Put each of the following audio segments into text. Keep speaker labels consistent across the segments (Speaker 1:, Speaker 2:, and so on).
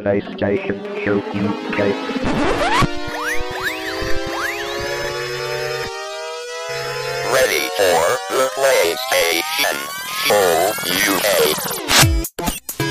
Speaker 1: PlayStation 2 UK.
Speaker 2: Ready for the PlayStation Show UK.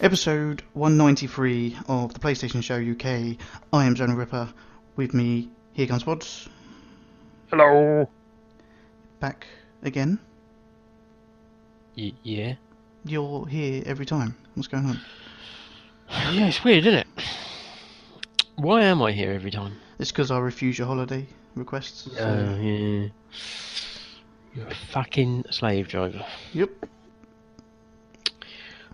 Speaker 3: Episode 193 of the PlayStation Show UK. I am Jonah Ripper. With me, here comes Pods.
Speaker 4: Hello.
Speaker 3: Back again.
Speaker 4: Y- yeah.
Speaker 3: You're here every time. What's going on?
Speaker 4: Yeah, it's weird, isn't it? Why am I here every time?
Speaker 3: It's because I refuse your holiday requests.
Speaker 4: Oh, yeah. You're a fucking slave driver.
Speaker 3: Yep.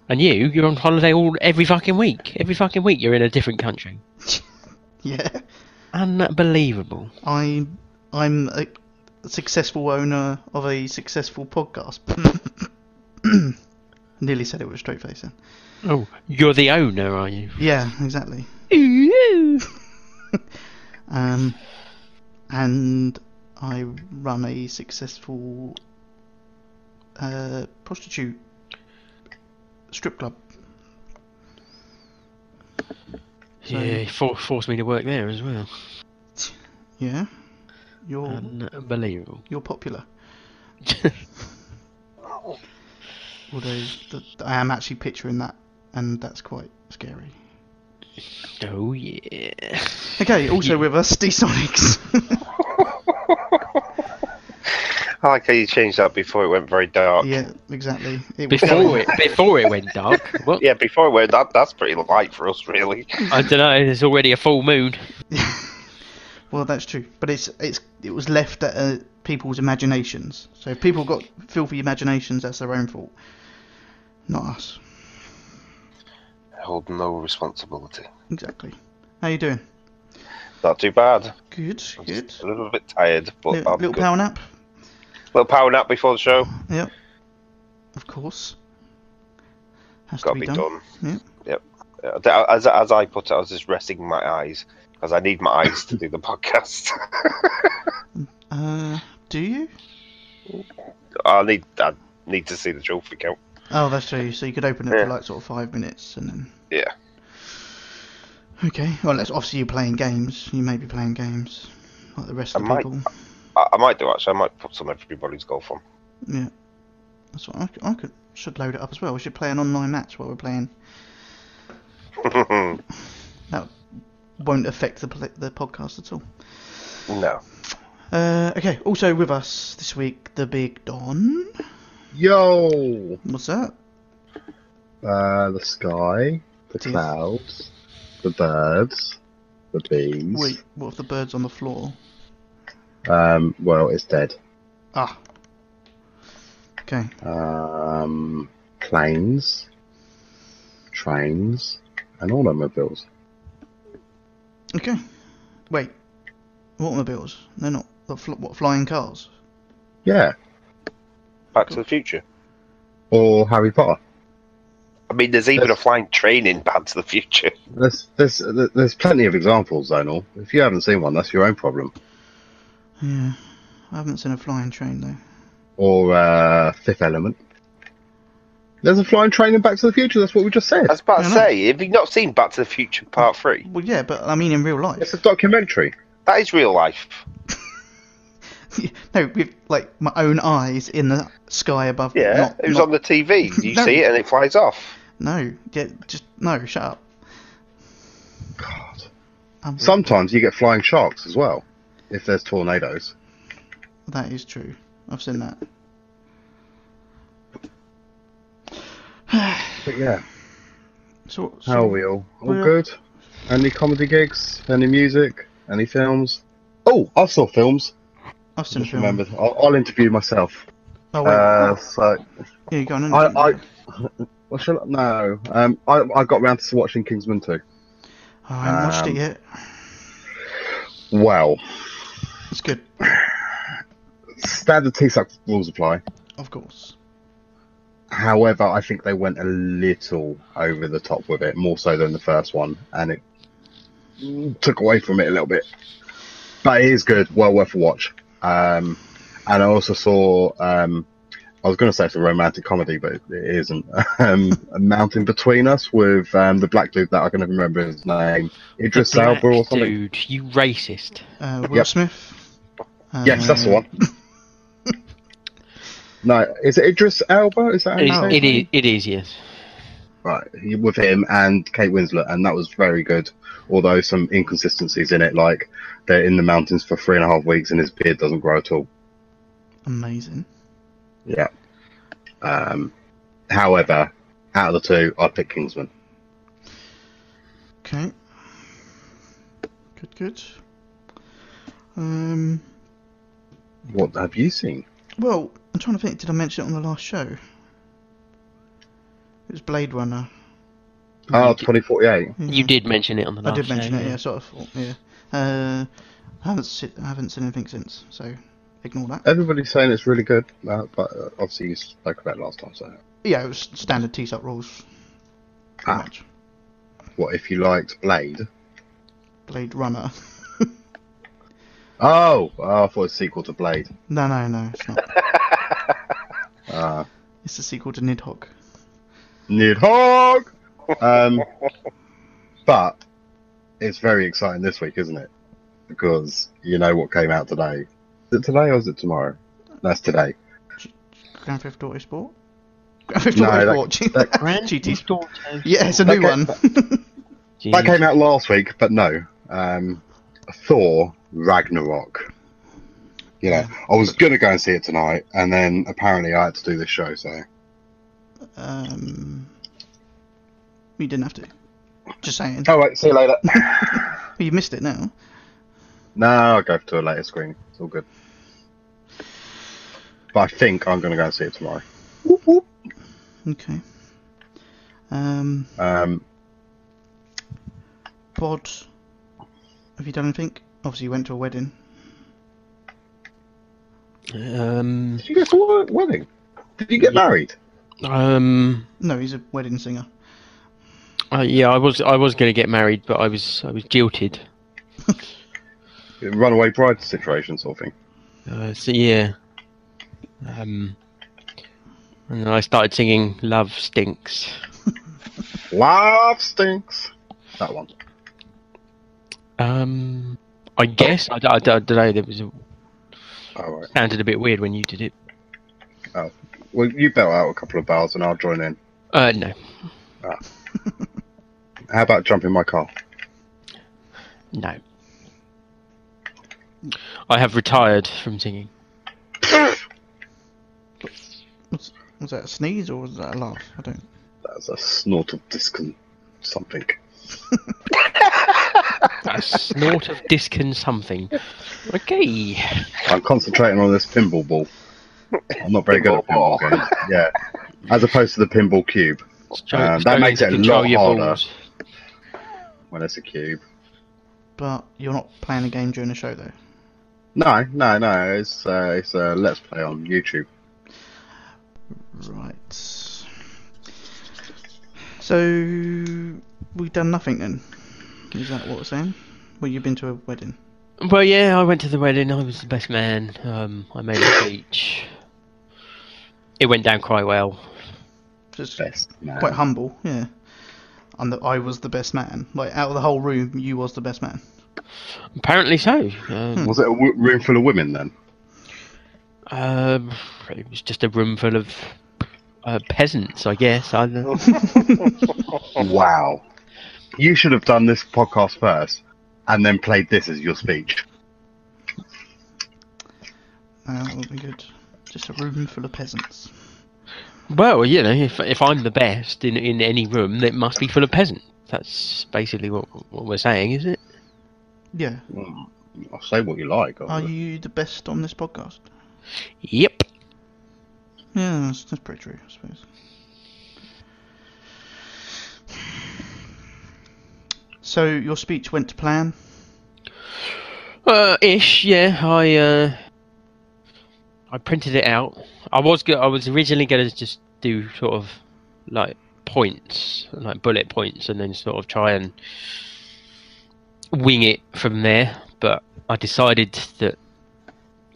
Speaker 4: And you, you're on holiday all every fucking week. Every fucking week you're in a different country.
Speaker 3: Yeah.
Speaker 4: Unbelievable.
Speaker 3: I, I'm a successful owner of a successful podcast. Nearly said it with a straight face then.
Speaker 4: Oh, you're the owner, are you?
Speaker 3: Yeah, exactly. Um, and I run a successful uh, prostitute strip club.
Speaker 4: yeah, you for- forced me to work there as well.
Speaker 3: Yeah, you're
Speaker 4: Um. Unbelievable.
Speaker 3: you're popular. Although th- I am actually picturing that, and that's quite scary.
Speaker 4: oh, yeah.
Speaker 3: Okay, also with us, D-Sonics.
Speaker 5: I like how you changed that before it went very dark. Yeah,
Speaker 3: yeah, exactly. It was
Speaker 4: Before it, before it went dark. What?
Speaker 5: before it went that that's pretty light for us, really.
Speaker 4: I don't know. It's already a full moon.
Speaker 3: Well, that's true, but it's it's it was left at uh, people's imaginations. So if people got filthy imaginations, that's their own fault, not us.
Speaker 5: Hold no responsibility.
Speaker 3: Exactly. How you doing?
Speaker 5: Not too bad.
Speaker 3: Good, good.
Speaker 5: A little bit tired, but
Speaker 3: Little,
Speaker 5: I'm
Speaker 3: little
Speaker 5: good.
Speaker 3: power nap.
Speaker 5: little power nap before the show.
Speaker 3: Yep. Of course. Has
Speaker 5: Got
Speaker 3: to
Speaker 5: to
Speaker 3: be
Speaker 5: be
Speaker 3: done.
Speaker 5: done.
Speaker 3: Yeah.
Speaker 5: Yep. Uh, As, as I put it, I was just resting my eyes because I need my eyes to do the podcast.
Speaker 3: Uh, do you?
Speaker 5: I need I need to see the trophy count.
Speaker 3: Oh, that's true. So you could open it
Speaker 5: Yeah.
Speaker 3: for like sort of five minutes, and then
Speaker 5: Yeah.
Speaker 3: okay. Well, that's obviously you're playing games. You may be playing games, like the rest of
Speaker 5: I
Speaker 3: the
Speaker 5: might.
Speaker 3: people.
Speaker 5: I, I might do actually. I might put some everybody's golf on.
Speaker 3: Yeah, that's what I, c- I could should load it up as well. We should play an online match while we're playing. that won't affect the pl- the podcast at all.
Speaker 5: No.
Speaker 3: Uh, okay. Also with us this week, the big Don.
Speaker 6: Yo!
Speaker 3: What's that?
Speaker 6: Uh, the sky, the
Speaker 3: Yes.
Speaker 6: clouds, the birds, the bees.
Speaker 3: Wait, what if the bird's on the floor?
Speaker 6: Um, well, it's dead.
Speaker 3: Ah. Okay.
Speaker 6: Um, planes, trains, and automobiles.
Speaker 3: Okay. Wait. Automobiles? They're not. The fl- what flying cars?
Speaker 6: Yeah.
Speaker 5: Back to the future.
Speaker 6: Or Harry Potter.
Speaker 5: I mean, there's even a flying train in Back to the Future.
Speaker 6: There's there's there's plenty of examples, Zonal. If you haven't seen one, that's your own problem.
Speaker 3: Yeah. I haven't seen a flying train though.
Speaker 6: Or uh, Fifth Element. There's a flying train in Back to the Future. That's what we just said.
Speaker 5: I was about to
Speaker 3: I know. Hmm.
Speaker 5: say, have you not seen Back to the Future Part 3?
Speaker 3: Well, yeah, but I mean in real life.
Speaker 6: It's a documentary.
Speaker 5: That is real life.
Speaker 3: no, with like my own eyes in the sky above. me,
Speaker 5: Yeah,
Speaker 3: not-
Speaker 5: it was
Speaker 3: not-
Speaker 5: on the TV. You
Speaker 3: No.
Speaker 5: see it and it flies off.
Speaker 3: No, yeah, just no. Shut up.
Speaker 6: God.
Speaker 3: Um,
Speaker 6: Sometimes you get flying sharks as well, if there's tornadoes.
Speaker 3: that is true. I've seen that.
Speaker 6: But yeah,
Speaker 3: So, so
Speaker 6: how are we all? All
Speaker 3: Well-
Speaker 6: good? Any comedy gigs? Any music? Any films? Oh, I saw films.
Speaker 3: I've seen a
Speaker 6: Just
Speaker 3: film.
Speaker 6: remembered. I'll, I'll interview myself.
Speaker 3: Oh wait,
Speaker 6: Uh, so
Speaker 3: yeah, you go Oh, on.
Speaker 6: I,
Speaker 3: interview.
Speaker 6: I, what shall I, no, um, I, I got round to watching Kingsman 2.
Speaker 3: Oh, I haven't watched it
Speaker 6: um,
Speaker 3: yet.
Speaker 6: Wow.
Speaker 3: It's good,
Speaker 6: Standard T-Suck rules apply.
Speaker 3: of course.
Speaker 6: However, I think they went a little over the top with it, more so than the first one, and it took away from it a little bit. But it is good, well worth a watch. Um, and I also saw, um, I was going to say it's a romantic comedy, but it isn't. Um, a Mountain Between Us with um, the black dude that I can never remember his name, Idris
Speaker 4: The black
Speaker 6: Elba or something.
Speaker 4: Dude, you racist.
Speaker 3: Uh, Will
Speaker 6: Yep.
Speaker 3: Smith.
Speaker 6: Yes, that's the
Speaker 3: Uh,
Speaker 6: one. no, is it Idris Elba? Is that how
Speaker 4: It
Speaker 6: you
Speaker 4: is,
Speaker 6: say
Speaker 4: it is, it is, yes.
Speaker 6: right he- with him and Kate Winslet, and that was very good. Although some inconsistencies in it, like they're in the mountains for three and a half weeks and his beard doesn't grow at all.
Speaker 3: Amazing.
Speaker 6: Yeah. Um, however, out of the two, I'd pick Kingsman.
Speaker 3: Okay. Good, good. Um,
Speaker 6: What have you seen?
Speaker 3: well, I'm trying to think. Did I mention it on the last show? It was Blade Runner.
Speaker 6: Oh, 2048.
Speaker 4: You did mention it on the
Speaker 3: Mm. I
Speaker 4: last
Speaker 3: did mention
Speaker 4: show,
Speaker 3: it. Yeah, sort of. thought, Yeah. Uh, I haven't se- I haven't seen anything since, so ignore that.
Speaker 6: Everybody's saying it's really good, uh, but uh, obviously you spoke about it last time. So,
Speaker 3: Yeah, it was standard T-Sat rules. Pretty
Speaker 6: Ah.
Speaker 3: much.
Speaker 6: what if you liked Blade?
Speaker 3: Blade Runner.
Speaker 6: Oh, oh I thought it was a sequel to Blade.
Speaker 3: No, no, no. It's not.
Speaker 6: Uh,
Speaker 3: it's a sequel to Nidhogg.
Speaker 6: Nidhogg! Um, but it's very exciting this week, isn't it? Because you know what came out today. Is it today or is it tomorrow? That's today.
Speaker 3: Grand Theft Auto Sport. Grand Theft
Speaker 6: No,
Speaker 3: Auto
Speaker 6: that-
Speaker 3: Sport.
Speaker 6: that-
Speaker 4: Grand
Speaker 3: GT.
Speaker 4: Theft Auto.
Speaker 3: Yeah, it's a
Speaker 6: That
Speaker 3: new
Speaker 6: ca-
Speaker 3: one.
Speaker 6: That came out last week, but no. Um, Thor Ragnarok. You know, I was going to go and see it tonight, and then apparently I had to do this show, so.
Speaker 3: um, you didn't have to. Just saying.
Speaker 6: Oh, wait, see you later.
Speaker 3: You missed it now.
Speaker 6: no, I'll go to a later screen. It's all good. But I think I'm going to go and see it tomorrow.
Speaker 3: Okay. Um,
Speaker 6: Um,
Speaker 3: Bod, have you done anything? Obviously, you went to a wedding.
Speaker 4: Um,
Speaker 6: Did you go to a wedding? Did you get married?
Speaker 4: um,
Speaker 3: No, he's a wedding singer.
Speaker 4: uh, yeah, I was I was going to get married, but I was I was jilted.
Speaker 6: Runaway bride situation sort of thing.
Speaker 4: Uh, so yeah. Um, and then I started singing "Love Stinks."
Speaker 6: Love stinks. That one.
Speaker 4: Um, I guess I, d- I d- I don't know. That was
Speaker 6: All right.
Speaker 4: sounded a bit weird when you did it.
Speaker 6: Well, you belt out a couple of bars and I'll join in.
Speaker 4: Uh, no,
Speaker 6: How about jumping my car?
Speaker 4: no. I have retired from singing.
Speaker 3: Was that a sneeze or was that a laugh? I don't.
Speaker 6: That's a snort of discon something.
Speaker 4: A snort of discon something. Okay.
Speaker 6: I'm concentrating on this pinball ball. I'm not very good at pinball.
Speaker 5: Pinball ball.
Speaker 6: games. Yeah. As opposed to the pinball cube Um, that
Speaker 4: Struggling
Speaker 6: makes
Speaker 4: to
Speaker 6: it a
Speaker 4: control
Speaker 6: lot
Speaker 4: your
Speaker 6: harder.
Speaker 4: balls.
Speaker 6: when it's a cube.
Speaker 3: But you're not playing a game during the show, though.
Speaker 6: No, no, no. It's uh, it's uh, let's play on YouTube.
Speaker 3: Right. So we've done nothing then. Is that what we're saying? Well, you've been to a wedding.
Speaker 4: Well, yeah, I went to the wedding. I was the best man. Um, I made a speech. It went down quite well.
Speaker 3: Just
Speaker 6: Best man.
Speaker 3: quite humble, yeah. And that I was the best man. Like out of the whole room, you was the best man.
Speaker 4: Apparently so. Um,
Speaker 6: Was it a w- room full of women then?
Speaker 4: um, it was just a room full of uh, peasants, I guess. I don't know.
Speaker 6: Wow. You should have done this podcast first and then played this as your speech.
Speaker 3: Uh, that would be good. Just a room full of peasants.
Speaker 4: Well, you know, if if I'm the best in in any room, it must be full of peasants. That's basically what what we're saying, is it?
Speaker 3: Yeah.
Speaker 6: Hmm. I'll say what you like.
Speaker 3: Are you the best on this podcast?
Speaker 4: Yep.
Speaker 3: Yeah, that's, that's pretty true, I suppose. So your speech went to plan.
Speaker 4: Uh, ish. Yeah, I uh, I printed it out. I was go- I was originally going to just do sort of like points, like bullet points, and then sort of try and wing it from there, but I decided that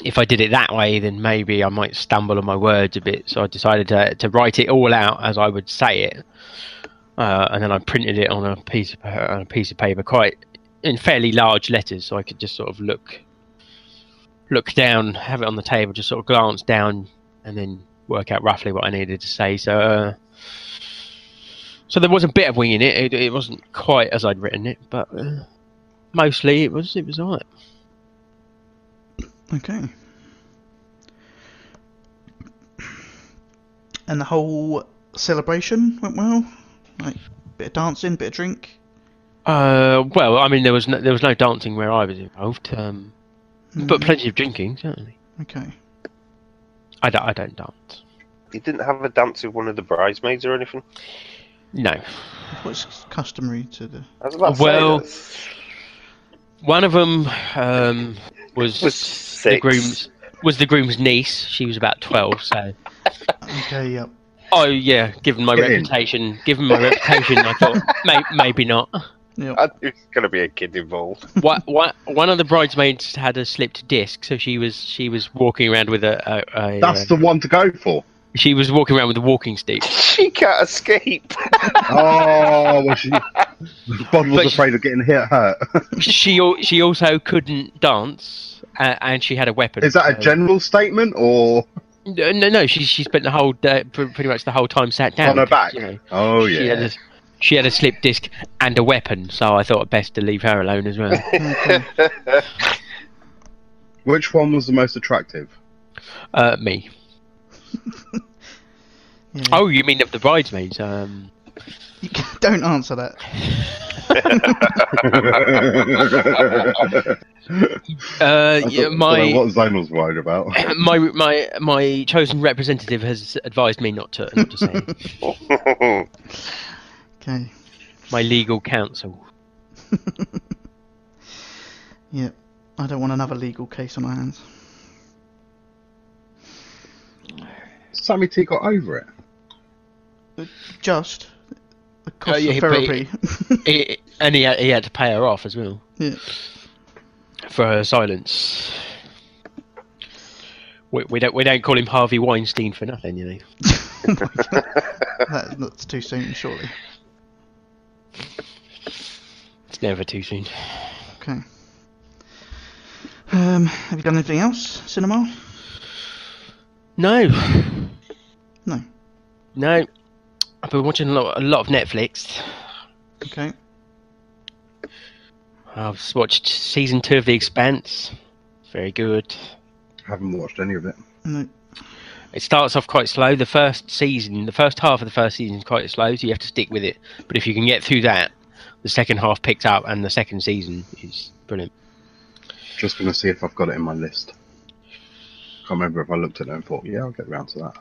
Speaker 4: if I did it that way, then maybe I might stumble on my words a bit. So I decided to, to write it all out as I would say it, uh, and then I printed it on a piece of on a piece of paper, quite in fairly large letters, so I could just sort of look look down, have it on the table, just sort of glance down, and then work out roughly what I needed to say. So. Uh, so there was a bit of winging it. It, it wasn't quite as I'd written it, but uh, mostly it was it was alright.
Speaker 3: Okay. And the whole celebration went well. Like bit of dancing, bit of drink.
Speaker 4: Uh, well, I mean there was no, there was no dancing where I was involved, um, but plenty of drinking certainly.
Speaker 3: Okay.
Speaker 4: I don't, I don't dance.
Speaker 5: You didn't have a dance with one of the bridesmaids or anything?
Speaker 4: No.
Speaker 3: What's customary to the?
Speaker 5: I was about to say,
Speaker 4: Well,
Speaker 5: that's-
Speaker 4: One of them um,
Speaker 5: Was
Speaker 4: was, the
Speaker 5: six.
Speaker 4: groom's was the groom's niece. She was about twelve, so.
Speaker 3: Okay. Yep.
Speaker 4: Oh yeah, given my
Speaker 6: Get in.
Speaker 4: reputation, given my reputation, I thought may, maybe not.
Speaker 3: Yep.
Speaker 5: I think there's going to be a kid involved.
Speaker 4: Wha- wha- one of the bridesmaids had a slipped disc, so she was she was walking around with a. a, a
Speaker 6: That's
Speaker 4: uh,
Speaker 6: the one to go for.
Speaker 4: she was walking around with a walking stick.
Speaker 5: She can't escape.
Speaker 6: Oh, well, she, Bod was
Speaker 4: But-
Speaker 6: afraid of getting hit hurt.
Speaker 4: She al- she also couldn't dance, uh, and she had a weapon.
Speaker 6: Is that a
Speaker 4: so-
Speaker 6: general statement or
Speaker 4: No, no, no. She she spent the whole day, pr- pretty much the whole time sat down
Speaker 6: on her
Speaker 4: 'cause,
Speaker 6: back?
Speaker 4: you know,
Speaker 6: Oh
Speaker 4: she had
Speaker 6: yeah.
Speaker 4: a she had a slip disc and a weapon, so I thought best to leave her alone as well.
Speaker 6: Which one was the most attractive?
Speaker 4: uh, me.
Speaker 3: Yeah.
Speaker 4: Oh, you mean of the bridesmaids? Um,
Speaker 3: You can- don't answer that.
Speaker 4: Uh,
Speaker 6: I
Speaker 4: yeah,
Speaker 6: don't- don't know
Speaker 4: my
Speaker 6: what Zane was worried about.
Speaker 4: my my my chosen representative has advised me not to not to say.
Speaker 3: Okay.
Speaker 4: my legal counsel.
Speaker 3: Yep. I don't want another legal case on my hands.
Speaker 6: Sammy T got over it.
Speaker 3: Just the cost
Speaker 4: Oh, yeah,
Speaker 3: of
Speaker 4: he
Speaker 3: therapy.
Speaker 4: He- and he had, he had to pay her off as well
Speaker 3: yeah.
Speaker 4: for her silence. We, we don't we don't call him Harvey Weinstein for nothing, you know.
Speaker 3: That, that's too soon, surely.
Speaker 4: It's never too soon.
Speaker 3: Okay. Um, have you done anything else? Cinema?
Speaker 4: No,
Speaker 3: No.
Speaker 4: no. I've been watching a lot, a lot of Netflix.
Speaker 3: Okay.
Speaker 4: I've watched season two of The Expanse. Very good.
Speaker 6: Haven't watched any of it.
Speaker 3: No.
Speaker 4: It starts off quite slow. The first season, the first half of the first season is quite slow, so you have to stick with it. But if you can get through that, the second half picks up, and the second season is brilliant.
Speaker 6: Just gonna see if I've got it in my list. Can't remember if I looked at it and thought, yeah, I'll get round to that.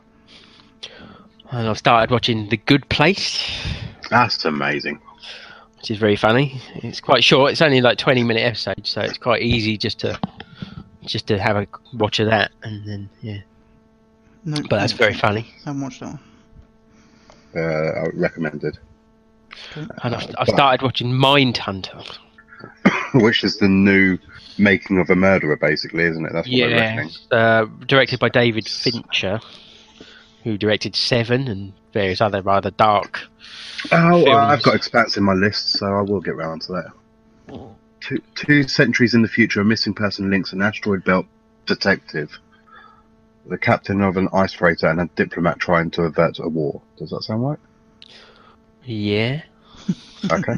Speaker 4: And I've started watching The Good Place,
Speaker 6: That's amazing.
Speaker 4: which is very funny. It's quite short. It's only like twenty-minute episodes, so it's quite easy just to just to have a watch of that, and then yeah.
Speaker 3: No.
Speaker 4: But that's very funny.
Speaker 3: haven't watched that one.
Speaker 6: Uh, I recommended.
Speaker 4: And I've, I've started watching Mindhunter.
Speaker 6: Which is the new making of a murderer, basically, isn't it? That's what they're reckoning.
Speaker 4: uh, directed by David Fincher, who directed Seven and various other rather dark.
Speaker 6: Oh,
Speaker 4: films.
Speaker 6: uh, I've got Expanse in my list, so I will get round to that. Two, two centuries in the future, a missing person links an asteroid belt detective, the captain of an ice freighter, and a diplomat trying to avert a war. Does that sound right?
Speaker 4: Yeah,
Speaker 6: Okay.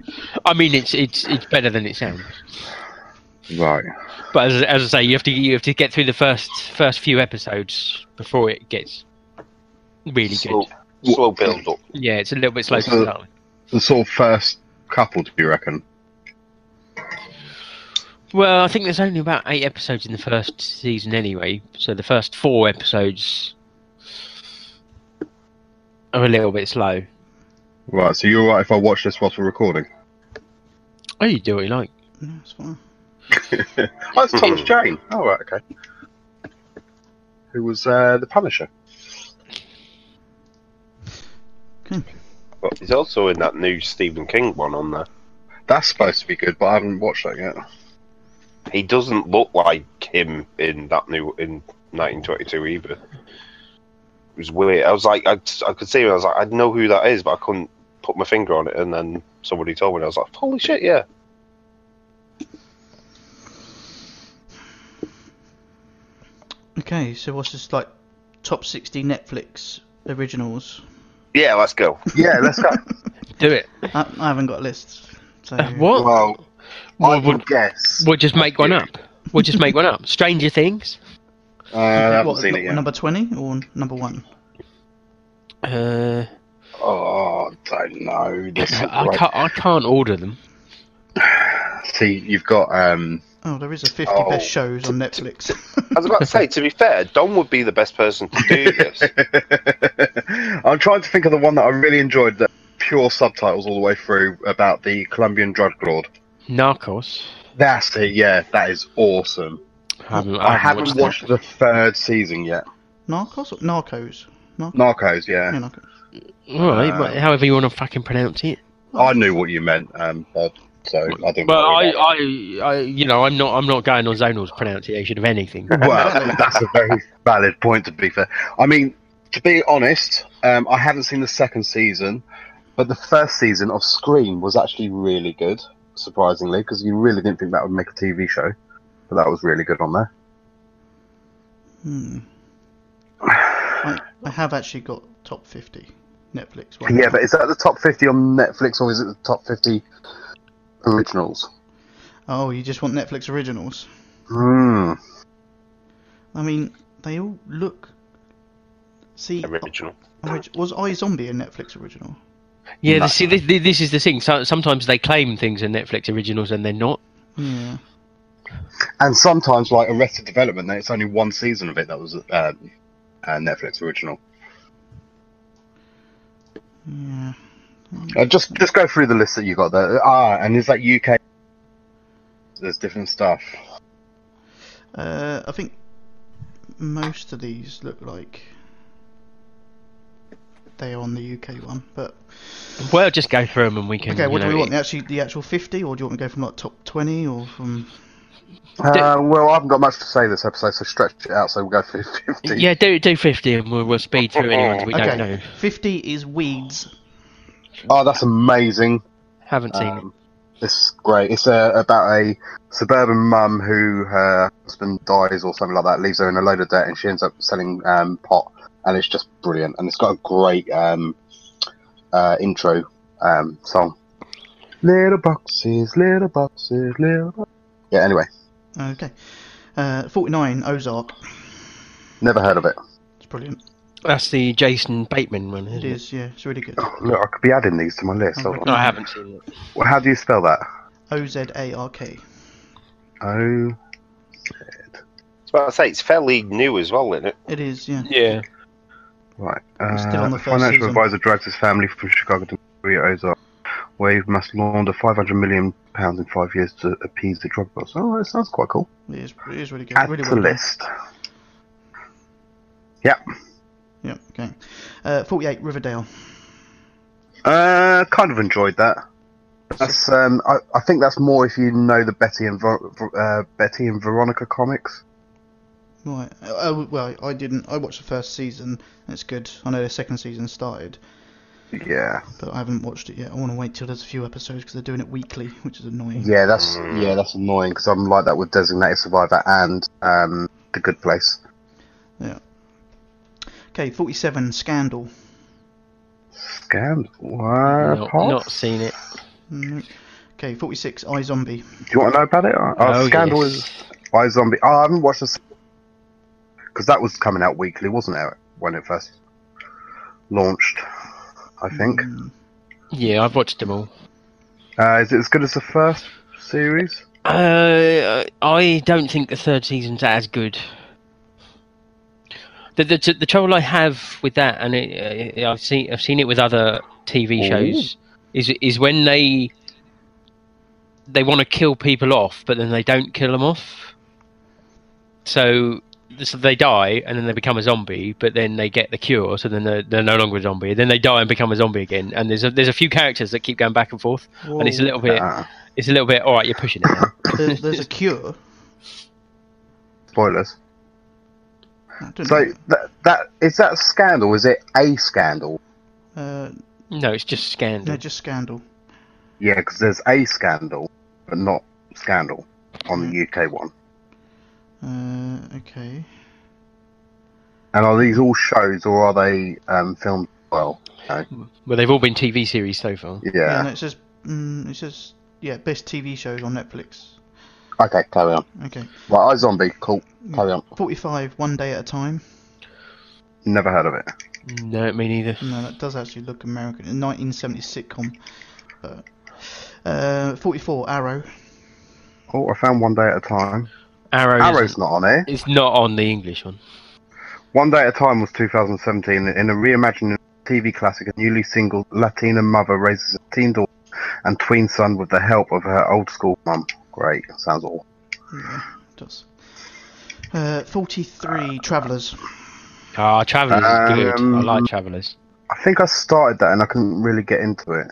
Speaker 4: I mean it's it's it's better than it sounds.
Speaker 6: right.
Speaker 4: But as, as I say, you have to you have to get through the first first few episodes before it gets really
Speaker 5: slow,
Speaker 4: good.
Speaker 5: slow build up.
Speaker 4: Yeah, it's a little bit slow to
Speaker 6: So-
Speaker 4: start. with.
Speaker 6: The sort of first couple, do you reckon?
Speaker 4: Well, I think there's only about eight episodes in the first season anyway, so the first four episodes are a little bit slow.
Speaker 6: Right, so you're right if I watch this whilst we're recording.
Speaker 4: Oh, you do what you like.
Speaker 3: No, it's fine.
Speaker 6: Oh, it's Thomas Jane. Oh, right, okay. Who was uh, the Punisher?
Speaker 5: But he's also in that new Stephen King one on there.
Speaker 6: That's supposed to be good, but I haven't watched that yet.
Speaker 5: He doesn't look like him in that new in 1922 either. It was weird. I was like, I, I could see him. I was like, I know who that is, but I couldn't put my finger on it. And then somebody told me, and I was like, holy shit, yeah.
Speaker 3: Okay, so what's this like top 60 Netflix originals?
Speaker 5: Yeah, let's go.
Speaker 6: Yeah, let's go.
Speaker 4: Do it.
Speaker 3: I, I haven't got a list. So
Speaker 4: Uh, What?
Speaker 6: well, I
Speaker 4: Well,
Speaker 6: would
Speaker 4: would-
Speaker 6: guess.
Speaker 4: We'll just make one up. We'll just make one up. Stranger Things.
Speaker 6: Uh, I haven't
Speaker 3: what,
Speaker 6: seen it
Speaker 3: n-
Speaker 6: yet.
Speaker 3: Number 20 or n- number 1?
Speaker 4: Uh,
Speaker 6: Oh, I don't know. This is
Speaker 4: I
Speaker 6: right.
Speaker 4: can't. I can't order them.
Speaker 6: See, you've got um,
Speaker 3: Oh, there is a 50
Speaker 5: Oh.
Speaker 3: best shows on Netflix.
Speaker 5: I was about to say, to be fair, Don would be the best person to do this.
Speaker 6: I'm trying to think of the one that I really enjoyed that pure subtitles all the way through about the Colombian drug lord.
Speaker 4: Narcos.
Speaker 6: That's it, yeah, that is awesome.
Speaker 4: I haven't,
Speaker 6: I haven't watched,
Speaker 4: that.
Speaker 6: the third season yet.
Speaker 3: Narcos? Or Narcos. Narcos.
Speaker 6: Narcos, yeah.
Speaker 3: Yeah, Narcos.
Speaker 4: All right, but however you want to fucking pronounce it.
Speaker 6: I knew what you meant, um, Bob, so I didn't
Speaker 4: Well, I,
Speaker 6: worry about
Speaker 4: I, I, you know, I'm not. I'm not going on Zonal's pronunciation of anything.
Speaker 6: it. Well, that's a very valid point, to be fair. I mean, to be honest, um, I haven't seen the second season, but the first season of Scream was actually really good, surprisingly, because you really didn't think that would make a TV show, but that was really good on there.
Speaker 3: Hmm. I, I have actually got top 50 Netflix. one.
Speaker 6: Yeah, but is that the top 50 on Netflix or is it the top 50 originals?
Speaker 3: Oh, you just want Netflix originals?
Speaker 6: Hmm.
Speaker 3: I mean, they all look. See,
Speaker 5: Original.
Speaker 3: orig- was I Zombie a Netflix original?
Speaker 4: Yeah, see, this, this is the thing. So, sometimes they claim things are Netflix originals and they're not.
Speaker 3: Yeah.
Speaker 6: And sometimes, like Arrested Development, it's only one season of it that was uh, uh, Netflix original.
Speaker 3: Yeah.
Speaker 6: Uh, just just go through the list that you got there. Ah, and is that UK? There's different stuff.
Speaker 3: Uh, I think most of these look like they are on the UK one. But
Speaker 4: Well, just go through them and we can.
Speaker 3: okay,
Speaker 4: you
Speaker 3: what do
Speaker 4: know,
Speaker 3: we want? The actually, the actual fifty, or do you want to go from like top twenty, or from?
Speaker 6: Uh, well, I haven't got much to say this episode, so stretch it out so we'll go 50.
Speaker 4: Yeah, do do fifty and we'll, we'll speed through anyone we
Speaker 3: okay,
Speaker 4: don't know.
Speaker 3: fifty is weeds.
Speaker 6: Oh, that's amazing.
Speaker 4: Haven't seen
Speaker 6: Um, It's great. It's uh, about a suburban mum who her husband dies or something like that, leaves her in a load of debt, and she ends up selling um, pot, and it's just brilliant. And it's got a great um, uh, intro um, song. Little boxes, little boxes, little. Bo- yeah. Anyway,
Speaker 3: Okay, uh, forty-nine Ozark.
Speaker 6: never heard of it.
Speaker 3: It's brilliant.
Speaker 4: it. That's the Jason Bateman one. Isn't
Speaker 3: It
Speaker 4: it
Speaker 3: is. Yeah, it's really good.
Speaker 6: Oh, look, I could be adding these to my list. Hold
Speaker 4: No,
Speaker 6: on.
Speaker 4: I haven't seen it.
Speaker 6: Well, How do you spell that?
Speaker 3: O Z A R K.
Speaker 6: O.
Speaker 5: I was about to say, it's fairly new as well, isn't it?
Speaker 3: It is. Yeah.
Speaker 4: Yeah.
Speaker 6: Right.
Speaker 3: I'm still on the
Speaker 6: Uh,
Speaker 3: first
Speaker 6: financial
Speaker 3: season.
Speaker 6: advisor drags his family from Chicago to Korea Ozark, where he must launder 500 million pounds in five years to appease the drug boss. Oh, that sounds quite cool.
Speaker 3: It is. It is really good.
Speaker 6: Add
Speaker 3: really
Speaker 6: to
Speaker 3: well done.
Speaker 6: list. Yep.
Speaker 3: Yeah. Okay. Uh, forty-eight Riverdale.
Speaker 6: Uh, kind of enjoyed that. That's um, I, I think that's more if you know the Betty and Ver- uh, Betty and Veronica comics.
Speaker 3: Right. Uh, uh, well, I didn't. I watched the first season. and It's good. I know the second season started,
Speaker 6: Yeah,
Speaker 3: but I haven't watched it yet. I want to wait till there's a few episodes because they're doing it weekly, which is annoying.
Speaker 6: yeah, that's
Speaker 4: Mm.
Speaker 6: yeah, that's annoying because I'm like that with Designated Survivor and um, The Good Place.
Speaker 3: Okay, 47 Scandal.
Speaker 6: Scam.
Speaker 4: Not,
Speaker 6: What?
Speaker 4: not seen it.
Speaker 3: No. Mm. Okay, 46 I Zombie.
Speaker 6: Do you want to know about it? Oh,
Speaker 4: Oh,
Speaker 6: Scandal
Speaker 4: yes.
Speaker 6: is by Zombie. Oh, I haven't watched this because that was coming out weekly, wasn't it, when it first launched? I think.
Speaker 4: Yeah, I've watched them all.
Speaker 6: Uh, is it as good as the first series?
Speaker 4: Uh, I don't think the third season's as good. The the, the trouble I have with that, and it, uh, I've seen I've seen it with other TV shows, is is when they they want to kill people off, but then they don't kill them off. So, so they die, and then they become a zombie, but then they get the cure, so then they're, they're no longer a zombie. Then they die and become a zombie again. And there's a, there's a few characters that keep going back and forth, and it's a
Speaker 3: Whoa.
Speaker 4: little bit
Speaker 6: Ah.
Speaker 4: it's a little bit all right. You're pushing it now.
Speaker 3: There's, there's a cure.
Speaker 6: Spoilers.
Speaker 3: I don't
Speaker 6: So
Speaker 3: know.
Speaker 6: that that is that scandal? Is it a scandal?
Speaker 3: Uh,
Speaker 4: No, it's just
Speaker 3: no,
Speaker 4: scandal.
Speaker 3: just scandal.
Speaker 6: Yeah, because there's a scandal, but not scandal on the UK one.
Speaker 3: Uh, okay.
Speaker 6: And are these all shows or are they um, filmed? Well,
Speaker 4: Well, they've all been TV series so far.
Speaker 6: yeah.
Speaker 3: Yeah. no, it says mm, it says yeah best TV shows on Netflix.
Speaker 6: Okay, carry on.
Speaker 3: Okay.
Speaker 6: Right, iZombie, cool. Carry on.
Speaker 3: 45 one day at a time.
Speaker 6: Never heard of it.
Speaker 4: No, me neither.
Speaker 3: No, that does actually look American. A 1970s sitcom. But, uh, 44 Arrow.
Speaker 6: Oh, I found One Day at a Time.
Speaker 4: Arrow.
Speaker 6: Arrow's
Speaker 4: Is,
Speaker 6: not on here.
Speaker 4: it's not on the English one.
Speaker 6: One Day at a Time was 2017 in a reimagining TV classic. A newly single Latina mother raises a teen daughter and tween son with the help of her old school mum. Great, sounds awful.
Speaker 3: Yeah, it does. Uh, 43 Travelers.
Speaker 4: Ah, Travelers is good. I
Speaker 6: Um,
Speaker 4: like Travelers.
Speaker 6: I think I started that and I couldn't really get into it.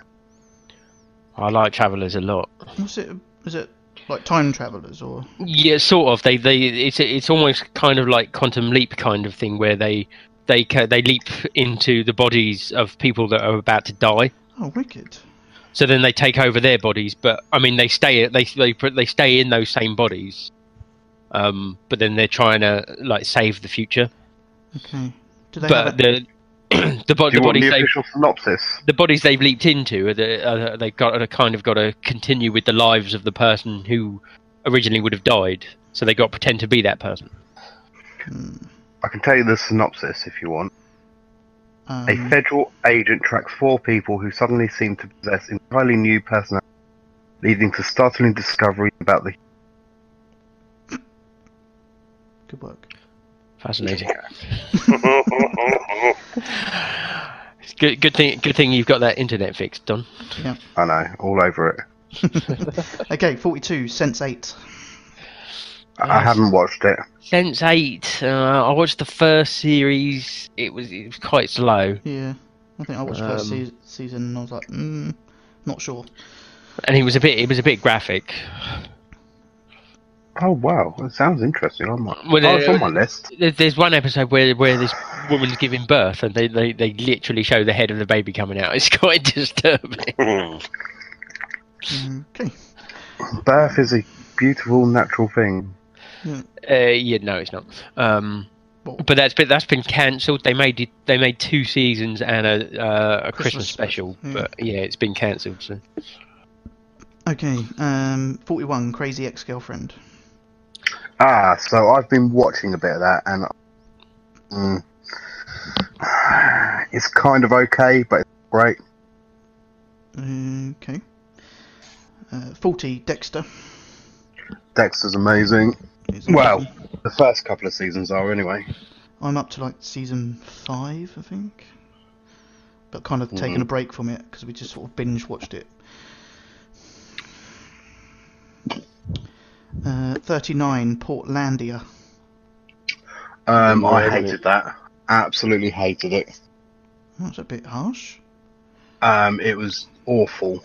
Speaker 4: I like Travelers a lot.
Speaker 3: What's it? Is it like Time Travelers or.
Speaker 4: Yeah, sort of. They they it's it's almost kind of like quantum leap kind of thing where they they ca- they leap into the bodies of people that are about to die.
Speaker 3: Oh, wicked.
Speaker 4: So then they take over their bodies, but I mean they stay they they they stay in those same bodies. Um, but then they're trying to like save the future.
Speaker 3: Okay. Do they
Speaker 4: But
Speaker 3: have a-
Speaker 4: the the, bo-
Speaker 6: Do
Speaker 4: the
Speaker 6: you want the
Speaker 4: bodies they
Speaker 6: official synopsis?
Speaker 4: the bodies they've leaped into are, the, are they've got to kind of got to continue with the lives of the person who originally would have died. So they got to pretend to be that person.
Speaker 6: I can tell you the synopsis if you want.
Speaker 3: um,
Speaker 6: A federal agent tracks four people who suddenly seem to possess entirely new personalities, leading to startling discoveries about the.
Speaker 3: Good work.
Speaker 4: Fascinating. It's good, good thing, good thing you've got that internet fixed, Don.
Speaker 6: I know, all over it.
Speaker 3: Okay, 42 Sense 8.
Speaker 6: I I
Speaker 4: Nice.
Speaker 6: haven't watched it.
Speaker 4: Sense eight. Uh, I watched the first series. It was it was quite slow,
Speaker 3: Yeah. I think I watched first
Speaker 4: Um,
Speaker 3: se- season and I was like, mm, not sure.
Speaker 4: and it was a bit it was a bit graphic.
Speaker 6: Oh wow, that sounds interesting. I might.
Speaker 4: Well,
Speaker 6: oh, it's
Speaker 4: uh,
Speaker 6: on my list.
Speaker 4: There- There's one episode where where this woman's giving birth, and they, they, they literally show the head of the baby coming out. It's quite disturbing.
Speaker 3: Okay.
Speaker 6: Birth is a beautiful natural thing.
Speaker 4: Uh, yeah, no, it's not. Um,
Speaker 3: Well,
Speaker 4: but that's been that's been cancelled. They made it, they made two seasons and a uh, a Christmas,
Speaker 3: Christmas special, Hmm.
Speaker 4: special,
Speaker 3: yeah.
Speaker 4: but yeah, it's been cancelled. So.
Speaker 3: okay. Um, 41 Crazy Ex Girlfriend.
Speaker 6: Ah, so I've been watching a bit of that, and mm, it's kind of okay, but it's great.
Speaker 3: Okay. Uh, 40 Dexter.
Speaker 6: Dexter's amazing.
Speaker 3: is-
Speaker 6: Well, the first couple of seasons are anyway.
Speaker 3: I'm up to like season five, I think. But kind of taking a break from it because we just sort of binge watched it. Uh, 39 Portlandia.
Speaker 6: Um,
Speaker 5: Never
Speaker 6: I
Speaker 5: heard of
Speaker 6: hated that. Absolutely hated it.
Speaker 3: That's a bit harsh.
Speaker 6: Um, it was awful.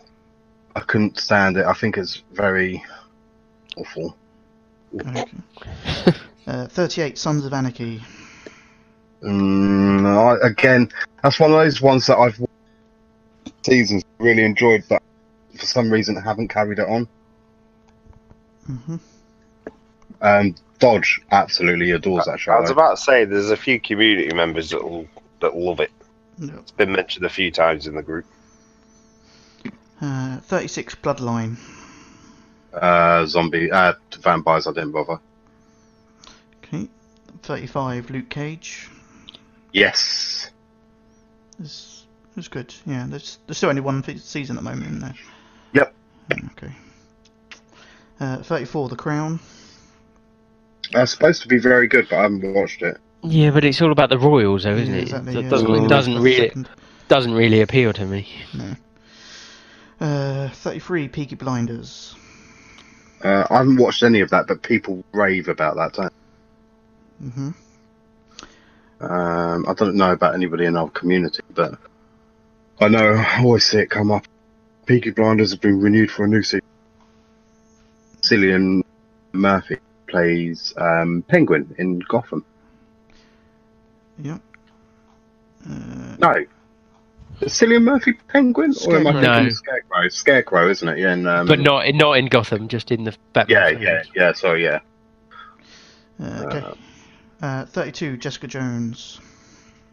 Speaker 6: I couldn't stand it. I think it's very awful.
Speaker 3: Okay. uh, 38 Sons of Anarchy.
Speaker 6: Mm, I, again, that's one of those ones that I've watched seasons really enjoyed, but for some reason haven't carried it on.
Speaker 3: hmm
Speaker 6: Um, Dodge absolutely adores that show.
Speaker 5: I was
Speaker 6: though.
Speaker 5: about to say, there's a few community members that will that love it.
Speaker 3: Yep.
Speaker 5: It's been mentioned a few times in the group.
Speaker 3: Uh, 36 Bloodline.
Speaker 6: Uh, zombie uh, vampires. I didn't bother.
Speaker 3: Okay. 35 Luke Cage.
Speaker 6: Yes,
Speaker 3: It's, it's good. Yeah, there's, there's still only one fe- season at the moment, isn't there? Hmm,
Speaker 6: Yep.
Speaker 3: Okay. Uh, 34 The Crown.
Speaker 6: that's supposed to be very good, but I haven't watched it.
Speaker 4: Yeah, but it's all about the royals, though, isn't
Speaker 3: Yeah,
Speaker 4: it?
Speaker 3: exactly,
Speaker 4: That
Speaker 3: yeah.
Speaker 4: doesn't,
Speaker 3: Ooh.
Speaker 4: it doesn't really
Speaker 3: Second.
Speaker 4: doesn't really appeal to me.
Speaker 3: Uh, 33 Peaky Blinders.
Speaker 6: Uh, I haven't watched any of that, but people rave about that. Don't
Speaker 3: hmm
Speaker 6: Um, I don't know about anybody in our community, but I know I always see it come up. Peaky Blinders have been renewed for a new season. Cillian Murphy plays um, Penguin in Gotham.
Speaker 3: Yep. Uh,
Speaker 6: No. Is Cillian Murphy Penguin? Or am I
Speaker 3: Scarecrow.
Speaker 6: thinking
Speaker 4: No.
Speaker 6: Scarecrow? Scarecrow, isn't it? Yeah, in, um,
Speaker 4: but not in- not in Gotham, just in the Batman.
Speaker 6: Yeah,
Speaker 4: films.
Speaker 6: yeah, yeah. So yeah,
Speaker 3: uh, okay. Uh, 32, Jessica Jones.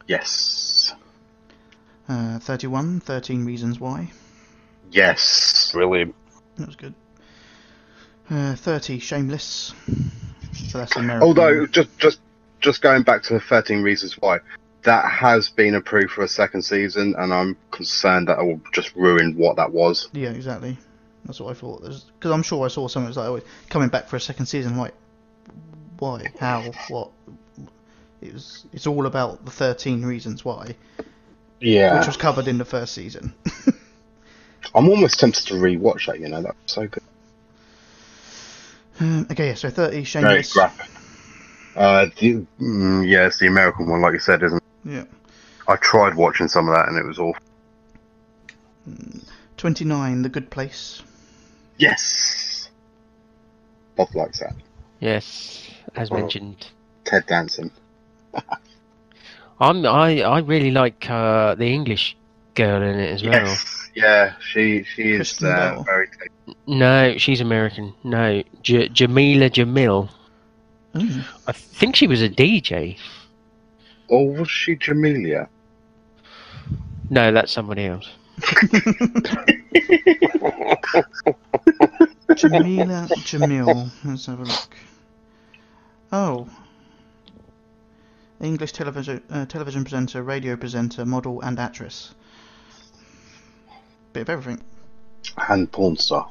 Speaker 6: yes,
Speaker 3: Uh, 31, 13 Reasons Why.
Speaker 6: yes,
Speaker 5: Brilliant.
Speaker 3: That was good. Uh, 30, Shameless. So that's American.
Speaker 6: Although just just just going back to the thirteen reasons why that has been approved for a second season, and I'm concerned that I will just ruin what that was.
Speaker 3: Yeah, exactly. That's what I thought. Because I'm sure I saw something that was like, oh, coming back for a second season. Like, why? How? What? It was. It's all about the 13 reasons why,
Speaker 6: Yeah,
Speaker 3: which was covered in the first season.
Speaker 6: I'm almost tempted to rewatch that. You know, that was so good.
Speaker 3: um, okay, yeah, so 30,
Speaker 6: Very
Speaker 3: Shameless.
Speaker 6: crap. Uh, the, mm, yeah, it's the American one, like you said, isn't. it?
Speaker 3: yeah.
Speaker 6: I tried watching some of that, and it was awful.
Speaker 3: 29, The Good Place.
Speaker 6: Yes, Bob likes that.
Speaker 4: Yes, as
Speaker 6: Well-
Speaker 4: mentioned.
Speaker 6: Ted Danson.
Speaker 4: I'm I, I really like uh, the English girl in it as well.
Speaker 6: Yes, yeah, she she is
Speaker 3: Kristen
Speaker 6: uh,
Speaker 3: Bell.
Speaker 6: very.
Speaker 4: No, she's American. No, J- Jamila Jamil.
Speaker 3: Ooh.
Speaker 4: I think she was a DJ.
Speaker 6: Or Oh, was she Jamelia?
Speaker 4: No, that's somebody else.
Speaker 3: Jamila Jamil. Let's have a look. Oh. English television uh, television presenter, radio presenter, model, and actress. Bit of everything.
Speaker 6: And porn star.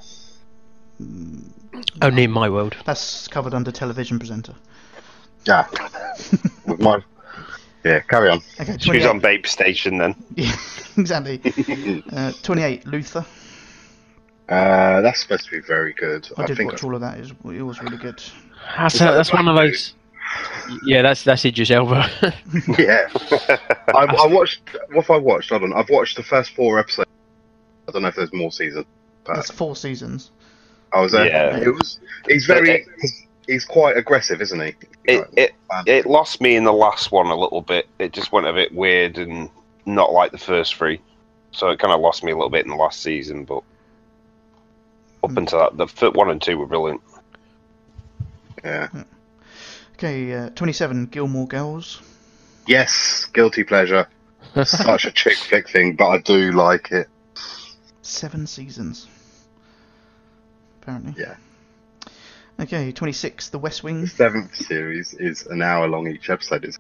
Speaker 4: Only in Oh, my world.
Speaker 3: That's covered under television presenter.
Speaker 6: Yeah. With my. Yeah, carry on.
Speaker 3: Okay, 28.
Speaker 5: She was on Bape Station then.
Speaker 3: Yeah, exactly. Uh, 28, Luther.
Speaker 6: Uh, that's supposed to be very good.
Speaker 3: I,
Speaker 6: I,
Speaker 3: did
Speaker 6: think.
Speaker 3: watch all of that. It was, it was really good.
Speaker 4: That's
Speaker 6: Is that
Speaker 4: that's
Speaker 6: the
Speaker 4: one of
Speaker 6: black
Speaker 4: those. Yeah, that's that's Idris Elba.
Speaker 6: Yeah. I, I watched. What have I watched? Hold on. I've watched the first four episodes. I don't know if there's more seasons. Uh,
Speaker 3: That's four seasons.
Speaker 6: I was there.
Speaker 5: Yeah.
Speaker 6: It was. He's very. He's quite aggressive, isn't he?
Speaker 5: It, it
Speaker 6: Um,
Speaker 5: it lost me in the last one a little bit. It just went a bit weird and not like the first three. So it kind of lost me a little bit in the last season, but up until that, the fir- one and two were brilliant.
Speaker 6: yeah.
Speaker 3: Okay, uh, 27, Gilmore Girls.
Speaker 6: Yes, guilty pleasure. Such a chick flick thing, but I do like it.
Speaker 3: Seven seasons. Apparently.
Speaker 6: Yeah.
Speaker 3: Okay, 26, The West Wing.
Speaker 6: The seventh series is an hour long each episode. Is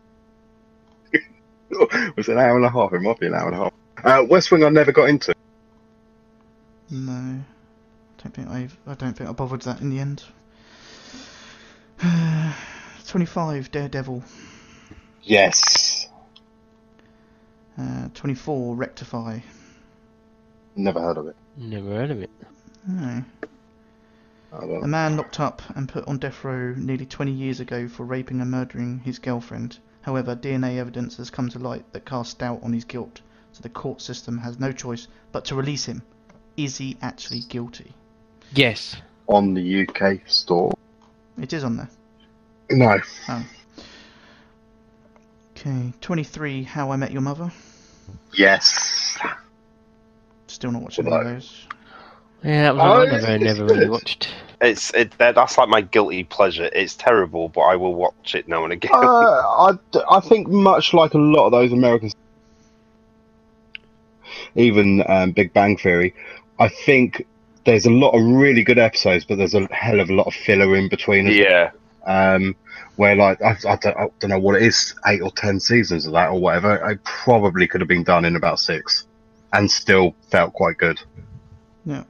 Speaker 6: was it an hour and a half. It might be an hour and a half. Uh, West Wing, I never got into.
Speaker 3: No, don't think I've. I don't think I bothered that in the end. Twenty-five, Daredevil.
Speaker 6: Yes,
Speaker 3: Uh, Twenty-four, Rectify.
Speaker 6: never heard of it.
Speaker 4: Never heard of it.
Speaker 3: No.
Speaker 6: I don't
Speaker 3: Hmm. A
Speaker 6: know.
Speaker 3: man locked up and put on death row nearly 20 years ago for raping and murdering his girlfriend. However, DNA evidence has come to light that casts doubt on his guilt, so the court system has no choice but to release him. Is he actually guilty?
Speaker 4: Yes.
Speaker 6: On the UK store.
Speaker 3: It is on there.
Speaker 6: No.
Speaker 3: Okay, 23, How I Met Your Mother.
Speaker 6: Yes.
Speaker 3: Still not watching
Speaker 6: Well,
Speaker 3: any of
Speaker 6: I-
Speaker 3: those.
Speaker 4: Yeah, that was
Speaker 6: Oh,
Speaker 4: one I never,
Speaker 6: it's
Speaker 4: never really
Speaker 6: good.
Speaker 4: watched.
Speaker 5: It's it, that, that's like my guilty pleasure. It's terrible, but I will watch it now and again.
Speaker 6: Uh, I, I think much like a lot of those Americans, even um, Big Bang Theory, I think there's a lot of really good episodes, but there's a hell of a lot of filler in between. as
Speaker 5: yeah,
Speaker 6: um, where like I, I, don't, I don't know what it is, eight or ten seasons of that or whatever. It probably could have been done in about six, and still felt quite good.
Speaker 3: Yeah.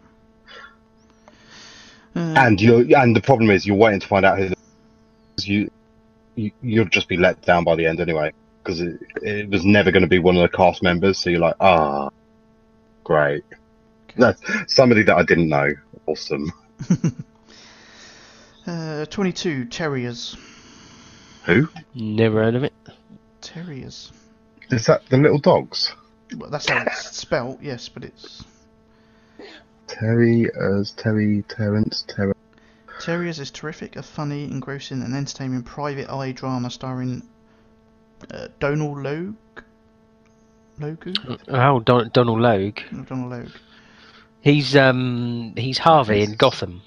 Speaker 3: Uh,
Speaker 6: And you and the problem is you're waiting to find out who the, you, you you'll just be let down by the end anyway because it, it was never going to be one of the cast members. So you're like, ah, great, that's somebody that I didn't know. Awesome.
Speaker 3: Uh, 22, Terriers.
Speaker 6: Who
Speaker 4: Never heard of it.
Speaker 3: Terriers.
Speaker 6: is that? The little dogs.
Speaker 3: Well, that's how it's spelt, yes, but it's
Speaker 6: Terry, uh, Terry, Terrence, Terry.
Speaker 3: Terriers is terrific, a funny, engrossing, and entertaining private eye drama starring uh, Donal Logue. Logu?
Speaker 4: Oh, Don- Donald Logue.
Speaker 3: No, Donal Logue.
Speaker 4: He's um he's Harvey in Gotham.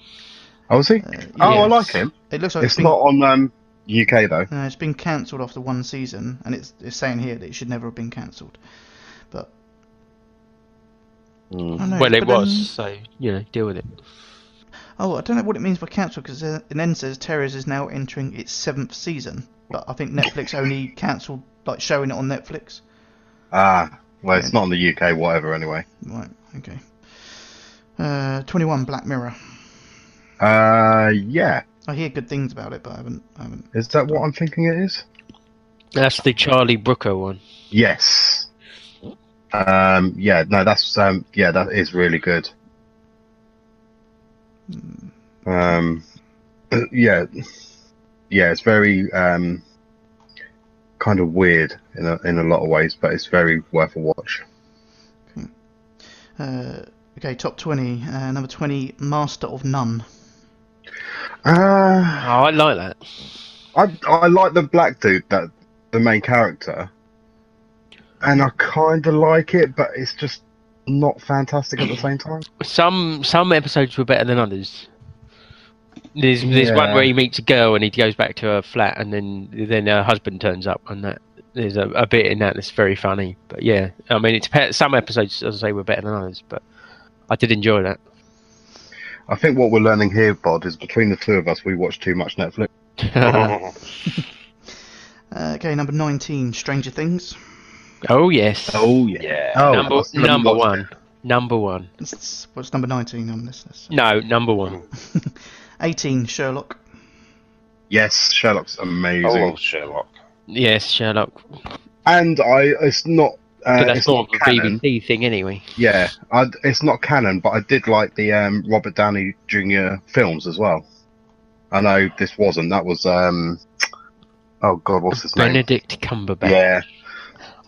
Speaker 6: Oh, is he?
Speaker 3: Uh,
Speaker 6: oh, I
Speaker 4: yes.
Speaker 6: like him.
Speaker 3: It looks like
Speaker 6: It's
Speaker 3: it's been,
Speaker 6: not on um, UK though.
Speaker 3: no, it's been cancelled after one season, and it's, it's saying here that it should never have been cancelled. But I don't know,
Speaker 4: well, it
Speaker 3: but then-
Speaker 4: was. So you know, deal with it.
Speaker 3: oh, I don't know what it means by cancelled because it then says Terriers is now entering its seventh season, but I think Netflix only cancelled like showing it on Netflix.
Speaker 6: Ah, well, it's not on the UK. Whatever, anyway.
Speaker 3: Right. Okay. Uh, 21 Black Mirror.
Speaker 6: Uh, yeah.
Speaker 3: I hear good things about it, but I haven't. I haven't.
Speaker 6: Is that what I'm thinking it is?
Speaker 4: That's the Charlie Brooker one.
Speaker 6: Yes. Um, yeah. No, that's um, yeah, that is really good. Um, yeah, yeah, it's very um, kind of weird in a, in a lot of ways, but it's very worth a watch.
Speaker 3: Uh, okay, top 20. Uh, number 20, Master of None.
Speaker 6: Uh, Ah,
Speaker 4: Oh, I like that.
Speaker 6: I I like the black dude that the main character, and I kind of like it, but it's just not fantastic at the same time.
Speaker 4: Some some episodes were better than others. There's there's one
Speaker 6: Yeah.
Speaker 4: where he meets a girl and he goes back to her flat and then then her husband turns up and that there's a, a bit in that that's very funny. But yeah, I mean it's pe- some episodes as I say were better than others, but I did enjoy that.
Speaker 6: I think what we're learning here, Bod, is between the two of us, we watch too much Netflix.
Speaker 3: Uh, okay, number 19, Stranger Things.
Speaker 4: oh yes.
Speaker 5: yeah.
Speaker 6: Oh, I
Speaker 4: number
Speaker 6: was gonna
Speaker 4: number
Speaker 6: watch
Speaker 4: one.
Speaker 6: it.
Speaker 4: Number one.
Speaker 3: It's- What's number 19 on this list?
Speaker 4: No, number one.
Speaker 3: 18, Sherlock.
Speaker 6: Yes, Sherlock's amazing,
Speaker 4: Oh,
Speaker 5: I love Sherlock.
Speaker 4: Yes, Sherlock.
Speaker 6: and I it's not. Uh,
Speaker 4: But that's
Speaker 6: it's
Speaker 4: more of
Speaker 6: not
Speaker 4: a
Speaker 6: canon.
Speaker 4: BBC thing anyway.
Speaker 6: Yeah, I, it's not canon, but I did like the um, Robert Downey Jr. films as well. I know this wasn't. That was um, oh god, what's his name?
Speaker 4: Benedict Cumberbatch.
Speaker 6: Yeah.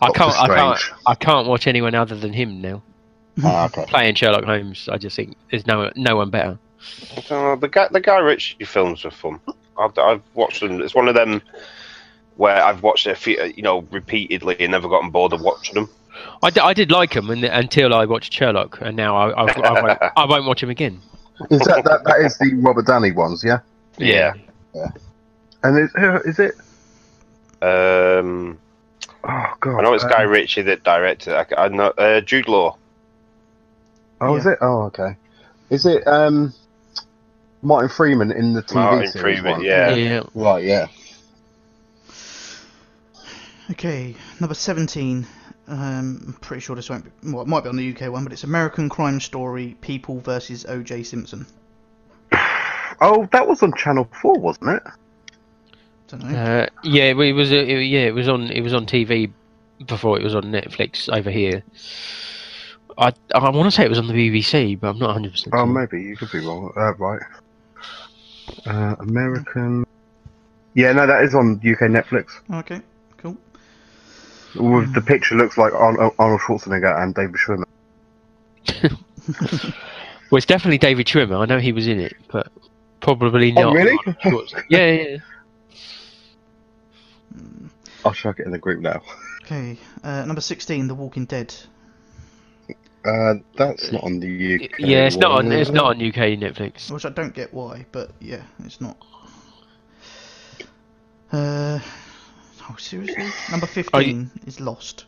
Speaker 4: I
Speaker 6: Doctor
Speaker 4: can't. I can't.
Speaker 6: Strange.
Speaker 4: I can't watch anyone other than him now.
Speaker 6: Ah, okay.
Speaker 4: Playing Sherlock Holmes, I just think there's no no one better.
Speaker 5: I don't know, uh, the guy, the Guy Ritchie films were fun. I've, I've watched them. It's one of them where I've watched it, a few, you know, repeatedly and never gotten bored of watching them.
Speaker 4: I, d- I did like him and, until I watched Sherlock, and now I, I, I, won't, I won't watch him again.
Speaker 6: Is that, that that is the Robert Downey ones? Yeah.
Speaker 5: Yeah.
Speaker 6: And is, who- is it?
Speaker 5: Um,
Speaker 6: Oh god.
Speaker 5: I know it's
Speaker 6: um,
Speaker 5: Guy Ritchie that directed. it. I, c- I know uh, Jude Law.
Speaker 6: Oh, is it? Oh, okay. Is it um, Martin Freeman in the TV
Speaker 5: Martin
Speaker 6: series?
Speaker 5: Freeman,
Speaker 6: one?
Speaker 5: yeah.
Speaker 6: Right. Yeah.
Speaker 3: Okay, number 17. Um, I'm pretty sure this won't be. Well, it might be on the UK one, but it's American Crime Story People versus O.J. Simpson.
Speaker 6: Oh, that was on Channel Four, wasn't it?
Speaker 3: Don't know.
Speaker 4: Uh, yeah, it was uh, it- yeah, it was on it was on TV before it was on Netflix over here. I I want to say it was on the BBC, but I'm not 100. percent
Speaker 6: Oh, maybe you could be wrong. Uh, right. Uh, American. Yeah, no, that is on UK Netflix.
Speaker 3: Okay, cool.
Speaker 6: With the picture looks like Ar- Arnold Schwarzenegger and David Schwimmer.
Speaker 4: Well, it's definitely David Schwimmer. I know he was in it, but probably not.
Speaker 6: Oh, really?
Speaker 4: Arnold Schwarzenegger. yeah, yeah.
Speaker 6: I'll chuck it in the group now.
Speaker 3: Okay, uh, number 16, The Walking Dead.
Speaker 6: Uh, that's not on the UK.
Speaker 4: Yeah, it's not on.
Speaker 6: one,
Speaker 4: It's
Speaker 6: is
Speaker 4: not
Speaker 6: it?
Speaker 4: on UK Netflix.
Speaker 3: Which I don't get why, but yeah, it's not. Uh, oh, seriously? Number 15 is Lost.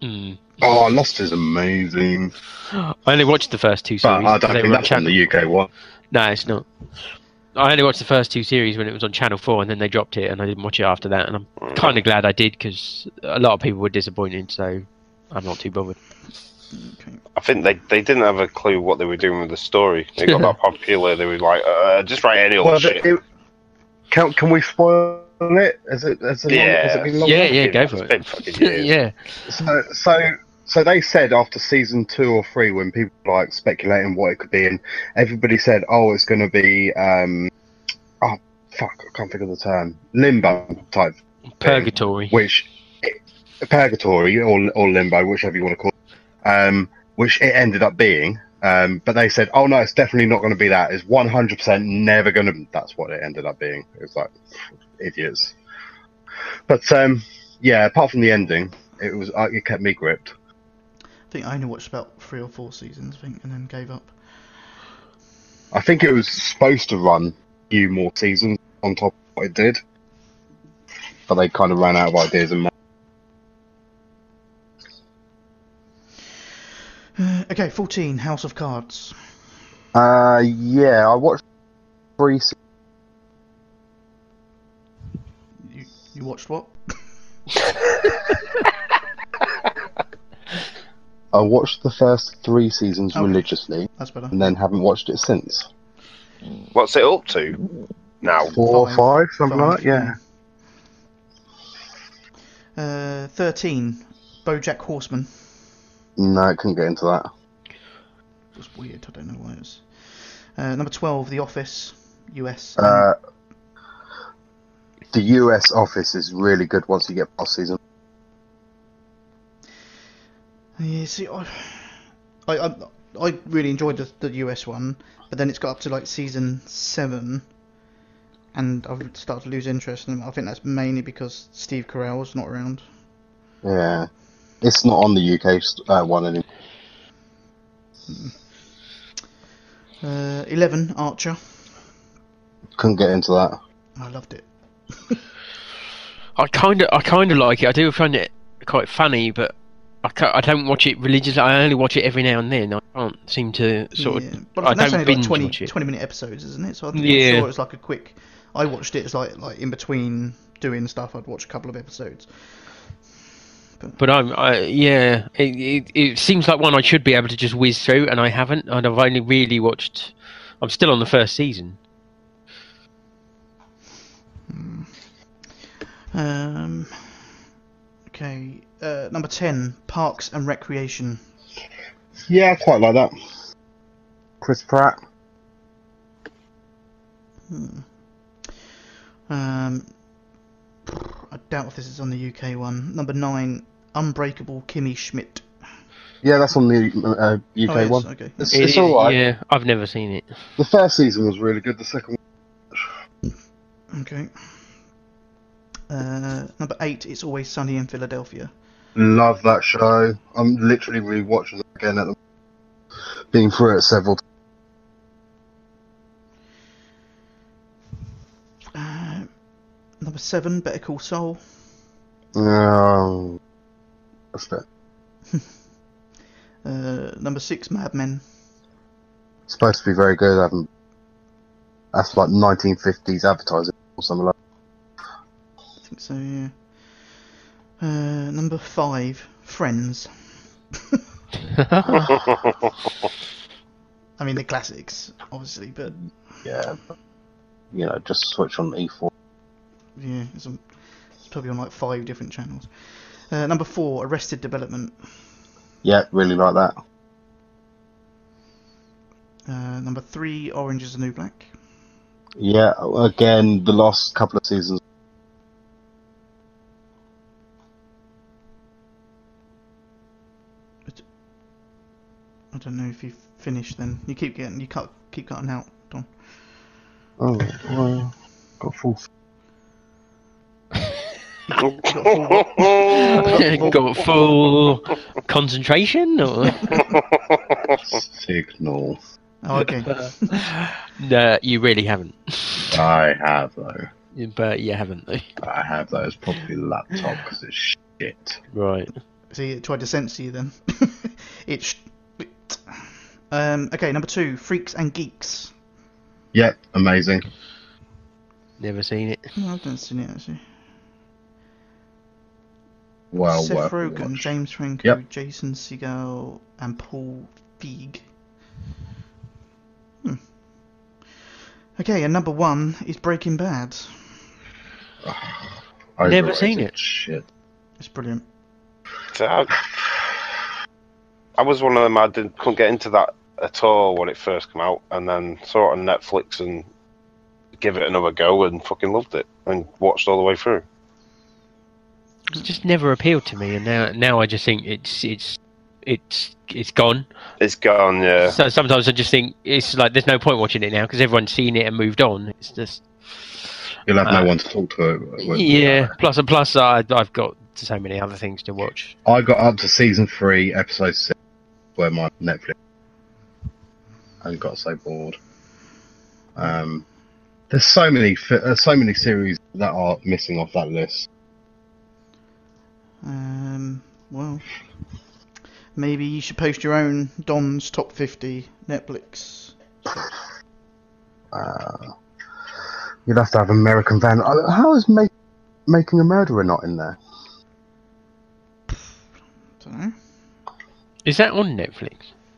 Speaker 4: Mm.
Speaker 6: Oh, Lost is amazing,
Speaker 4: I only watched the first two
Speaker 6: but
Speaker 4: series.
Speaker 6: I don't
Speaker 4: They
Speaker 6: think
Speaker 4: were
Speaker 6: that's on
Speaker 4: Channel-
Speaker 6: the UK one.
Speaker 4: No, it's not. I only watched the first two series when it was on Channel Four, and then they dropped it, and I didn't watch it after that. And
Speaker 3: Mm.
Speaker 4: I'm kind of glad I did because a lot of people were disappointed, so I'm not too bothered.
Speaker 3: Okay.
Speaker 5: I think they, they didn't have a clue what they were doing with the story. They got that popular. They were like, uh, just write any old
Speaker 4: Oh,
Speaker 6: Well,
Speaker 5: shit.
Speaker 6: it- can can we spoil it? Is it? Is it long, has it been long
Speaker 4: Yeah,
Speaker 6: enough?
Speaker 4: yeah, go
Speaker 5: It's
Speaker 4: for
Speaker 5: been
Speaker 4: it.
Speaker 5: fucking years.
Speaker 4: yeah,
Speaker 6: So, so, so they said after season two or three, when people were, like speculating what it could be, and everybody said, "Oh, it's going to be um, oh fuck, I can't think of the term, limbo type,
Speaker 4: Purgatory.
Speaker 6: which purgatory or or limbo, whichever you want to call, it, um, which it ended up being." Um, but they said, "Oh no, it's definitely not going to be that. It's one hundred percent never going to." That's what it ended up being. It was like idiots. But um, yeah, apart from the ending, it was uh, it kept me gripped.
Speaker 3: I think I only watched about three or four seasons, I think, and then gave up.
Speaker 6: I think it was supposed to run a few more seasons on top of what it did, but they kind of ran out of ideas and.
Speaker 3: Okay, 14, House of Cards.
Speaker 6: Uh, yeah, I watched three. se-
Speaker 3: You, you watched what?
Speaker 6: I watched the first three seasons
Speaker 3: Okay.
Speaker 6: religiously,
Speaker 3: That's better.
Speaker 6: and then haven't watched it since.
Speaker 5: What's it up to
Speaker 3: Oh,
Speaker 5: now?
Speaker 6: Four or
Speaker 3: Five.
Speaker 6: five, something
Speaker 3: Five,
Speaker 6: like that. Yeah.
Speaker 3: Uh, 13, Bojack Horseman.
Speaker 6: No, I couldn't get into that.
Speaker 3: It was weird, I don't know why it was. Uh, number 12, The Office, US.
Speaker 6: Uh, the US office is really good once you get past season.
Speaker 3: Yeah, see, I, I, I, I really enjoyed the, the US one, but then it's got up to like season seven, and I've started to lose interest in them. I think that's mainly because Steve Carell's not around.
Speaker 6: Yeah, it's not on the UK st- uh, one anymore.
Speaker 3: Uh, Eleven, Archer.
Speaker 6: Couldn't get into that.
Speaker 3: I loved it.
Speaker 4: I kind of, I kind of like it. I do find it quite funny, but I, ca- I don't watch it religiously. I only watch it every now and then. I can't seem to sort
Speaker 3: yeah.
Speaker 4: of.
Speaker 3: But
Speaker 4: I
Speaker 3: that's
Speaker 4: don't
Speaker 3: only like
Speaker 4: binge
Speaker 3: 20,
Speaker 4: watch it.
Speaker 3: 20 minute episodes, isn't it? So I think I
Speaker 4: Yeah.
Speaker 3: saw it as like a quick. I watched it as like like in between doing stuff. I'd watch a couple of episodes.
Speaker 4: But I'm, I, yeah, it, it, it seems like one I should be able to just whiz through, and I haven't, and I've only really watched. I'm still on the first season.
Speaker 3: Um, okay, uh, number ten, Parks and Recreation.
Speaker 6: Yeah, I quite like that. Chris Pratt.
Speaker 3: Um, I doubt if this is on the UK one. Number nine, Unbreakable Kimmy Schmidt.
Speaker 6: Yeah, that's on the uh, UK
Speaker 3: Oh, it
Speaker 6: one.
Speaker 3: is, okay.
Speaker 6: It's,
Speaker 4: It-
Speaker 6: it's all right.
Speaker 4: Yeah, I've never seen it.
Speaker 6: The first season was really good. The second
Speaker 3: Okay. Uh, number eight, It's Always Sunny in Philadelphia.
Speaker 6: one, love that show. I'm literally rewatching it again at the being through it several. times.
Speaker 3: Uh, number seven, Better Call Saul.
Speaker 6: Um, that's it.
Speaker 3: Uh, number six, Mad Men.
Speaker 6: It's supposed to be very good. I haven't. That's like 1950s advertising or something like.
Speaker 3: I think so, yeah. Uh, number five, Friends. I mean, the classics, obviously, but
Speaker 6: Yeah. but, You know, just switch on E E4.
Speaker 3: yeah, it's, on, it's probably on like five different channels. Uh, number four, Arrested Development.
Speaker 6: Yeah, really like that.
Speaker 3: Uh, number three, Orange is the New Black.
Speaker 6: Yeah, again, the last couple of seasons.
Speaker 3: I don't know if you finished. Then you keep getting you cut keep cutting out. Don.
Speaker 6: Oh, well, got full.
Speaker 4: Got full concentration, or
Speaker 6: Signal.
Speaker 3: Oh, okay.
Speaker 4: no, you really haven't.
Speaker 6: I have, though.
Speaker 4: But you haven't, though.
Speaker 6: I have, though. It's probably laptop because it's shit.
Speaker 4: right?
Speaker 3: See, it tried to censor you then. it. Sh- um. Okay, number two, Freaks and Geeks.
Speaker 6: Yep, amazing.
Speaker 4: Never seen it.
Speaker 3: No, I've not seen it actually.
Speaker 6: Well,
Speaker 3: Seth
Speaker 6: worth a
Speaker 3: Rogen,
Speaker 6: watch.
Speaker 3: James Franco,
Speaker 6: Yep.
Speaker 3: Jason Segel, and Paul Feig. Hmm. Okay, and number one is Breaking Bad.
Speaker 4: Never seen
Speaker 6: Overrated
Speaker 4: it.
Speaker 6: Shit.
Speaker 3: It's brilliant.
Speaker 5: I was one of them. I didn't, couldn't get into that at all when it first came out, and then saw it on Netflix and give it another go, and fucking loved it, and watched all the way through.
Speaker 4: It's just never appealed to me, and now now I just think it's it's it's it's gone.
Speaker 5: It's gone. Yeah.
Speaker 4: So sometimes I just think it's like there's no point watching it now because everyone's seen it and moved on. It's just
Speaker 6: You'll have
Speaker 4: Uh,
Speaker 6: no one to talk to. with.
Speaker 4: yeah. Plus and plus, I, I've got so many other things to watch.
Speaker 6: I got up to season three, episode six, where my Netflix and got so bored. Um, there's so many, fi- uh, so many series that are missing off that list.
Speaker 3: Um, well, maybe you should post your own Don's top 50 Netflix.
Speaker 6: Uh, you'd have to have American Van. uh, How is Ma- making a murderer not in there?
Speaker 3: don't know.
Speaker 4: Is that on Netflix?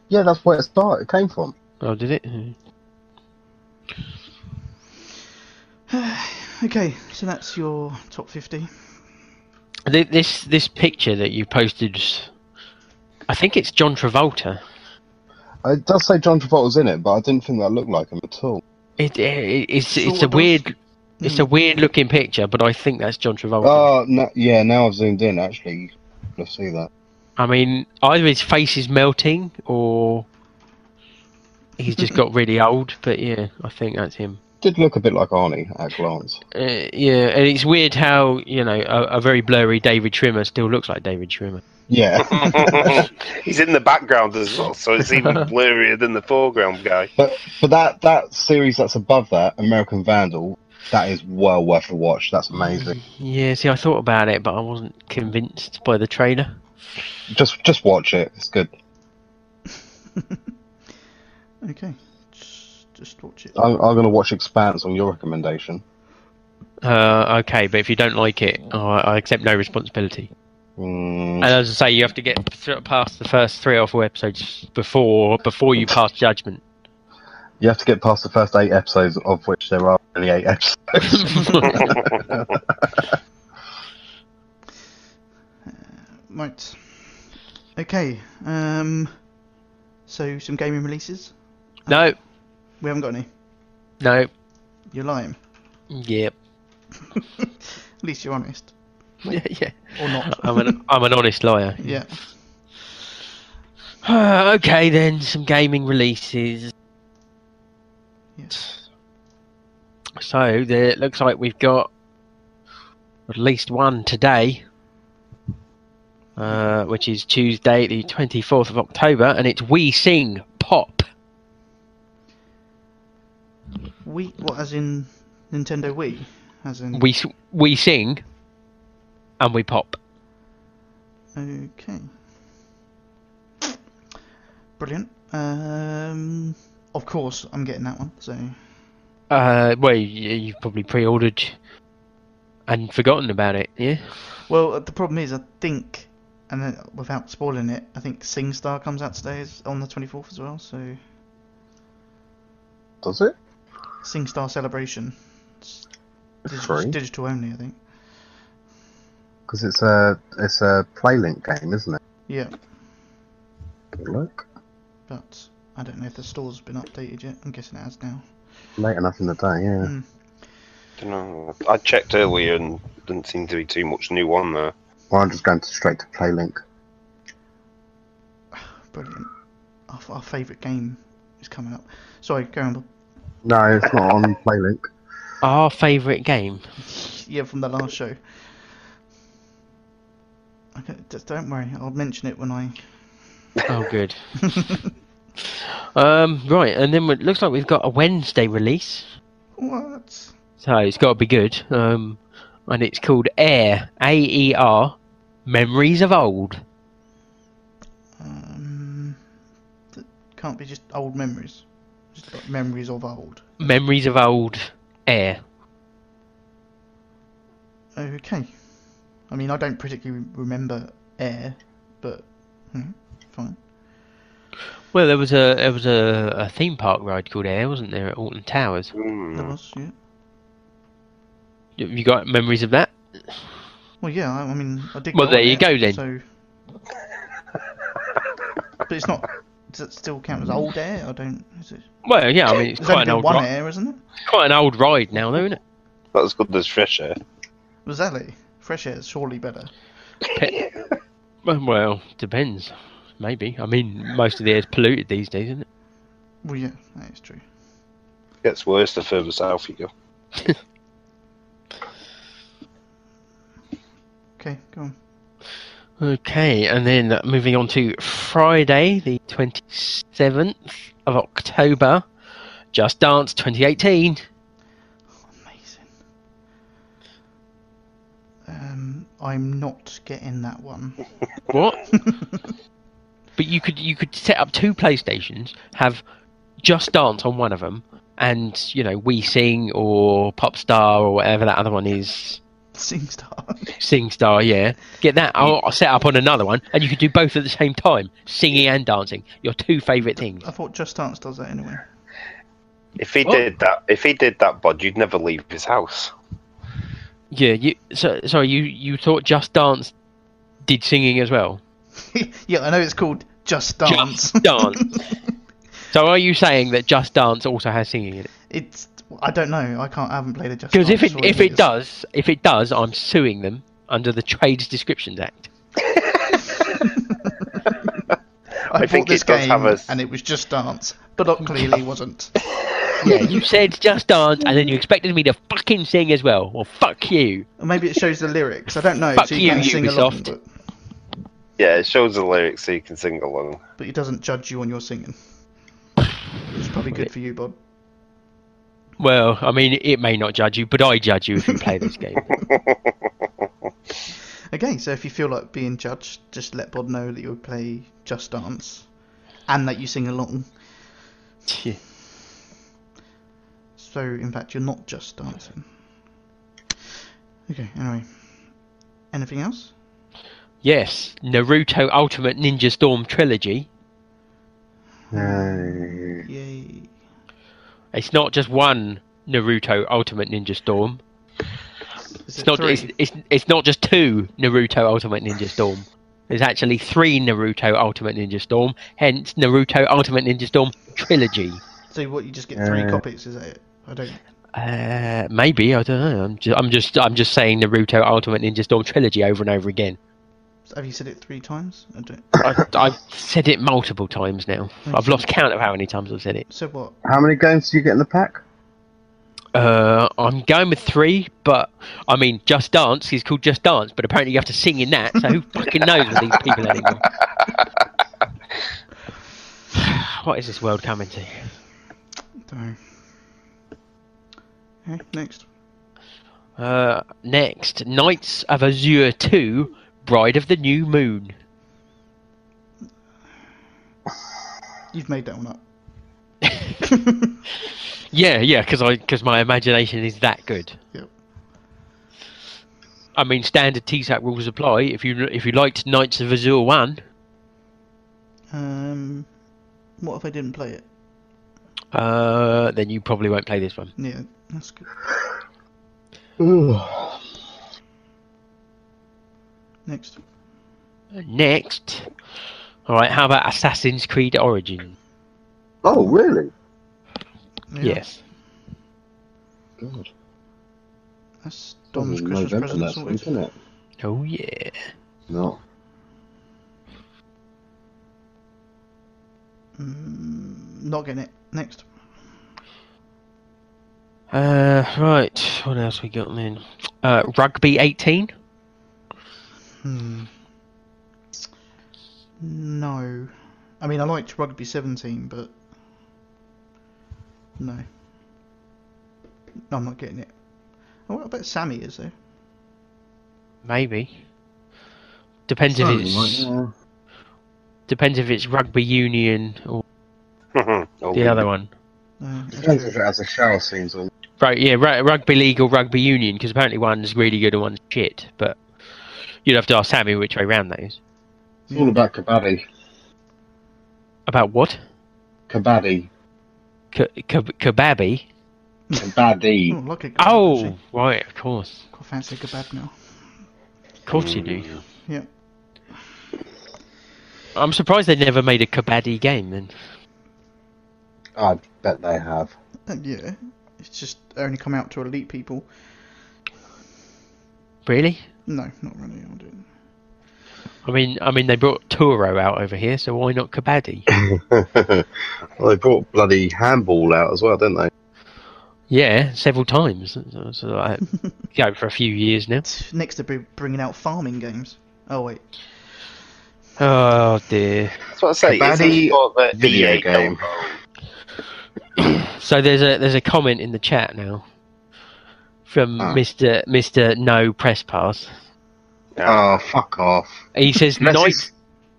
Speaker 6: Yeah, that's where it started. It came from.
Speaker 4: Oh, did it? Mm.
Speaker 3: Okay, so that's your top 50.
Speaker 4: Th- This this picture that you posted, I think it's John Travolta.
Speaker 6: Uh, It does say John Travolta's in it, but I didn't think that looked like him at all.
Speaker 4: It, it it's it's
Speaker 3: Sort
Speaker 4: a
Speaker 3: of.
Speaker 4: weird it's a weird looking picture, but I think that's John Travolta.
Speaker 6: Oh, no, yeah. Now I've zoomed in. Actually, let's see that.
Speaker 4: I mean, either his face is melting or he's just got really old. But yeah, I think that's him.
Speaker 6: Did look a bit like Arnie at a glance.
Speaker 4: Uh, yeah, and it's weird how you know a, a very blurry David Trimmer still looks like David Trimmer.
Speaker 6: Yeah.
Speaker 5: He's in the background as well, so it's even blurrier than the foreground guy.
Speaker 6: But but that that series that's above that, American Vandal, that is well worth a watch. That's amazing.
Speaker 4: Yeah, see, I thought about it, but I wasn't convinced by the trailer.
Speaker 6: Just just watch it. It's good.
Speaker 3: Okay, just, just watch it.
Speaker 6: I'm, I'm gonna watch Expanse on your recommendation.
Speaker 4: Uh, okay, but if you don't like it, I I accept no responsibility.
Speaker 6: Mm,
Speaker 4: And as I say, you have to get th- past the first three or four episodes before before you pass judgment.
Speaker 6: you have to get past the first eight episodes, of which there are only eight episodes.
Speaker 3: Right. Okay, um, so some gaming releases.
Speaker 4: no,
Speaker 3: We haven't got any.
Speaker 4: no,
Speaker 3: You're lying.
Speaker 4: yeah,
Speaker 3: At least you're honest.
Speaker 4: yeah, yeah.
Speaker 3: Or not.
Speaker 4: I'm an I'm an honest liar.
Speaker 3: yeah.
Speaker 4: okay, then some gaming releases.
Speaker 3: Yes.
Speaker 4: So there it looks like we've got at least one today, uh, which is Tuesday, the 24th of October, and it's We Sing Pop.
Speaker 3: Wii, what, as in Nintendo Wii? As in.
Speaker 4: We s- we sing, and we pop.
Speaker 3: Okay. Brilliant. Um, of course, I'm getting that one. So
Speaker 4: Uh, well, you, you've probably pre-ordered and forgotten about it, yeah.
Speaker 3: Well, uh, the problem is, I think, and then without spoiling it, I think SingStar comes out today is on the 24th as well. So
Speaker 6: Does it?
Speaker 3: SingStar Celebration. It's dig- it's
Speaker 6: Free?
Speaker 3: digital only, I think.
Speaker 6: Because it's a it's a Playlink game, isn't it?
Speaker 3: Yeah,
Speaker 6: Good Look,
Speaker 3: but I don't know if the store's been updated yet. I'm guessing it has now.
Speaker 6: late enough in the day. Yeah.
Speaker 3: Mm.
Speaker 5: Dunno. I checked earlier and didn't seem to be too much new on there.
Speaker 6: Well, I'm just going to straight to Playlink.
Speaker 3: Brilliant. Our, f- our favourite game is coming up. Sorry, go on. Bob.
Speaker 6: No, it's not on Playlink.
Speaker 4: Our favourite game.
Speaker 3: Yeah, from the last show. I don't, just don't worry, I'll mention it when I.
Speaker 4: Oh, good. um, right, and then it looks like we've got a Wednesday release,
Speaker 3: What?
Speaker 4: so it's got to be good. Um, and it's called Air, A E R, Memories of Old.
Speaker 3: Um, that can't be just old memories. Just like memories of old.
Speaker 4: Memories of Old Air.
Speaker 3: Okay. I mean, I don't particularly remember air, but hmm, fine.
Speaker 4: Well, there was a there was a, a theme park ride called Air, wasn't there, at Alton Towers?
Speaker 3: That
Speaker 5: Hmm.
Speaker 3: was yeah.
Speaker 4: Have you got memories of that?
Speaker 3: Well, yeah. I, I mean, I did.
Speaker 4: Well,
Speaker 3: go
Speaker 4: there
Speaker 3: on
Speaker 4: you
Speaker 3: it,
Speaker 4: go then.
Speaker 3: So, but it's not. Does it still count as old air? I don't. Is it?
Speaker 4: Well, yeah, I mean it's
Speaker 3: There's only
Speaker 4: quite an
Speaker 3: been
Speaker 4: old
Speaker 3: one
Speaker 4: ri-
Speaker 3: air, isn't it?
Speaker 4: quite an old ride now, though, isn't it?
Speaker 5: That's good. There's fresh air.
Speaker 3: Was that it? Fresh air is surely better.
Speaker 4: Pe- well, depends. Maybe. I mean, most of the air's polluted these days, isn't it?
Speaker 3: Well, yeah, that is true.
Speaker 5: Gets worse the further south you go.
Speaker 3: Okay, go on.
Speaker 4: Okay, and then moving on to Friday, the 27th of October, Just Dance 2018.
Speaker 3: Amazing. Um, I'm not getting that one.
Speaker 4: What? but you could you could set up two PlayStations, have Just Dance on one of them, and you know We Sing or Popstar or whatever that other one is,
Speaker 3: SingStar.
Speaker 4: SingStar. Yeah, get that. I'll, I'll set up on another one, and you could do both at the same time, singing and dancing. Your two favourite things.
Speaker 3: I thought Just Dance does that anyway.
Speaker 5: If he
Speaker 4: What?
Speaker 5: did that, if he did that, bud, you'd never leave his house.
Speaker 4: Yeah. You so sorry. You you thought Just Dance did singing as well.
Speaker 3: yeah, I know it's called Just Dance.
Speaker 4: Just Dance. so are you saying that Just Dance also has singing in it?
Speaker 3: it's I don't know. I can't. I haven't played a Just Dance.
Speaker 4: Because if it
Speaker 3: so
Speaker 4: if it
Speaker 3: is-
Speaker 4: does if it does, I'm suing them under the Trades Descriptions Act.
Speaker 3: I, bought
Speaker 5: think it
Speaker 3: this
Speaker 5: does
Speaker 3: game
Speaker 5: have a s-
Speaker 3: and it was Just Dance, but uh, it clearly wasn't.
Speaker 4: Yeah, you said Just Dance, and then you expected me to fucking sing as well. Well, fuck you.
Speaker 3: Or maybe it shows the lyrics. I don't know.
Speaker 4: Fuck
Speaker 3: so you,
Speaker 4: you,
Speaker 3: can sing along,
Speaker 4: Ubisoft.
Speaker 3: but,
Speaker 5: Yeah, it shows the lyrics so you can sing along.
Speaker 3: but it doesn't judge you on your singing. It's probably good for you, Bob.
Speaker 4: Well, I mean, it may not judge you, but I judge you if you play this game.
Speaker 3: Okay, so if you feel like being judged, just let Bob know that you play Just Dance and that you sing along. So, in fact, you're not just dancing. Okay, anyway. Anything else?
Speaker 4: yes, Naruto Ultimate Ninja Storm Trilogy.
Speaker 6: Hmm.
Speaker 3: Yay.
Speaker 4: It's not just one Naruto Ultimate Ninja Storm.
Speaker 3: Is
Speaker 4: It's
Speaker 3: it
Speaker 4: not.
Speaker 3: three?
Speaker 4: It's, it's it's not just two Naruto Ultimate Ninja Storm. There's actually three Naruto Ultimate Ninja Storm. Hence, Naruto Ultimate Ninja Storm Trilogy.
Speaker 3: So, what, you just get three
Speaker 6: Uh,
Speaker 3: copies, is that it? I don't.
Speaker 4: Uh, maybe I don't know. I'm just, I'm just I'm just saying Naruto Ultimate Ninja Storm trilogy over and over again.
Speaker 3: Have you said it three times? I don't.
Speaker 4: I, I've said it multiple times now. I've lost count of how many times I've said it.
Speaker 3: So, what?
Speaker 6: How many games do you get in the pack?
Speaker 4: Uh, I'm going with three, but I mean, Just Dance is called Just Dance, but apparently you have to sing in that. So who fucking knows with these people anymore? what is this world coming to?
Speaker 3: Don't know. Okay, next.
Speaker 4: Uh, next, Knights of Azure 2, Bride of the New Moon.
Speaker 3: You've made that one up.
Speaker 4: Yeah, yeah, because I because my imagination is that good.
Speaker 3: Yep.
Speaker 4: I mean, standard TSAT rules apply. If you if you liked Knights of Azure One,
Speaker 3: Um, what if I didn't play it?
Speaker 4: uh, then you probably won't play this one.
Speaker 3: Yeah, that's good. Next.
Speaker 4: Next, all right. How about Assassin's Creed Origin?
Speaker 6: Oh, really?
Speaker 3: Yeah,
Speaker 4: Yes.
Speaker 6: God.
Speaker 3: That's
Speaker 6: Dom's
Speaker 3: Dom's Christmas present sorted.
Speaker 6: isn't it?
Speaker 4: Oh yeah.
Speaker 6: No.
Speaker 3: Mm, Not getting it. Next.
Speaker 4: Uh, right. What else we got then? Uh, Rugby 18.
Speaker 3: Hmm. No. I mean, I liked Rugby 17, but. No. No, I'm not getting it. Oh, I bet Sammy is, though.
Speaker 4: Maybe. Depends if it's depends if it's rugby union or
Speaker 5: Oh,
Speaker 4: the other one.
Speaker 3: No, that's
Speaker 6: Depends
Speaker 3: true.
Speaker 6: if it has a shower scene or
Speaker 4: Right, yeah, ru- rugby league or rugby union, because apparently one's really good and one's shit. But you'd have to ask Sammy which way round that is.
Speaker 6: It's all about kabaddi.
Speaker 4: About what?
Speaker 6: Kabaddi.
Speaker 4: K- keb- kebabi?
Speaker 3: Oh,
Speaker 6: Kabaddi.
Speaker 3: like a kebab,
Speaker 4: Oh,
Speaker 3: actually.
Speaker 4: right, of course.
Speaker 3: Quite fancy a kebab now.
Speaker 4: Of course you do.
Speaker 3: Yeah.
Speaker 4: I'm surprised they never made a kebaddi game then.
Speaker 6: I bet they have.
Speaker 3: Uh, Yeah. It's just only come out to elite people.
Speaker 4: Really?
Speaker 3: No, not really. I'll do it.
Speaker 4: I mean, I mean, they brought Turo out over here, so why not Kabaddi?
Speaker 6: well, they brought bloody handball out as well, didn't they?
Speaker 4: yeah, several times. So, so like, you know, for a few years now.
Speaker 3: Next, they're br- bringing out farming games. Oh wait,
Speaker 4: Oh dear.
Speaker 5: That's what I say.
Speaker 6: Kabaddi
Speaker 5: isn't it what the
Speaker 6: video
Speaker 5: EA
Speaker 6: game.
Speaker 4: So there's a there's a comment in the chat now from
Speaker 6: Ah.
Speaker 4: Mister Mister No Press Pass.
Speaker 6: Oh, fuck off.
Speaker 4: He says
Speaker 6: Unless
Speaker 4: Knights
Speaker 6: it's-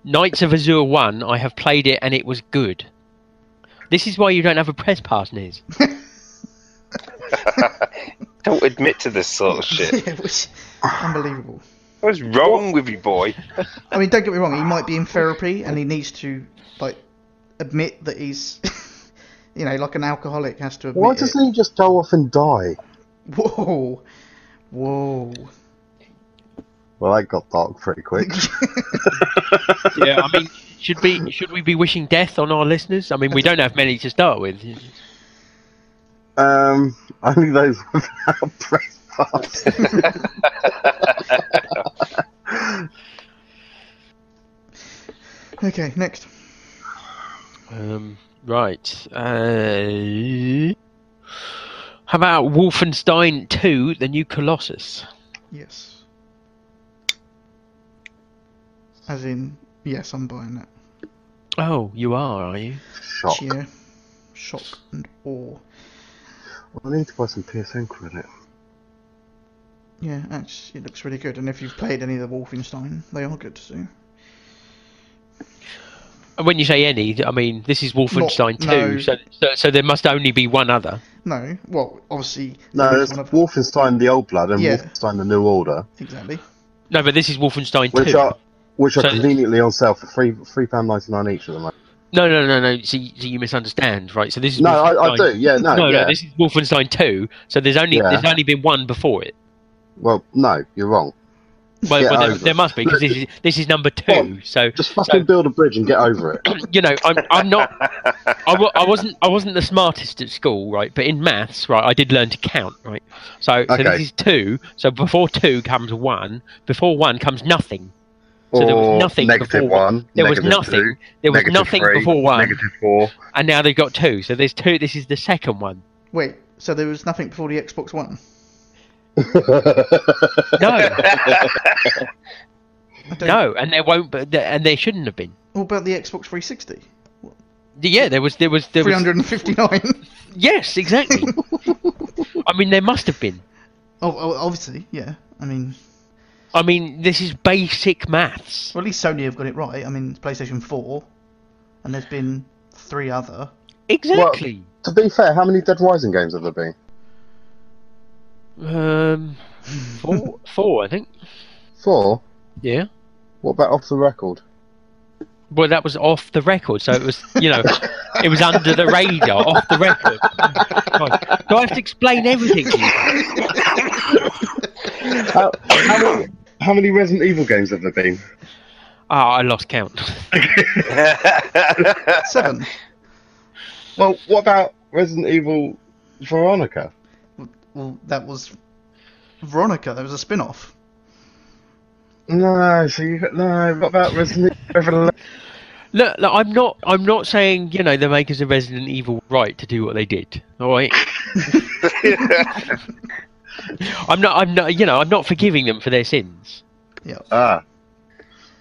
Speaker 4: Knights of Azure One. I have played it and it was good. This is why you don't have a press pass, Niz.
Speaker 5: Don't admit to this sort of shit.
Speaker 3: yeah, which unbelievable.
Speaker 5: What's wrong with you, boy?
Speaker 3: I mean, don't get me wrong. He might be in therapy, and he needs to like admit that he's, you know, like an alcoholic has to admit.
Speaker 6: Why
Speaker 3: it.
Speaker 6: doesn't he just go off and die?
Speaker 3: Whoa, whoa.
Speaker 6: Well, that got dark pretty quick.
Speaker 4: yeah, I mean, should we should we be wishing death on our listeners? I mean, we don't have many to start with.
Speaker 6: Um, only those without press pass.
Speaker 3: Okay, next.
Speaker 4: Um, right. Uh, how about Wolfenstein Two: The New Colossus?
Speaker 3: Yes. As in, yes, I'm buying that.
Speaker 4: Oh, you are, are you?
Speaker 6: Shock.
Speaker 3: Cheer, shock, and awe.
Speaker 6: I need to buy some PSN credit.
Speaker 3: Yeah, actually, it looks really good. And if you've played any of the Wolfenstein, they are good. So
Speaker 4: And when you say any, I mean this is Wolfenstein
Speaker 3: Not- no.
Speaker 4: Two, so, so so there must only be one other.
Speaker 3: no, well, obviously,
Speaker 6: No,
Speaker 3: each
Speaker 6: there's
Speaker 3: one of-
Speaker 6: Wolfenstein: The Old Blood and
Speaker 3: Yeah.
Speaker 6: Wolfenstein: The New Order,
Speaker 3: exactly.
Speaker 4: No, but this is Wolfenstein
Speaker 6: which
Speaker 4: Two.
Speaker 6: are which are
Speaker 4: So-
Speaker 6: conveniently on sale for three three pound ninety nine each at the moment.
Speaker 4: No, no, no, no. See, see, you misunderstand, right? So this is
Speaker 6: No, I, I
Speaker 4: Wolfenstein-
Speaker 6: do. Yeah, no,
Speaker 4: No,
Speaker 6: yeah.
Speaker 4: no, this is Wolfenstein Two. So there's only
Speaker 6: Yeah.
Speaker 4: there's only been one before it.
Speaker 6: Well, no, you're wrong.
Speaker 4: Well,
Speaker 6: Get
Speaker 4: well, there,
Speaker 6: over
Speaker 4: there
Speaker 6: it.
Speaker 4: must be because this is this is number two.
Speaker 6: Well,
Speaker 4: so
Speaker 6: Just fucking build a bridge and get over it.
Speaker 4: you know, I'm I'm not. I, w- I wasn't I wasn't the smartest at school, right? But in maths, right, I did learn to count, right? So, so this
Speaker 6: Okay.
Speaker 4: is two. So before two comes one. Before one comes nothing. So there was
Speaker 6: Or
Speaker 4: nothing
Speaker 6: negative
Speaker 4: before
Speaker 6: one.
Speaker 4: There was
Speaker 6: negative
Speaker 4: nothing.
Speaker 6: two,
Speaker 4: there was
Speaker 6: negative
Speaker 4: nothing
Speaker 6: three,
Speaker 4: before one,
Speaker 6: Negative four.
Speaker 4: and now they've got two. So there's two. This is the second one.
Speaker 3: Wait, so there was nothing before the Xbox One?
Speaker 4: No,
Speaker 3: I don't,
Speaker 4: no, and there won't. But there, and there shouldn't have been.
Speaker 3: What about the Xbox 360?
Speaker 4: Yeah, there was. There was. There was.
Speaker 3: 359.
Speaker 4: Yes, exactly. I mean, there must have been.
Speaker 3: oh, oh, obviously, yeah. I mean,
Speaker 4: I mean, this is basic maths.
Speaker 3: well, at least Sony have got it right. I mean, PlayStation 4, and there's been three other.
Speaker 4: Exactly.
Speaker 6: to be fair, how many Dead Rising games have there been?
Speaker 4: Um, four, four, I think.
Speaker 6: Four.
Speaker 4: Yeah.
Speaker 6: What about off the record?
Speaker 4: Well, that was off the record, so it was you know, it was under the radar, off the record. God, do I have to explain everything to you?
Speaker 6: How, how, many, how many Resident Evil games have there been?
Speaker 4: Ah, I lost count.
Speaker 3: Seven.
Speaker 6: Well, what about Resident Evil Veronica?
Speaker 3: well, that was Veronica. That was a spin off.
Speaker 6: No, so you no. What about Resident Evil?
Speaker 4: Look, look, I'm not, I'm not saying you know the makers of Resident Evil right to do what they did. All right, I'm not, I'm not, you know, I'm not forgiving them for their sins.
Speaker 6: Ah,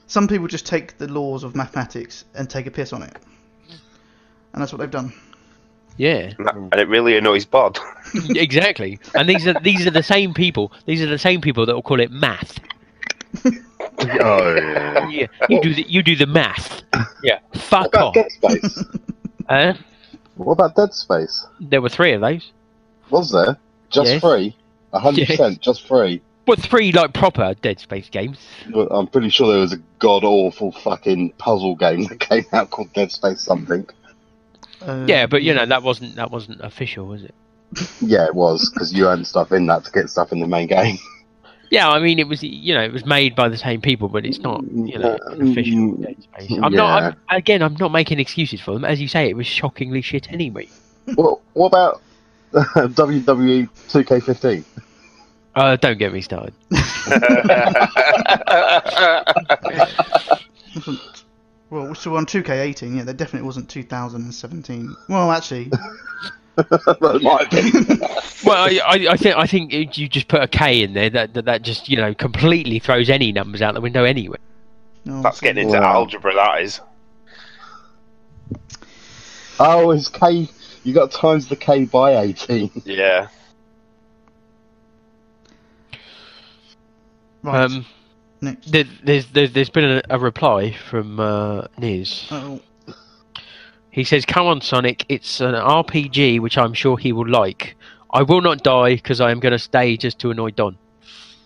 Speaker 3: Some people just take the laws of mathematics and take a piss on it. And that's what they've done.
Speaker 4: Yeah,
Speaker 6: Mm.
Speaker 5: and it really annoys Bod.
Speaker 4: exactly. And these are these are the same people. These are the same people that will call it math.
Speaker 6: oh yeah.
Speaker 4: Yeah, you do the, you do the math. Yeah, fuck
Speaker 6: What about
Speaker 4: off.
Speaker 6: Dead Space?
Speaker 4: Huh?
Speaker 6: what about Dead Space?
Speaker 4: there were three of those.
Speaker 6: Was there just
Speaker 4: Yes.
Speaker 6: three? A hundred percent, just three.
Speaker 4: Well, three like proper Dead Space games.
Speaker 6: But I'm pretty sure there was a god awful fucking puzzle game that came out called Dead Space something.
Speaker 3: Uh,
Speaker 4: Yeah, but you know that wasn't that wasn't official, was it?
Speaker 6: Yeah, it was because you earned stuff in that to get stuff in the main game.
Speaker 4: Yeah, I mean it was you know it was made by the same people, but it's not you know an official
Speaker 6: Mm,
Speaker 4: Dead Space. I'm not I'm, again. I'm not making excuses for them. As you say, it was shockingly shit anyway.
Speaker 6: E What, what about WWE 2K15?
Speaker 4: Uh, don't get me started.
Speaker 3: Well, so on 2K18, yeah, that definitely wasn't 2017. Well, actually,
Speaker 6: that might be.
Speaker 4: Well, I, I, I think I think if you just put a K in there. That, that that just you know completely throws any numbers out the window anyway.
Speaker 3: no,
Speaker 5: That's
Speaker 3: sorry.
Speaker 5: getting into
Speaker 6: Wow.
Speaker 5: algebra, that is.
Speaker 6: Oh, it's K. You got times the K by 18.
Speaker 5: Yeah.
Speaker 3: right.
Speaker 4: Um,
Speaker 3: next.
Speaker 4: there, there's, there's there's been a, a reply from uh, Niz.
Speaker 3: Oh,
Speaker 4: He says, "Come on, Sonic! It's an RPG which I'm sure he will like. I will not die because I am going to stay just to annoy Don."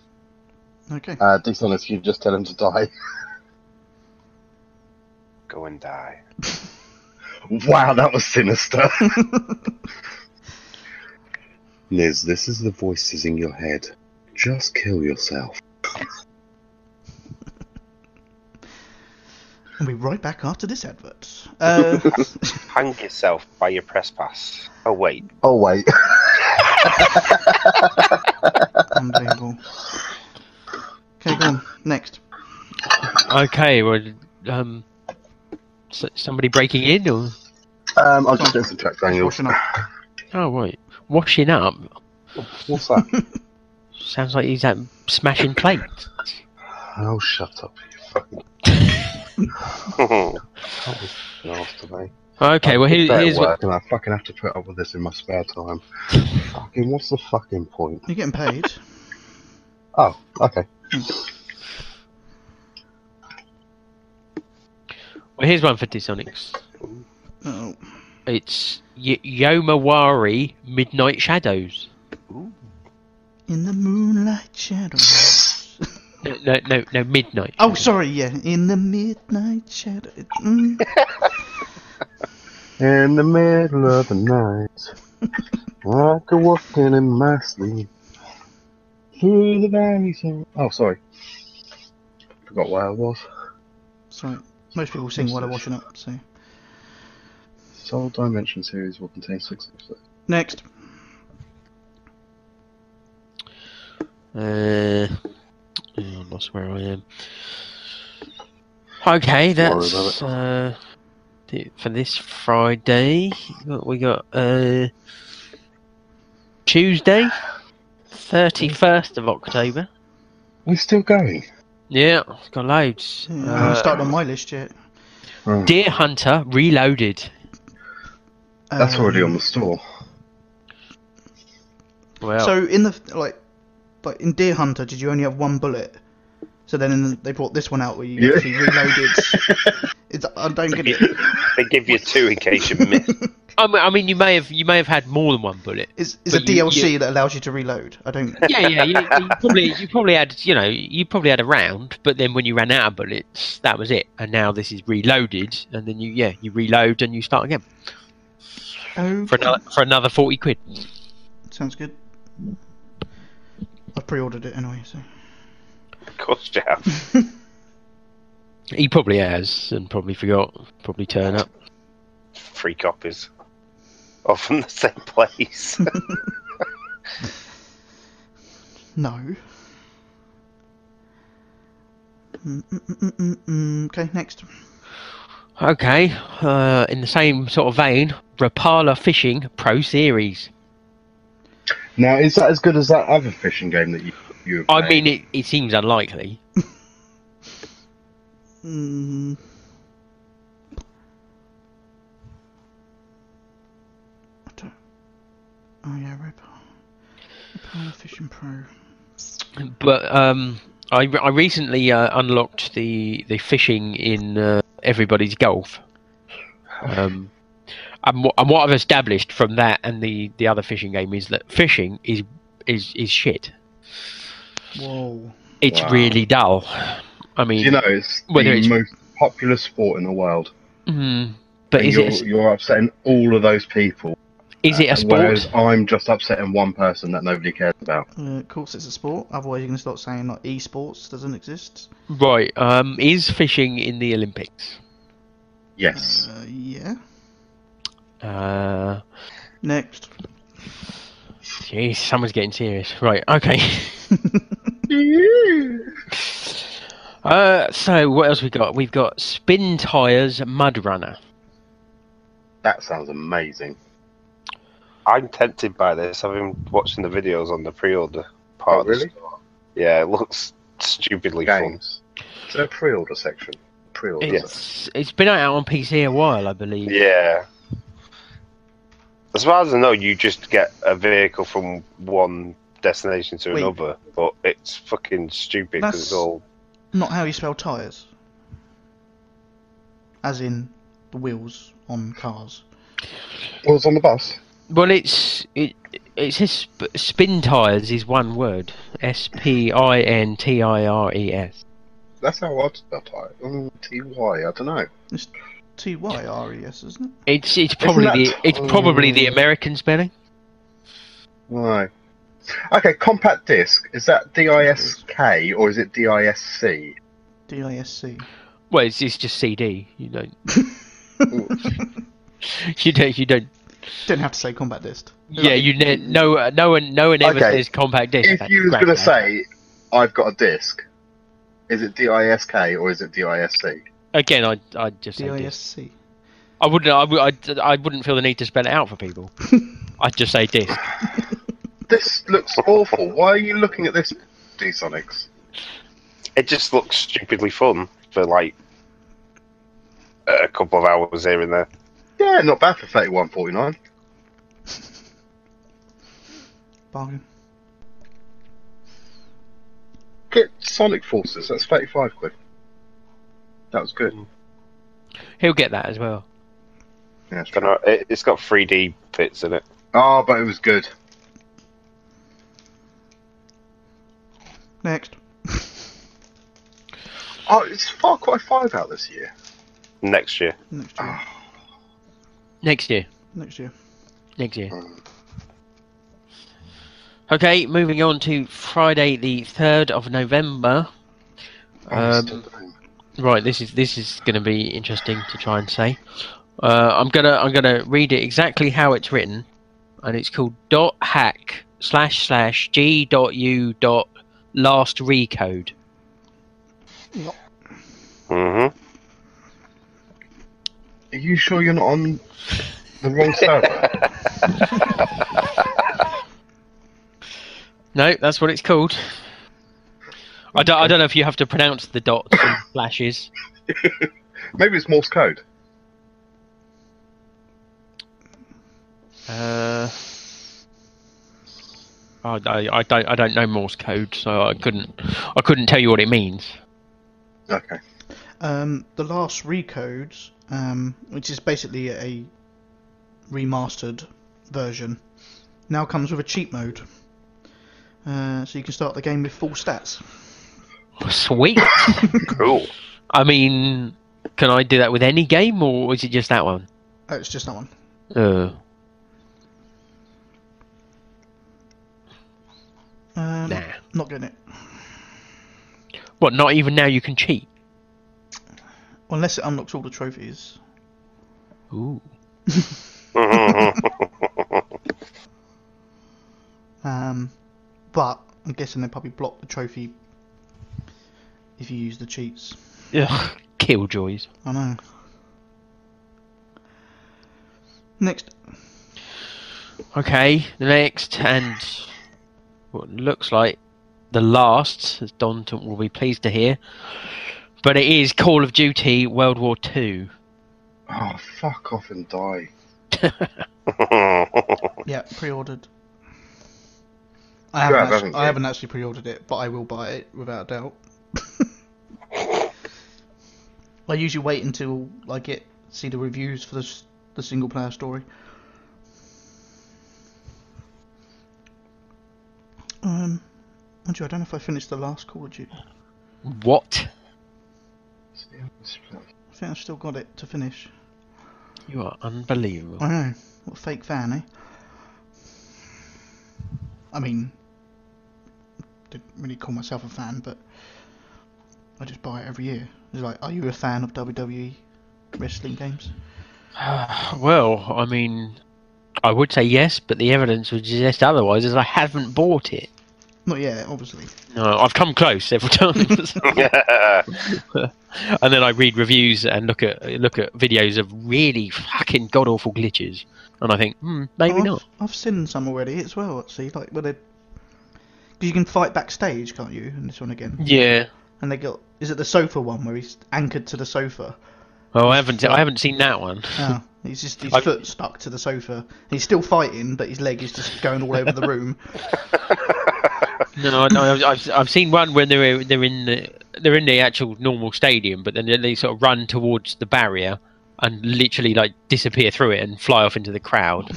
Speaker 3: okay.
Speaker 6: Uh, dishonest, you just tell him to die.
Speaker 5: Go and die.
Speaker 6: Wow, that was sinister. Liz, this is the voices in your head. Just kill yourself.
Speaker 3: We'll be right back after this advert. Uh,
Speaker 5: Hang yourself by your press pass. Oh, wait.
Speaker 6: Oh, wait.
Speaker 3: unbelievable. Okay, go on. Next.
Speaker 4: Okay, well, um, s- somebody breaking in or
Speaker 6: Um, I'm just doing some track manuals.
Speaker 3: Washing up.
Speaker 4: oh right, washing up
Speaker 6: What's that?
Speaker 4: sounds like he's um, smashing plates.
Speaker 6: oh, shut up, you fucking after me.
Speaker 4: Okay, well here,
Speaker 6: Better
Speaker 4: here's what,
Speaker 6: work, and I fucking have to put up with this in my spare time. fucking, what's the fucking point?
Speaker 3: You're getting paid.
Speaker 6: Oh, okay.
Speaker 4: well, here's one for Disonics.
Speaker 3: Oh,
Speaker 4: It's y- Yomawari Midnight Shadows.
Speaker 3: in the moonlight shadows.
Speaker 4: No, no, no, no Midnight.
Speaker 3: oh, sorry. Yeah, in the midnight shadow. Mm.
Speaker 6: In the middle of the night, I could walk in in my sleep through the valleys of. Oh, sorry, forgot where I was.
Speaker 3: Sorry. Most people sing while they're washing up. So
Speaker 6: Soul Dimension series will contain six episodes.
Speaker 3: next.
Speaker 4: Uh, oh, I lost where I am. Okay,
Speaker 6: about
Speaker 4: that's uh, th- for this Friday. What we got? Uh, Tuesday, thirty first of October.
Speaker 6: We're still going.
Speaker 4: Yeah, got loads.
Speaker 3: Yeah, I
Speaker 4: Uh,
Speaker 3: haven't started on my list yet.
Speaker 6: Mm.
Speaker 4: Deer Hunter Reloaded.
Speaker 6: That's
Speaker 3: Um,
Speaker 6: already on the store.
Speaker 4: Well,
Speaker 3: So in the like, like in Deer Hunter, did you only have one bullet? So then in, they brought this one out where you
Speaker 6: Yeah.
Speaker 3: actually reloaded. it's, I don't get it.
Speaker 5: They give you two in case you miss.
Speaker 4: I mean, I mean, you may have you may have had more than one bullet.
Speaker 3: It's, it's a
Speaker 4: But you-
Speaker 3: DLC that allows you to reload. I don't.
Speaker 4: yeah, yeah. You, you probably you probably had you know you probably had a round, but then when you ran out of bullets, that was it. And now this is reloaded, and then you yeah you reload and you start again
Speaker 3: Oh,
Speaker 4: for another for another forty quid.
Speaker 3: sounds good. I pre-ordered it anyway, so
Speaker 5: Of course you have.
Speaker 4: He probably has and probably forgot, probably turn up.
Speaker 5: Three copies. All from the same place.
Speaker 3: no. Mm, Okay, next.
Speaker 4: Okay, uh, in the same sort of vein, Rapala Fishing Pro Series.
Speaker 6: Now, is that as good as that other fishing game that you? you were
Speaker 4: I
Speaker 6: playing?
Speaker 4: mean, it, it seems unlikely.
Speaker 3: Mm, I don't. Oh yeah, Rip. Power Fishing Pro.
Speaker 4: But um, I, re- I recently uh, unlocked the, the fishing in uh, everybody's golf. Um, and, wh- and what I've established from that and the, the other fishing game is that fishing is is, is shit.
Speaker 3: Whoa.
Speaker 4: It's
Speaker 6: Wow.
Speaker 4: really dull. I mean,
Speaker 6: you know, it's
Speaker 4: Whether
Speaker 6: the
Speaker 4: it's-
Speaker 6: most popular sport in the world,
Speaker 4: mm, but
Speaker 6: and
Speaker 4: is
Speaker 6: you're,
Speaker 4: it a-
Speaker 6: you're upsetting all of those people.
Speaker 4: is it a sport?
Speaker 6: Whereas I'm just upsetting one person that nobody cares about.
Speaker 3: Uh, of course, it's a sport. Otherwise, you're gonna start saying like esports doesn't exist.
Speaker 4: Right. Um, is fishing in the Olympics?
Speaker 6: Yes.
Speaker 3: Uh, yeah.
Speaker 4: Uh,
Speaker 3: Next.
Speaker 4: Jeez, someone's getting serious. Right, okay. uh, so what else we got? We've got Spin Tires Mud Runner.
Speaker 6: That sounds amazing.
Speaker 5: I'm tempted by this. I've been watching the videos on the pre-order part.
Speaker 6: Oh,
Speaker 5: of the
Speaker 6: really?
Speaker 5: store. Yeah, it looks stupidly fun.
Speaker 6: Games. Is there a pre-order section? Pre-order. section.
Speaker 4: It's it's been out on PC a while, I believe.
Speaker 5: Yeah. As far as I know, you just get a vehicle from one destination to
Speaker 3: Wait.
Speaker 5: another, but it's fucking stupid because it's
Speaker 3: That's-
Speaker 5: all.
Speaker 3: Not how you spell tyres. As in the wheels on cars.
Speaker 6: Well, it's on the bus.
Speaker 4: Well, it's it it says sp- Spin Tires is one word. S P I N T I R E S.
Speaker 6: That's how I'd spell tyre. Mm, T-Y, I don't know.
Speaker 3: It's T Y R E S, isn't it?
Speaker 4: It's it's probably
Speaker 6: that
Speaker 4: the it's probably the American spelling.
Speaker 6: No. Okay, compact disc. Is that D-I-S-K or is it D-I-S-C?
Speaker 3: D I S C.
Speaker 4: Well, it's, it's just CD. You don't. you don't. You don't.
Speaker 3: Don't have to say combat list.
Speaker 4: Yeah, you ne- no uh, no one no one ever
Speaker 6: Okay.
Speaker 4: says compact disc.
Speaker 6: If
Speaker 4: That's
Speaker 6: you was
Speaker 4: crap,
Speaker 6: going to
Speaker 4: man.
Speaker 6: say, I've got a disc, is it D-I-S-K or is it D-I-S-C?
Speaker 4: again, I I just
Speaker 3: D
Speaker 4: say
Speaker 3: I
Speaker 4: disc.
Speaker 3: S C.
Speaker 4: I wouldn't I, would- I'd- I wouldn't feel the need to spell it out for people. I'd just say disc.
Speaker 6: This looks awful. Why are you looking at this, D-Sonics?
Speaker 5: It just looks stupidly fun for like a couple of hours here and there.
Speaker 6: Yeah, not bad for 31.49.
Speaker 3: Bargain.
Speaker 6: Get Sonic Forces. That's 35 quid. That was good.
Speaker 4: He'll get that as well.
Speaker 6: Yeah, that's
Speaker 5: Don't know, it, it's got 3D bits in it.
Speaker 6: Oh, but it was good.
Speaker 3: Next.
Speaker 6: Oh, it's Far Cry 5 out this year.
Speaker 5: Next year,
Speaker 3: Next year.
Speaker 4: Next year.
Speaker 3: Next year.
Speaker 4: Next year. Okay, moving on to Friday the third of November. Um, right, this is this is going to be interesting to try and say. Uh, I'm gonna I'm gonna read it exactly how it's written, and it's called dot hack slash slash g dot u dot last recode.
Speaker 5: mm-hmm.
Speaker 6: Are you sure you're not on the wrong server?
Speaker 4: No, that's what it's called. I don't, I don't know if you have to pronounce the dots and flashes.
Speaker 6: Maybe it's Morse code.
Speaker 4: Uh, I, I, I don't I don't know Morse code, so I couldn't I couldn't tell you what it means.
Speaker 6: Okay.
Speaker 3: Um, the last recodes, um, which is basically a remastered version, now comes with a cheat mode. Uh, so you can start the game with full stats.
Speaker 4: Sweet.
Speaker 5: Cool.
Speaker 4: I mean, can I do that with any game, or is it just that one?
Speaker 3: Oh, it's just that one.
Speaker 4: Uh,
Speaker 3: Um,
Speaker 4: Nah.
Speaker 3: Not getting it.
Speaker 4: what? Not even now you can cheat.
Speaker 3: Unless it unlocks all the trophies.
Speaker 4: Ooh.
Speaker 3: Um, but I'm guessing they probably block the trophy if you use the cheats.
Speaker 4: Ugh, killjoys.
Speaker 3: I know. Next,
Speaker 4: Okay, the next and what looks like the last, as Don t- will be pleased to hear, but it is Call of Duty World War Two.
Speaker 6: Oh, fuck off and die.
Speaker 3: yeah, pre-ordered. I
Speaker 6: You
Speaker 3: haven't,
Speaker 6: have,
Speaker 3: actu-
Speaker 6: haven't
Speaker 3: I
Speaker 6: you?
Speaker 3: haven't actually pre-ordered it, but I will buy it without a doubt. I usually wait until I get see the reviews for the s- the single player story. Um, mind you, I don't know if I finished the last Call of Duty.
Speaker 4: What?
Speaker 3: I think I've still got it to finish.
Speaker 4: You are unbelievable.
Speaker 3: I know. What a fake fan, eh? I mean, didn't really call myself a fan, but I just buy it every year. It's like, are you a fan E of WWE wrestling games?
Speaker 4: Well, I Uh, mean, I would say yes, but the evidence would suggest otherwise, as I haven't bought it.
Speaker 3: Not yet, obviously.
Speaker 4: No, Uh, I've come close several times, and then I read reviews and look at look at videos of really fucking god awful glitches, and I think hmm, maybe
Speaker 3: Oh, I've,
Speaker 4: not.
Speaker 3: I've seen some already as well. Actually, like where they, because you can fight backstage, can't you? In this one again,
Speaker 4: Yeah.
Speaker 3: and they got is it the sofa one where he's anchored to the sofa?
Speaker 4: Oh, I haven't I haven't seen that one.
Speaker 3: Ah, he's just his
Speaker 4: I-
Speaker 3: foot stuck to the sofa. He's still fighting, but his leg is just going all over the room.
Speaker 4: No, I- no I've, I've I've seen one when they're they're in the they're in the actual normal stadium, but then they sort of run towards the barrier and literally like disappear through it and fly off into the crowd.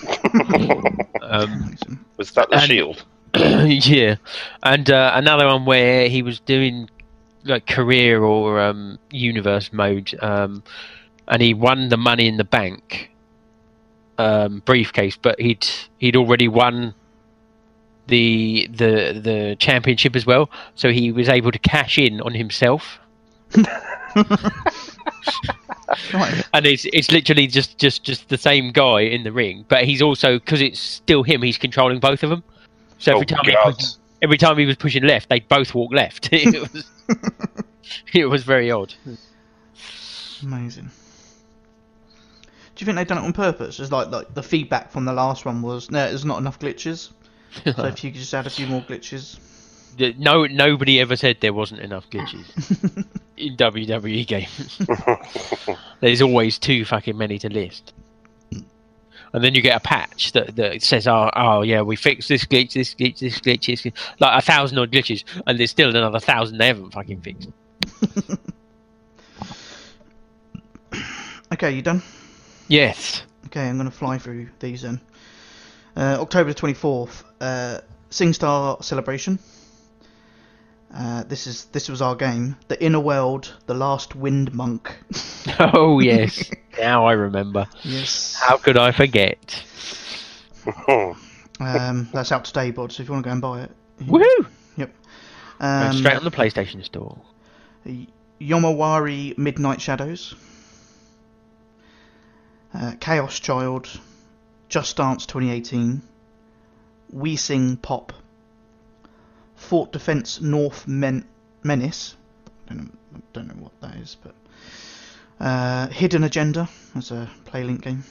Speaker 4: um,
Speaker 3: Amazing.
Speaker 5: Was that the
Speaker 4: And-
Speaker 5: shield?
Speaker 4: yeah, and uh, another one where he was doing like career or um, universe mode, um, and he won the money in the bank um, briefcase, but he'd he'd already won the the the championship as well, so he was able to cash in on himself.
Speaker 3: Right.
Speaker 4: and it's it's literally just just just the same guy in the ring, but he's also because it's still him. He's controlling both of them. So every
Speaker 5: Oh,
Speaker 4: time he
Speaker 5: God.
Speaker 4: pushed- every time he was pushing left, they both walked left. it was it was very odd.
Speaker 3: Amazing. Do you think they've done it on purpose? It's like like the feedback from the last one was no, there's not enough glitches. so if you could just add a few more glitches,
Speaker 4: The- No, nobody ever said there wasn't enough glitches in WWE games. There's always too fucking many to list. And then you get a patch that, that says, oh, oh, yeah, we fixed this glitch, this glitch, this glitch, this glitch. Like a thousand odd glitches, and there's still another thousand they haven't fucking fixed.
Speaker 3: okay, you done?
Speaker 4: Yes.
Speaker 3: Okay, I'm going to fly through these then. Uh, October the 24th, uh, SingStar Celebration. Uh, this is this was our game. The Inner World, The Last Wind Monk.
Speaker 4: Oh, yes. now I remember.
Speaker 3: yes.
Speaker 4: How could I forget?
Speaker 3: Um, that's out today, bod. So if you want to go and buy it.
Speaker 4: Woohoo!
Speaker 3: Um,
Speaker 4: Straight on the PlayStation Store.
Speaker 3: Yomawari Midnight Shadows, uh, Chaos Child, Just Dance 2018, We Sing Pop, Fort Defense North Men- Menace, don't know, don't know what that is, but uh, Hidden Agenda, that's a Playlink game.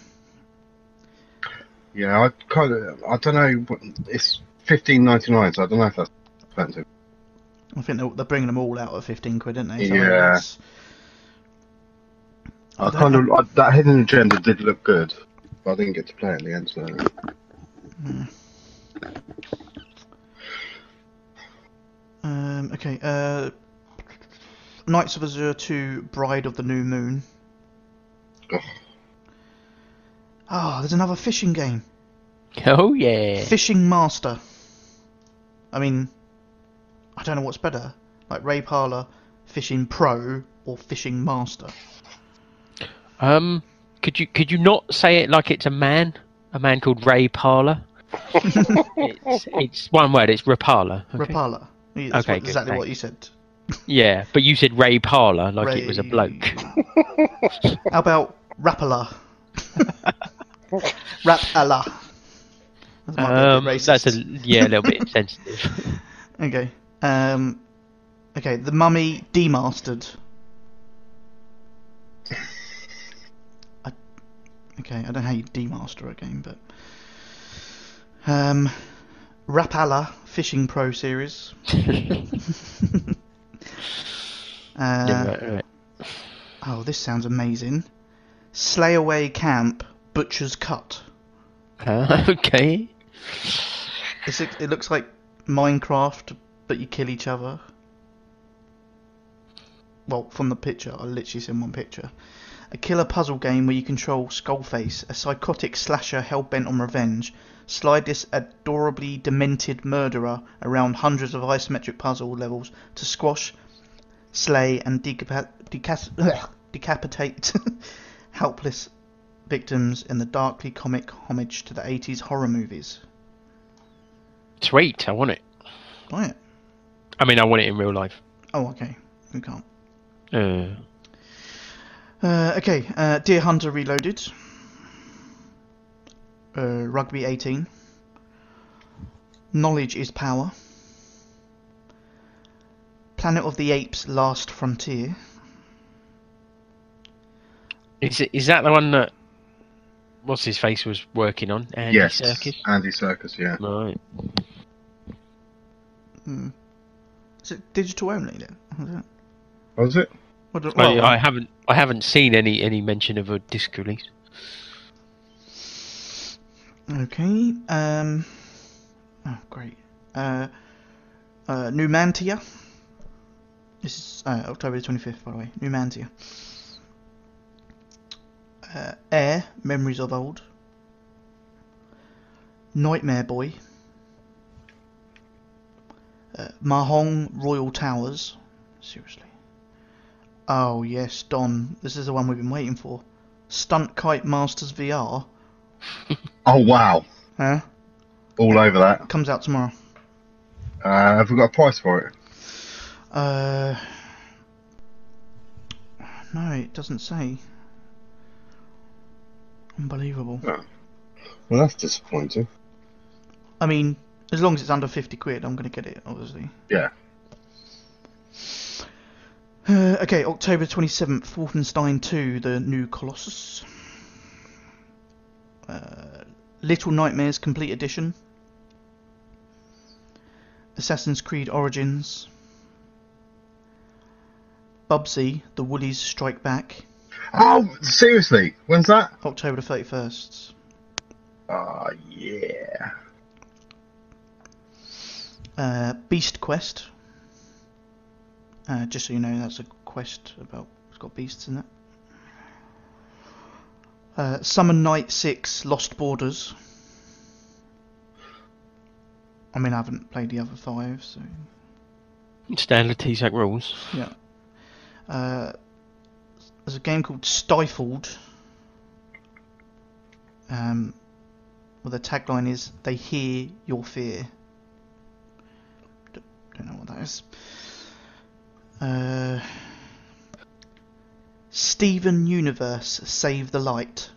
Speaker 6: Yeah, I kind of, I don't know. what- It's fifteen ninety nine, so I don't know if that's expensive.
Speaker 3: I think they're, they're bringing them all out at 15 quid, aren't they?
Speaker 6: Yeah.
Speaker 3: that's-
Speaker 6: I kind of I, that hidden agenda did look good, but I didn't get to play it in the end. So
Speaker 3: Um, okay, uh, Knights of Azure 2 Bride of the New Moon.
Speaker 6: Ugh.
Speaker 3: Ah, there's another fishing game.
Speaker 4: Oh, yeah.
Speaker 3: Fishing Master. I mean, I don't know what's better. Like Ray Parler, Fishing Pro, or Fishing Master.
Speaker 4: Um, could you could you not say it like it's a man? A man called Ray Parler? it's, it's one word, it's Rapala.
Speaker 3: Ray
Speaker 4: Okay?
Speaker 3: Parler. Yeah, That's
Speaker 4: Okay,
Speaker 3: what-
Speaker 4: good,
Speaker 3: exactly what
Speaker 4: thanks.
Speaker 3: you said.
Speaker 4: Yeah, but you said Ray Parler like it was a
Speaker 3: Ray-
Speaker 4: bloke.
Speaker 3: How about Rapala? Rapala. That might be a bit
Speaker 4: Um, that's a
Speaker 3: racist.
Speaker 4: yeah, a little bit sensitive.
Speaker 3: Okay. Um, okay, The Mummy Demastered. I, okay, I don't know how you demaster a game, but. Um, Rapala Fishing Pro Series. Uh,
Speaker 4: Yeah, right, right.
Speaker 3: Oh, this sounds amazing. Slayaway Camp Butcher's Cut.
Speaker 4: Uh, okay.
Speaker 3: It's, it looks like Minecraft, but you kill each other. Well, from the picture, I literally seen one picture. A killer puzzle game where you control Skullface, a psychotic slasher hell bent on revenge. Slide this adorably demented murderer around hundreds of isometric puzzle levels to squash, slay, and decapa- decas- decapitate helpless victims in the darkly comic homage to the 80s horror movies.
Speaker 4: Sweet, I want it.
Speaker 3: Buy it.
Speaker 4: I mean, I want it in real life.
Speaker 3: Oh, okay. We can't.
Speaker 4: Uh,
Speaker 3: Uh, okay, uh, Deer Hunter Reloaded. uh, Rugby 18, Knowledge is Power, Planet of the Apes Last Frontier.
Speaker 4: Is it, is that the one that what's his face was working on? Andy
Speaker 6: yes,
Speaker 4: Serkis?
Speaker 6: Andy Circus. Yeah,
Speaker 4: Right.
Speaker 3: Hmm. Is it digital only then? Is it?
Speaker 6: was it?
Speaker 3: What do-
Speaker 4: Oh, I,
Speaker 3: well, um,
Speaker 4: I haven't I haven't seen any any mention of a disc release.
Speaker 3: Okay. Um. Oh, great. Uh. Uh. Numantia. This is uh, October the twenty fifth, by the way. Numantia. Uh, Air. Memories of old. Nightmare Boy. Uh, Mahong Royal Towers. Seriously. Oh yes, Don. This is the one we've been waiting for. Stunt Kite Masters VR.
Speaker 6: Oh wow,
Speaker 3: Huh?
Speaker 6: all over that.
Speaker 3: Comes out tomorrow.
Speaker 6: Uh, have we got a price for it?
Speaker 3: Uh, no, it doesn't say. Unbelievable.
Speaker 6: Well, that's disappointing.
Speaker 3: I mean, as long as it's under 50 quid, I'm going to get it, obviously.
Speaker 6: Yeah.
Speaker 3: Uh, okay, October 27th, Wolfenstein 2, The New Colossus. Uh, Little Nightmares Complete Edition. Assassin's Creed Origins. Bubsy, The Woolies Strike Back,
Speaker 6: Oh, seriously? When's that?
Speaker 3: October the 31st.
Speaker 6: Ah, yeah.
Speaker 3: Uh, Beast Quest. Uh, just so you know, that's a quest about it's got beasts in it. Uh, Summon Knight Six: Lost Borders. I mean, I haven't played the other five, so
Speaker 4: Standard TSAC rules.
Speaker 3: yeah. Uh, there's a game called Stifled. Um, well, the tagline is "They hear your fear." D- Don't know what that is. Uh, Steven Universe, save the light.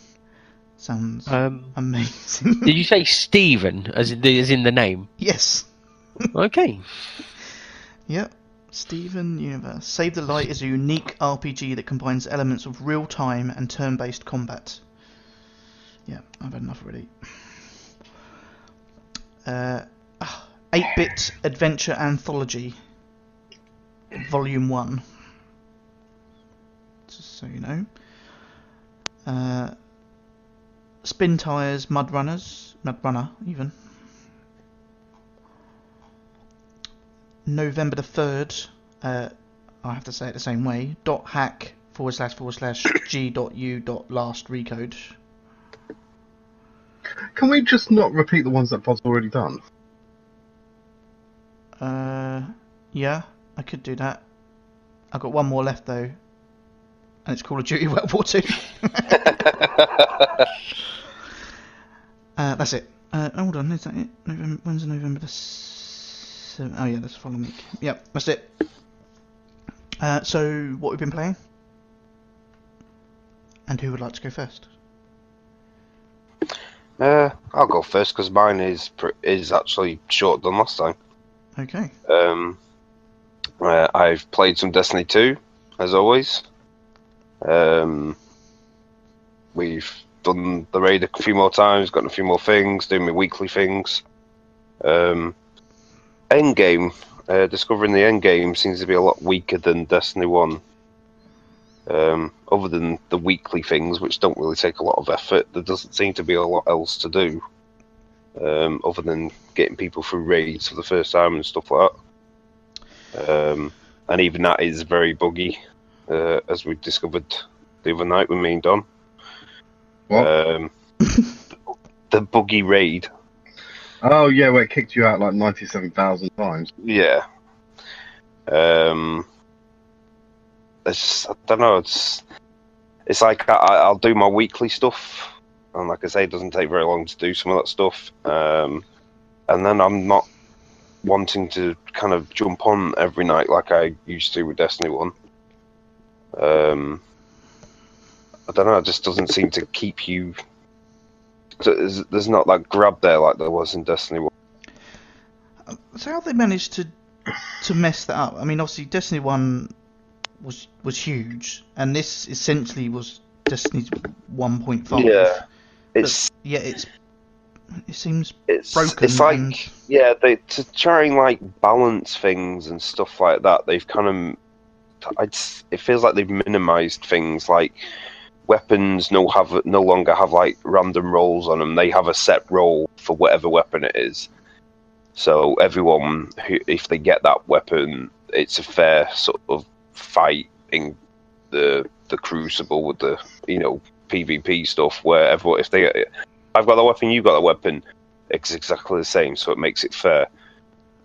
Speaker 3: Sounds
Speaker 4: Um,
Speaker 3: amazing.
Speaker 4: did you say Stephen as in the, as in the name?
Speaker 3: yes.
Speaker 4: Okay.
Speaker 3: Yep. Steven Universe. Save the Light is a unique RPG that combines elements of real time and turn based combat. Yeah, I've had enough already. Uh, 8 bit adventure anthology, volume 1. Just so you know. Uh, spin tires, mud runners, mud runner, even. November the 3rd, uh, I have to say it the same way, dot hack forward slash forward slash g dot u dot last recode.
Speaker 6: Can we just not repeat the ones that Pod's already done?
Speaker 3: Uh, yeah, I could do that. I've got one more left though, and it's Call of Duty World War Two. uh, that's it. Uh, hold on, is that it? November, when's November the seventh? Oh yeah, that's the following week. Yep, that's it. Uh, so what we've been playing, and who would like to go first?
Speaker 5: Uh, I'll go first because mine is pr- is actually shorter than last time.
Speaker 3: Okay.
Speaker 5: Um, uh, I've played some Destiny 2, as always. Um, we've done the raid a few more times, gotten a few more things, doing my weekly things. Um, Endgame, uh, discovering the Endgame seems to be a lot weaker than Destiny 1. Um, other than the weekly things, which don't really take a lot of effort, there doesn't seem to be a lot else to do um, other than getting people through raids for the first time and stuff like that. Um, and even that is very buggy, uh, as we discovered the other night with me and Don.
Speaker 6: What?
Speaker 5: Um, the buggy raid,
Speaker 6: oh, yeah, where it kicked you out like 97,000 times.
Speaker 5: yeah. Um, it's just- I don't know. It's it's like I, I- I'll do my weekly stuff, and like I say, it doesn't take very long to do some of that stuff. Um, and then I'm not wanting to kind of jump on every night like I used to with Destiny One. Um, I don't know. It just doesn't seem to keep you So there's, there's not that grab there like there was in Destiny 1.
Speaker 3: So how they managed to to mess that up? I mean, obviously Destiny One was was huge, and this essentially was Destiny One point five.
Speaker 5: Yeah. It's
Speaker 3: Yeah, it's it seems
Speaker 5: it's
Speaker 3: broken.
Speaker 5: it's like
Speaker 3: and-
Speaker 5: yeah they to try and like balance things and stuff like that they've kind of I'd, s- it feels like they've minimized things like weapons no have no longer have like random rolls on them they have a set roll for whatever weapon it is so everyone who if they get that weapon it's a fair sort of fight in the the crucible with the you know pvp stuff where everyone if they i've got that weapon you got that weapon it's exactly the same, so it makes it fair.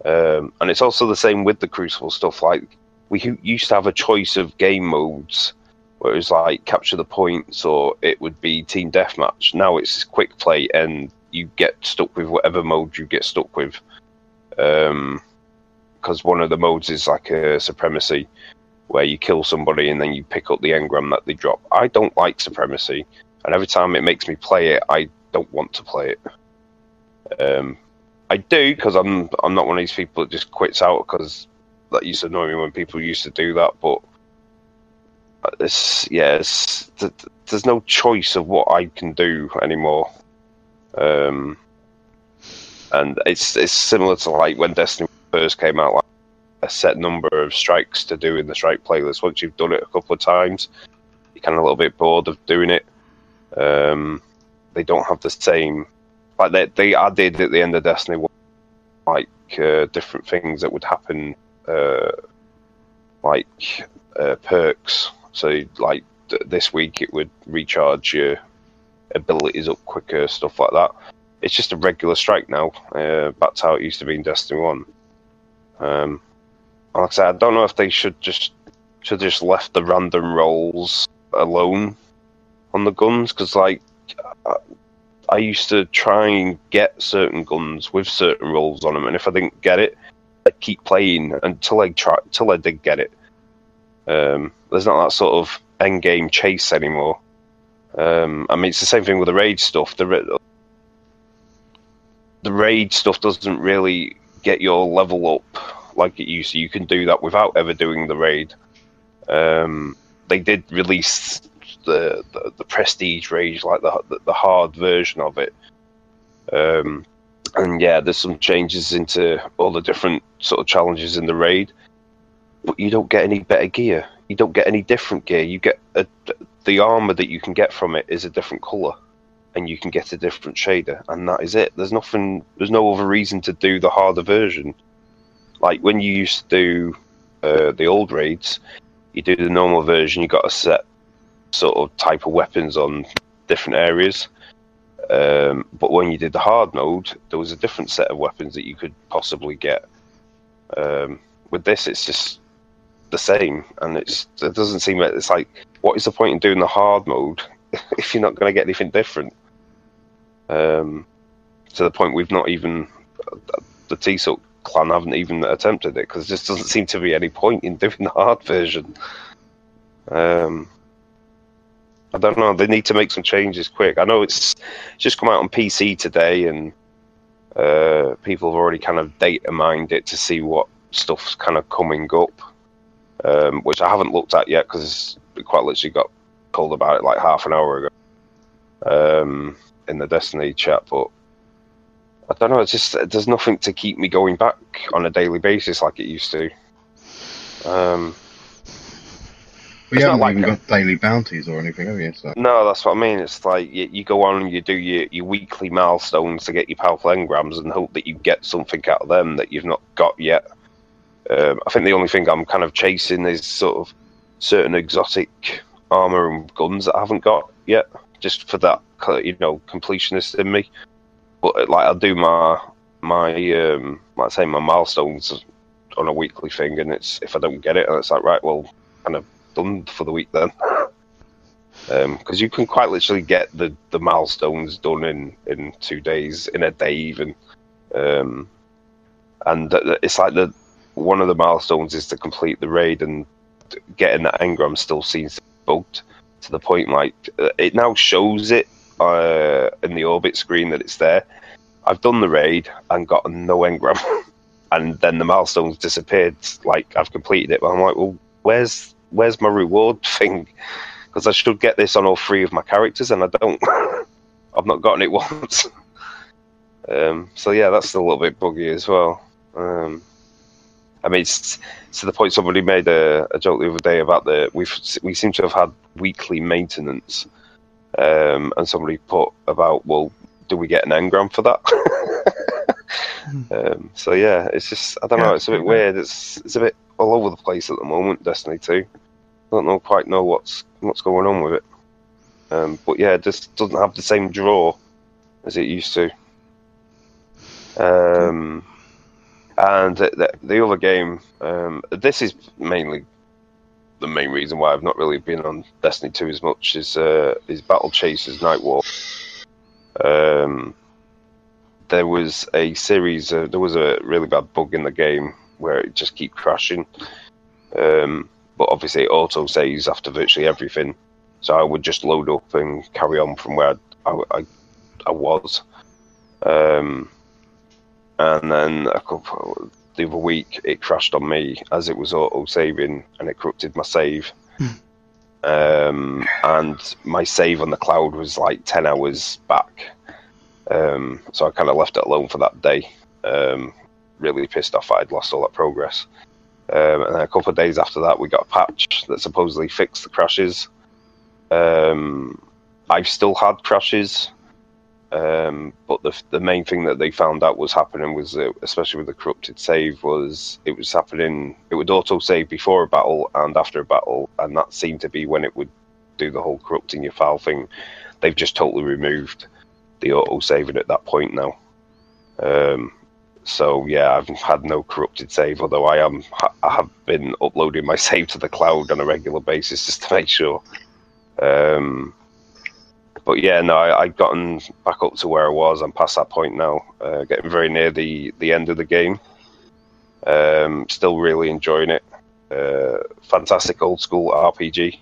Speaker 5: Um, and it's also the same with the Crucible stuff. Like we hu- used to have a choice of game modes, where it was like capture the points, or it would be team deathmatch. Now it's quick play, and you get stuck with whatever mode you get stuck with. Because one of the modes is like a supremacy, where you kill somebody and then you pick up the engram that they drop. I don't like supremacy, and every time it makes me play it, I don't want to play it. Um, I do because I'm I'm not one of these people that just quits out because that used to annoy me when people used to do that. But uh, it's yeah, it's, th- th- there's no choice of what I can do anymore. Um, and it's it's similar to like when Destiny first came out, like a set number of strikes to do in the strike playlist. Once you've done it a couple of times, you're kind of a little bit bored of doing it. Um, they don't have the same like they they added at the end of Destiny One, like uh, different things that would happen, uh, like uh, perks. So like th- this week it would recharge your abilities up quicker, stuff like that. It's just a regular strike now. Uh, back to how it used to be in Destiny One. Um, and like I said, I don't know if they should just should just left the random rolls alone on the guns because like I used to try and get certain guns with certain rolls on them, and if I didn't get it, I'd keep playing until I try until I did get it. Um, there's not that sort of end game chase anymore. Um, I mean, it's the same thing with the raid stuff. The ra- the raid stuff doesn't really get your level up like it used to. You can do that without ever doing the raid. Um, they did release the, the, the prestige rage, like the, the the hard version of it. Um, and yeah, there's some changes into all the different sort of challenges in the raid, but you don't get any better gear. You don't get any different gear. You get a, the armor that you can get from it is a different color, and you can get a different shader, and that is it. There's nothing. There's no other reason to do the harder version. Like when you used to do uh, the old raids, you do the normal version. You got a set sort of type of weapons on different areas. Um, but when you did the hard mode, there was a different set of weapons that you could possibly get. Um, with this, it's just the same, and it's it doesn't seem like it's like what is the point in doing the hard mode if you're not going to get anything different? Um, to the point we've not even the T Sook clan haven't even attempted it because there just doesn't seem to be any point in doing the hard version. Um, I don't know. They need to make some changes quick. I know it's it's just come out on PC today, and uh, people have already kind of data mined it to see what stuff's kind of coming up, um, which I haven't looked at yet because we quite literally got told about it like half an hour ago um, in the Destiny chat. But I don't know. It's just there's nothing to keep me going back on a daily basis like it used to. Um,
Speaker 6: We
Speaker 5: It's not
Speaker 6: haven't
Speaker 5: like
Speaker 6: even
Speaker 5: a-
Speaker 6: got daily bounties or anything, have you? So,
Speaker 5: No, that's what I mean. It's like you, you go on and you do your, your weekly milestones to get your powerful engrams and hope that you get something out of them that you've not got yet. Um, I think the only thing I'm kind of chasing is sort of certain exotic armor and guns that I haven't got yet, just for that you know completionist in me. But uh, like I do my my um, like I say my milestones on a weekly thing, and it's if I don't get it, and it's like right, well, kind of done for the week then because Um, you can quite literally get the, the milestones done in, in two days, in a day even. Um, and th- th- it's like the one of the milestones is to complete the raid, and getting that engram still seems bugged to the point like uh, it now shows it uh, in the orbit screen that it's there. I've done the raid and got no engram, and then the milestones disappeared. Like I've completed it, but I'm like, well, where's where's my reward thing? Because I should get this on all three of my characters, and I don't. I've not gotten it once. um, so yeah, that's a little bit buggy as well. Um, I mean, it's to the point somebody made a, a joke the other day about the we we seem to have had weekly maintenance, um, and somebody put about well, do we get an engram for that? um, so yeah, it's just I don't know. It's a bit weird. It's it's a bit all over the place at the moment. Destiny two, I don't know quite know what's what's going on with it. Um, but yeah, it just doesn't have the same draw as it used to. Um, and the, the other game, um, this is mainly the main reason why I've not really been on Destiny 2 as much is uh, is Battle Chasers Night War. Um, there was a series, of, there was a really bad bug in the game where it just keep crashing. Um, but obviously, it auto saves after virtually everything, so I would just load up and carry on from where I, I, I was. Um, and then a couple the other week it crashed on me as it was auto saving and it corrupted my save um, and my save on the cloud was like 10 hours back um, so i kind of left it alone for that day um, really pissed off i'd lost all that progress um, and then a couple of days after that we got a patch that supposedly fixed the crashes um, i've still had crashes um, but the the main thing that they found out was happening was, uh, especially with the corrupted save, was it was happening. It would auto save before a battle and after a battle, and that seemed to be when it would do the whole corrupting your file thing. They've just totally removed the auto saving at that point now. Um, so yeah, I've had no corrupted save, although I am I have been uploading my save to the cloud on a regular basis just to make sure. Um, but yeah, no, I, I've gotten back up to where I was. I'm past that point now, uh, getting very near the, the end of the game. Um, still really enjoying it. Uh, fantastic old school RPG.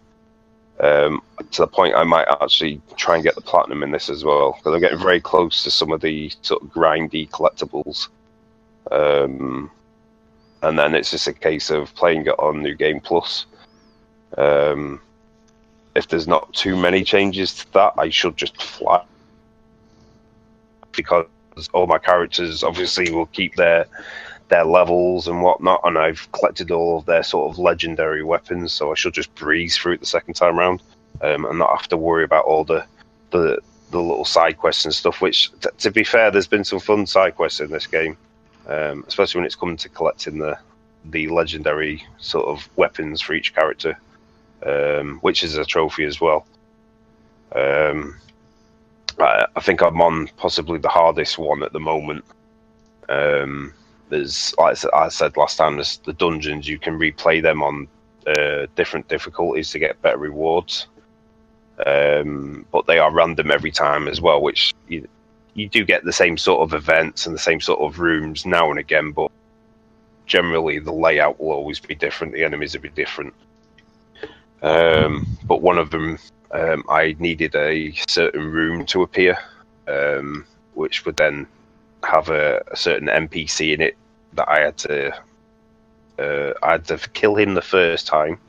Speaker 5: Um, to the point I might actually try and get the platinum in this as well, because I'm getting very close to some of the sort of grindy collectibles. Um, and then it's just a case of playing it on New Game Plus. Um, if there's not too many changes to that, I should just fly because all my characters obviously will keep their their levels and whatnot, and I've collected all of their sort of legendary weapons, so I should just breeze through it the second time round um, and not have to worry about all the the the little side quests and stuff. Which, t- to be fair, there's been some fun side quests in this game, um, especially when it's come to collecting the the legendary sort of weapons for each character um, which is a trophy as well. Um, I, I think I'm on possibly the hardest one at the moment. Um, there's, like I said, I said last time, there's the dungeons you can replay them on uh, different difficulties to get better rewards. Um, but they are random every time as well, which you, you do get the same sort of events and the same sort of rooms now and again, but generally the layout will always be different. The enemies will be different. Um, but one of them, um, I needed a certain room to appear, um, which would then have a, a certain NPC in it that I had to, uh, I had to kill him the first time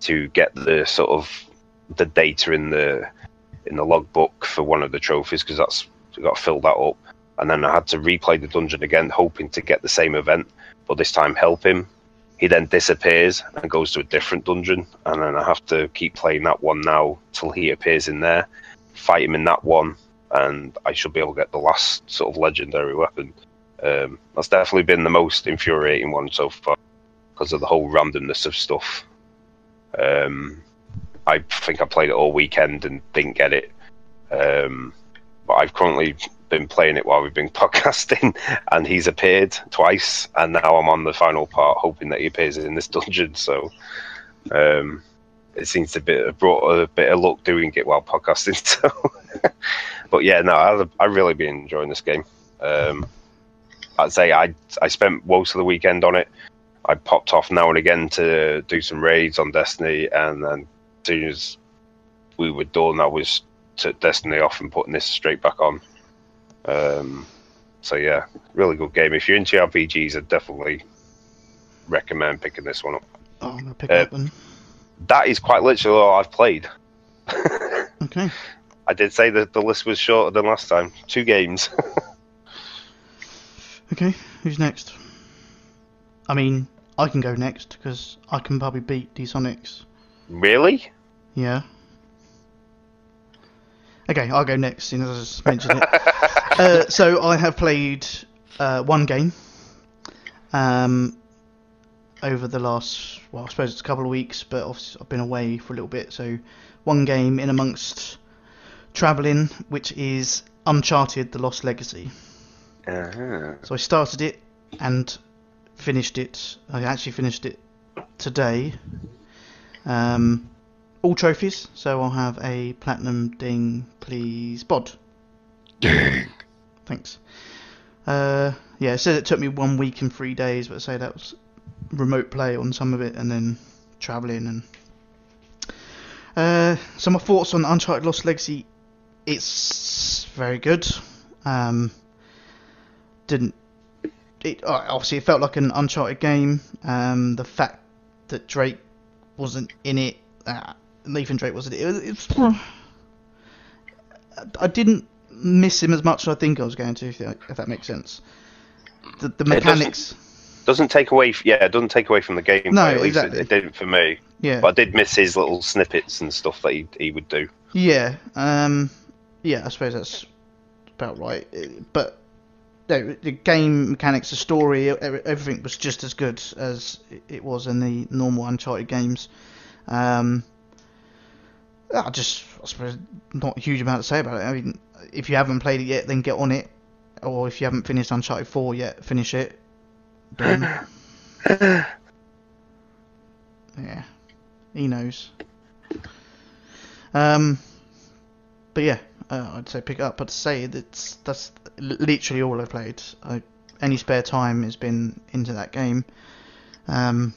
Speaker 5: to get the sort of the data in the in the logbook for one of the trophies because that's I got to fill that up, and then I had to replay the dungeon again, hoping to get the same event, but this time help him he then disappears and goes to a different dungeon, and then I have to keep playing that one now till he appears in there, fight him in that one, and I should be able to get the last sort of legendary weapon. Um, that's definitely been the most infuriating one so far because of the whole randomness of stuff. Um, I think I played it all weekend and didn't get it, um, but I've currently been playing it while we've been podcasting, and he's appeared twice, and now I'm on the final part, hoping that he appears in this dungeon. So, um, it seems to be brought a bit of luck doing it while podcasting. So, but yeah, no, I, I've really been enjoying this game. Um, I'd say I I spent most of the weekend on it. I popped off now and again to do some raids on Destiny, and then as soon as we were done, I was took Destiny off and putting this straight back on. Um, so yeah, really good game. If you're into RPGs, I definitely recommend picking this one up.
Speaker 3: Oh, I'm gonna pick
Speaker 5: Uh,
Speaker 3: it up and
Speaker 5: That is quite literally all I've played.
Speaker 3: okay.
Speaker 5: I did say that the list was shorter than last time. Two games.
Speaker 3: Okay, who's next? I mean, I can go next because I can probably beat D-Sonics.
Speaker 5: really?
Speaker 3: Yeah. Okay, I'll go next, seeing as I just mentioned it. uh, so I have played uh, one game um, over the last, well, I suppose it's a couple of weeks, but obviously I've been away for a little bit. So one game in amongst travelling, which is Uncharted: The Lost Legacy. So I started it and finished it. I actually finished it today. Um, all trophies, so I'll have a platinum ding, please, bod. Thanks. Uh, yeah, it says it took me one week and three days, but I say that was remote play on some of it and then travelling and. Uh, so my thoughts on Uncharted Lost Legacy, it's very good. Um, didn't it uh, obviously it felt like an uncharted game um the fact that drake wasn't in it uh, nathan drake wasn't it, it, was, it was, i didn't miss him as much as i think i was going to if that, if that makes sense the, the
Speaker 5: doesn't-
Speaker 3: mechanics
Speaker 5: Doesn't take away. f- Yeah, it doesn't take away from the game.
Speaker 3: No,
Speaker 5: at least
Speaker 3: exactly.
Speaker 5: It, it didn't for me.
Speaker 3: yeah
Speaker 5: But I did miss his little snippets and stuff that he, he would do.
Speaker 3: Yeah, um, yeah, I suppose that's about right. It- But no, the game mechanics, the story, e- everything was just as good as it was in the normal Uncharted games. Um, I just, I suppose, not a huge amount to say about it. I mean, if you haven't played it yet, then get on it, or if you haven't finished Uncharted Four yet, finish it. Boom. yeah, he knows. Um, but yeah, uh, I'd say pick it up. But to say that's that's li- literally all I've played. I, any spare time has been into that game. Um,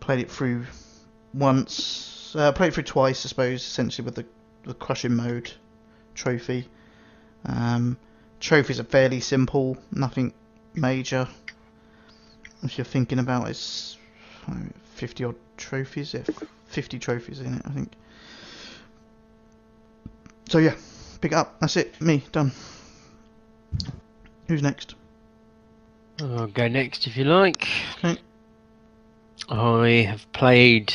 Speaker 3: played it through once. Uh, played it through twice, I suppose. Essentially with the the crushing mode trophy. Um, trophies are fairly simple. Nothing major. If you're thinking about it, it's I don't know, 50 odd trophies, yeah, 50 trophies in it, I think. So yeah, pick it up. That's it. Me done. Who's next?
Speaker 4: I'll go next if you like.
Speaker 3: Okay.
Speaker 4: I have played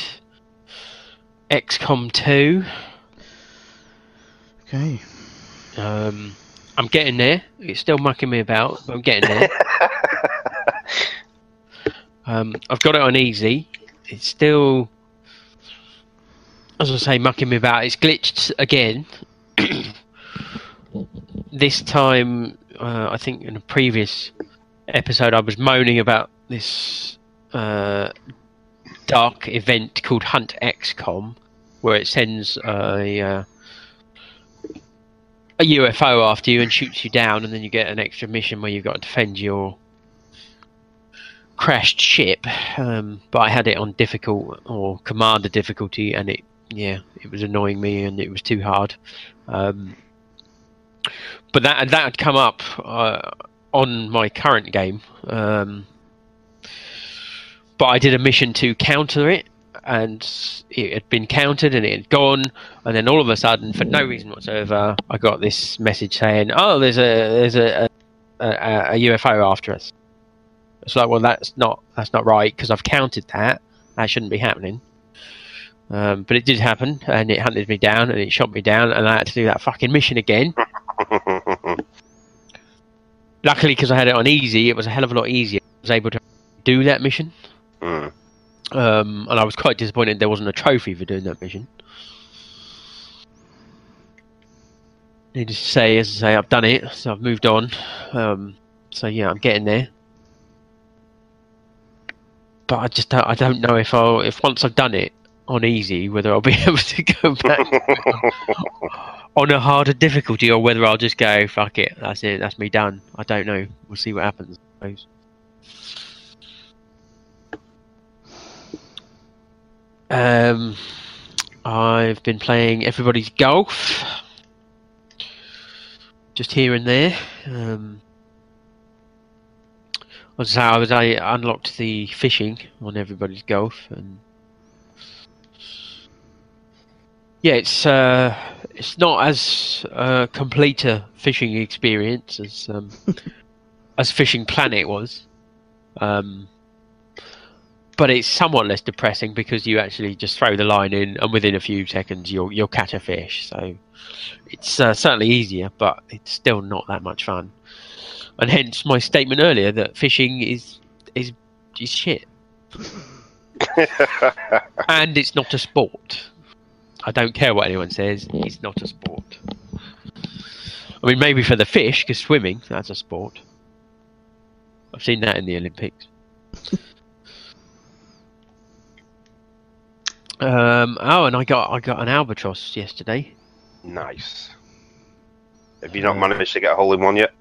Speaker 4: XCOM 2.
Speaker 3: Okay.
Speaker 4: Um, I'm getting there. It's still mucking me about, but I'm getting there. um, I've got it on easy. It's still, as I say, mucking me about. It's glitched again. this time, uh, I think in a previous episode, I was moaning about this uh, dark event called Hunt XCOM, where it sends a. Uh, a UFO after you and shoots you down, and then you get an extra mission where you've got to defend your crashed ship. Um, but I had it on difficult or commander difficulty, and it yeah, it was annoying me, and it was too hard. Um, but that that had come up uh, on my current game. Um, but I did a mission to counter it, and it had been countered and it had gone, and then all of a sudden, for no reason whatsoever, I got this message saying, "Oh, there's a there's a a, a, a UFO after us." It's like, well, that's not that's not right because I've counted that. That shouldn't be happening. Um, but it did happen, and it hunted me down, and it shot me down, and I had to do that fucking mission again.
Speaker 5: Hmm.
Speaker 4: Luckily, because I had it on easy, it was a hell of a lot easier. I was able to do that mission.
Speaker 5: Hmm.
Speaker 4: Um, and I was quite disappointed there wasn't a trophy for doing that mission. Needless to say, as I say, I've done it, so I've moved on. Um, so yeah, I'm getting there. But I just don't, I don't know if I'll if once I've done it on easy whether I'll be able to go back on a harder difficulty or whether I'll just go fuck it that's it that's me done I don't know we'll see what happens I suppose. Um, I've been playing Everybody's Golf. just here and there. Um, I was I was I unlocked the fishing on everybody's golf and yeah, it's uh, it's not as uh, complete a fishing experience as um, as Fishing Planet was, um, but it's somewhat less depressing because you actually just throw the line in and within a few seconds you'll you'll catch a fish. So it's uh, certainly easier, but it's still not that much fun. And hence my statement earlier that fishing is is is shit, and it's not a sport. I don't care what anyone says; it's not a sport. I mean, maybe for the fish, because swimming that's a sport. I've seen that in the Olympics. um, oh, and I got I got an albatross yesterday.
Speaker 5: Nice. Have
Speaker 3: Uh,
Speaker 5: you not managed to get a hole in one yet?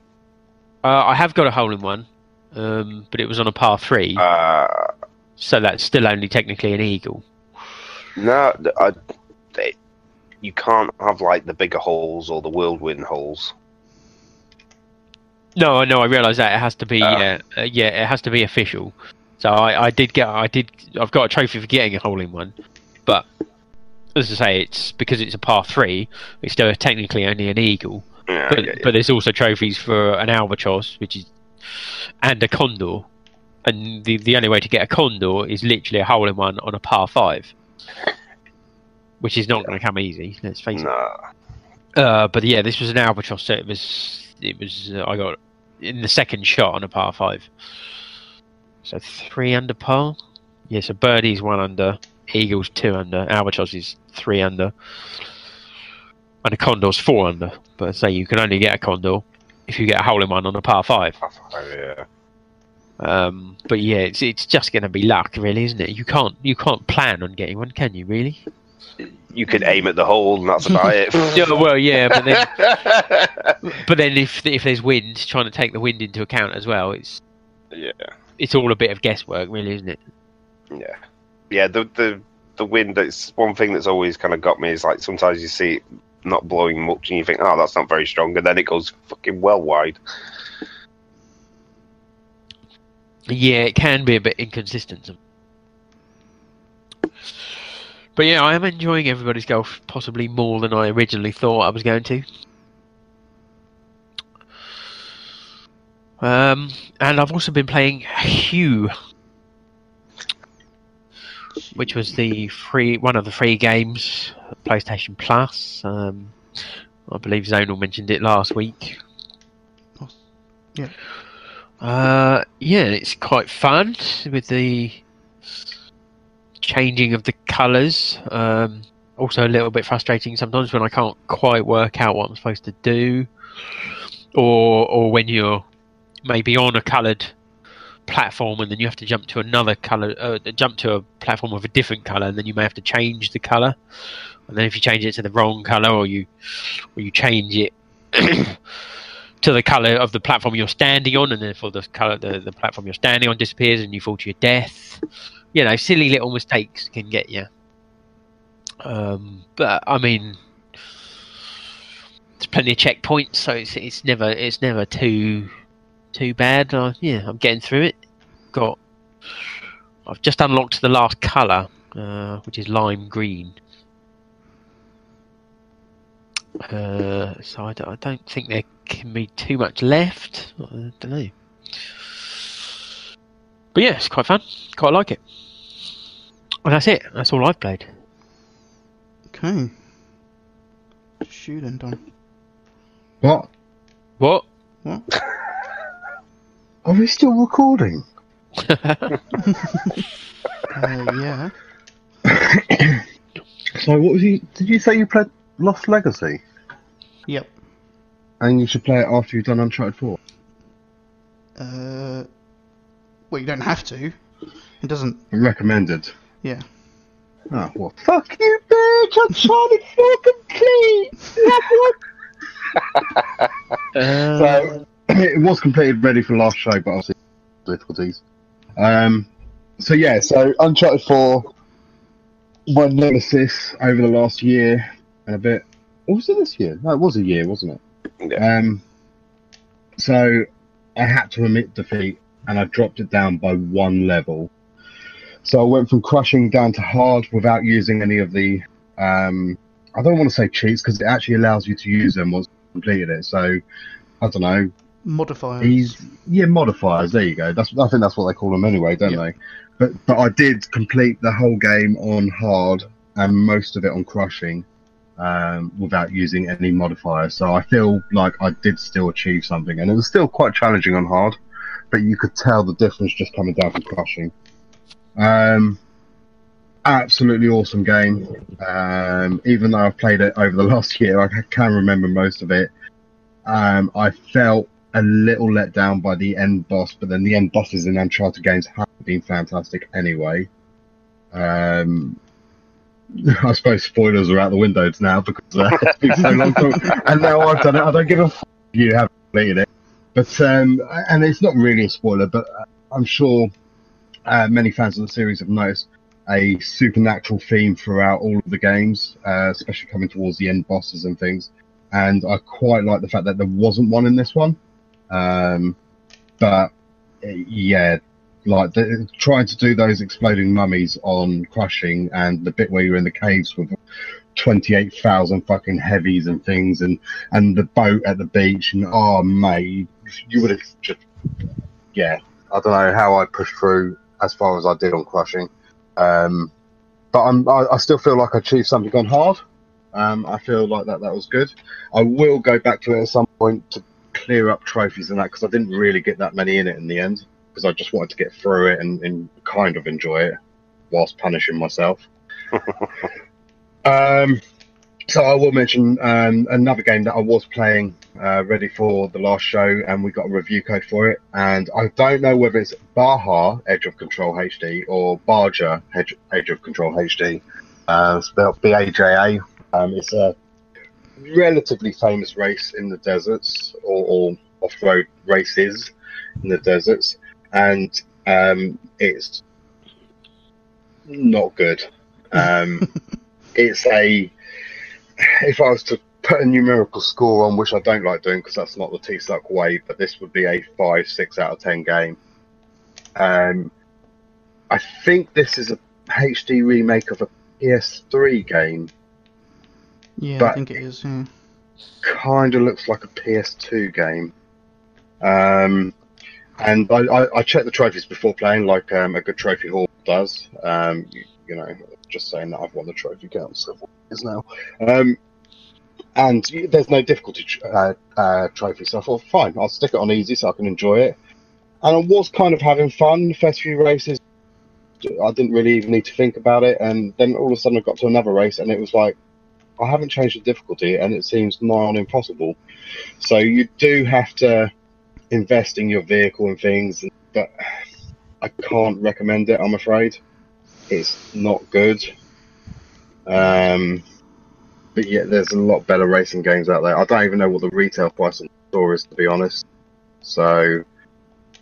Speaker 4: Uh, I have got a hole in one, um, but it was on a par three,
Speaker 5: Uh,
Speaker 4: so that's still only technically an eagle.
Speaker 5: no, th- I, they- you can't have like the bigger holes or the whirlwind holes.
Speaker 4: No, I know. I realise that it has to be,
Speaker 5: Ah.
Speaker 4: yeah, uh, yeah, it has to be official. So I, I did get, I did, I've got a trophy for getting a hole in one, but as I say, it's because it's a par three, it's still technically only an eagle.
Speaker 5: Yeah, I
Speaker 4: But,
Speaker 5: get you.
Speaker 4: but there's also trophies for an albatross, which is, and a condor, and the the only way to get a condor is literally a hole in one on a par five, which is not going to come easy. Let's face it.
Speaker 5: Nah.
Speaker 4: Uh, but yeah, this was an albatross. So it was it was uh, I got in the second shot on a par five. So three under par. Yeah, so birdie's one under, eagle's two under, albatross is three under, and a condor's four under. But say you can only get a condor if you get a hole in one on a par five.
Speaker 5: I thought, oh, yeah.
Speaker 4: Um, but yeah, it's it's just going to be luck, really, isn't it? You can't you can't plan on getting one, can you? Really?
Speaker 5: You could aim at the hole and that's about it.
Speaker 4: Yeah, well, yeah, but then but then if if there's wind, trying to take the wind into account as well, it's
Speaker 5: Yeah.
Speaker 4: it's all a bit of guesswork, really, isn't it?
Speaker 5: Yeah, yeah. The the the wind. It's one thing that's always kind of got me is like sometimes you see it not blowing much and you think, oh, that's not very strong, and then it goes fucking well wide.
Speaker 4: Yeah, it can be a bit inconsistent. some- But yeah, I am enjoying everybody's golf possibly more than I originally thought I was going to. Um, and I've also been playing Hue, which was the free one of the free games, PlayStation Plus. Um, I believe Zonal mentioned it last week.
Speaker 3: Pos- yeah.
Speaker 4: Uh, yeah, it's quite fun with the changing of the colours. Um, also a little bit frustrating sometimes when I can't quite work out what I'm supposed to do, or or when you're maybe on a coloured platform and then you have to jump to another colour, uh, jump to a platform of a different colour, and then you may have to change the colour. And then if you change it to the wrong colour, or you or you change it to the colour of the platform you're standing on, and therefore the colour the, the platform you're standing on disappears, and you fall to your death. You know, silly little mistakes can get you. Um, but I mean, there's plenty of checkpoints, so it's it's never it's never too too bad. I, yeah, I'm getting through it. Got I've just unlocked the last colour, uh, which is lime green. Uh, so I, d- I don't think there can be too much left. I don't know. But yeah, it's quite fun. Quite like it. And that's it. That's all I've played.
Speaker 3: Okay. Shooting, Don.
Speaker 6: What?
Speaker 4: What?
Speaker 3: What?
Speaker 6: Are we still recording?
Speaker 3: Uh, yeah.
Speaker 6: So, what was you? Did you say you played Lost Legacy?
Speaker 3: Yep.
Speaker 6: And you should play it after you've done Uncharted 4?
Speaker 3: Uh, well, you don't have to. It doesn't.
Speaker 6: Recommended.
Speaker 3: Yeah.
Speaker 6: Oh, well, fuck you, bitch! Uncharted 4 complete! Uh,
Speaker 3: Uh,
Speaker 6: so it was completed ready for last show, but obviously difficulties. Um, so yeah, so Uncharted Four, my nemesis over the last year and a bit. Or was it this year? No, it was a year, wasn't it?
Speaker 5: Yeah.
Speaker 6: Um, so I had to admit defeat, and I dropped it down by one level. So I went from crushing down to hard without using any of the. Um, I don't want to say cheats because it actually allows you to use them once you've completed it. So I don't know.
Speaker 3: Modifiers.
Speaker 6: He's yeah modifiers. There you go. That's I think that's what they call them anyway, don't
Speaker 3: Yeah.
Speaker 6: they? But but I did complete the whole game on hard and most of it on crushing, um, without using any modifiers. So I feel like I did still achieve something, and it was still quite challenging on hard, but you could tell the difference just coming down from crushing. Um, absolutely awesome game. Um, even though I've played it over the last year, I can remember most of it. Um, I felt a little let down by the end boss, but then the end bosses in Uncharted games have been fantastic anyway. Um, I suppose spoilers are out the windows now because uh, it's been so long, to- and now I've done it. I don't give a f- if you haven't completed it, but um, and it's not really a spoiler, but I'm sure uh, many fans of the series have noticed a supernatural theme throughout all of the games, uh, especially coming towards the end bosses and things and I quite like the fact that there wasn't one in this one. Um, but uh, yeah, like the, trying to do those exploding mummies on crushing and the bit where you're in the caves with twenty-eight thousand fucking heavies and things, and and the boat at the beach, and oh mate, you would have just yeah. I don't know how I pushed through as far as I did on crushing. Um, but I'm, I, I still feel like I achieved something on hard. Um, I feel like that that was good. I will go back to it at some point to clear up trophies and that because I didn't really get that many in it in the end because I just wanted to get through it and, and kind of enjoy it whilst punishing myself. um, so I will mention um, another game that I was playing uh, ready for the last show and we got a review code for it and I don't know whether it's Baja Edge of Control HD or Barja Edge, Edge of Control HD. Uh, spelled B A J A um, it's a relatively famous race in the deserts or, or off road races in the deserts, and um, it's not good. Um, it's a, if I was to put a numerical score on, which I don't like doing because that's not the T Suck way, but this would be a 5 6 out of 10 game. Um, I think this is a HD remake of a PS3 game
Speaker 3: yeah, I
Speaker 6: but-
Speaker 3: think it is. Yeah.
Speaker 6: kind of looks like a PS2 game. Um, and I, I, I checked the trophies before playing, like um, a good trophy haul does. Um, you, you know, just saying that I've won the trophy count several years now. Um, and you- there's no difficulty tr- uh, uh, trophy, so I thought, fine, I'll stick it on easy so I can enjoy it. And I was kind of having fun the first few races. I didn't really even need to think about it, and then all of a sudden I got to another race, and it was like. I haven't changed the difficulty, and it seems nigh on impossible. So you do have to invest in your vehicle and things, but I can't recommend it. I'm afraid it's not good. Um, but yeah, there's a lot better racing games out there. I don't even know what the retail price on the store is, to be honest. So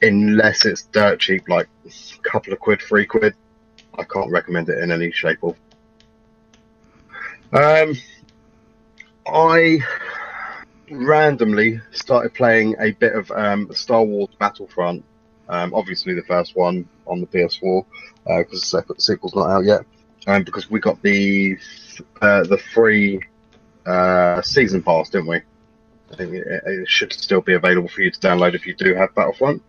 Speaker 6: unless it's dirt cheap, like a couple of quid, three quid, I can't recommend it in any shape or um, I randomly started playing a bit of um, Star Wars Battlefront. Um, obviously, the first one on the PS4 because uh, the second sequel's not out yet. Um, because we got the uh, the free uh, season pass, didn't we? I think it, it should still be available for you to download if you do have Battlefront.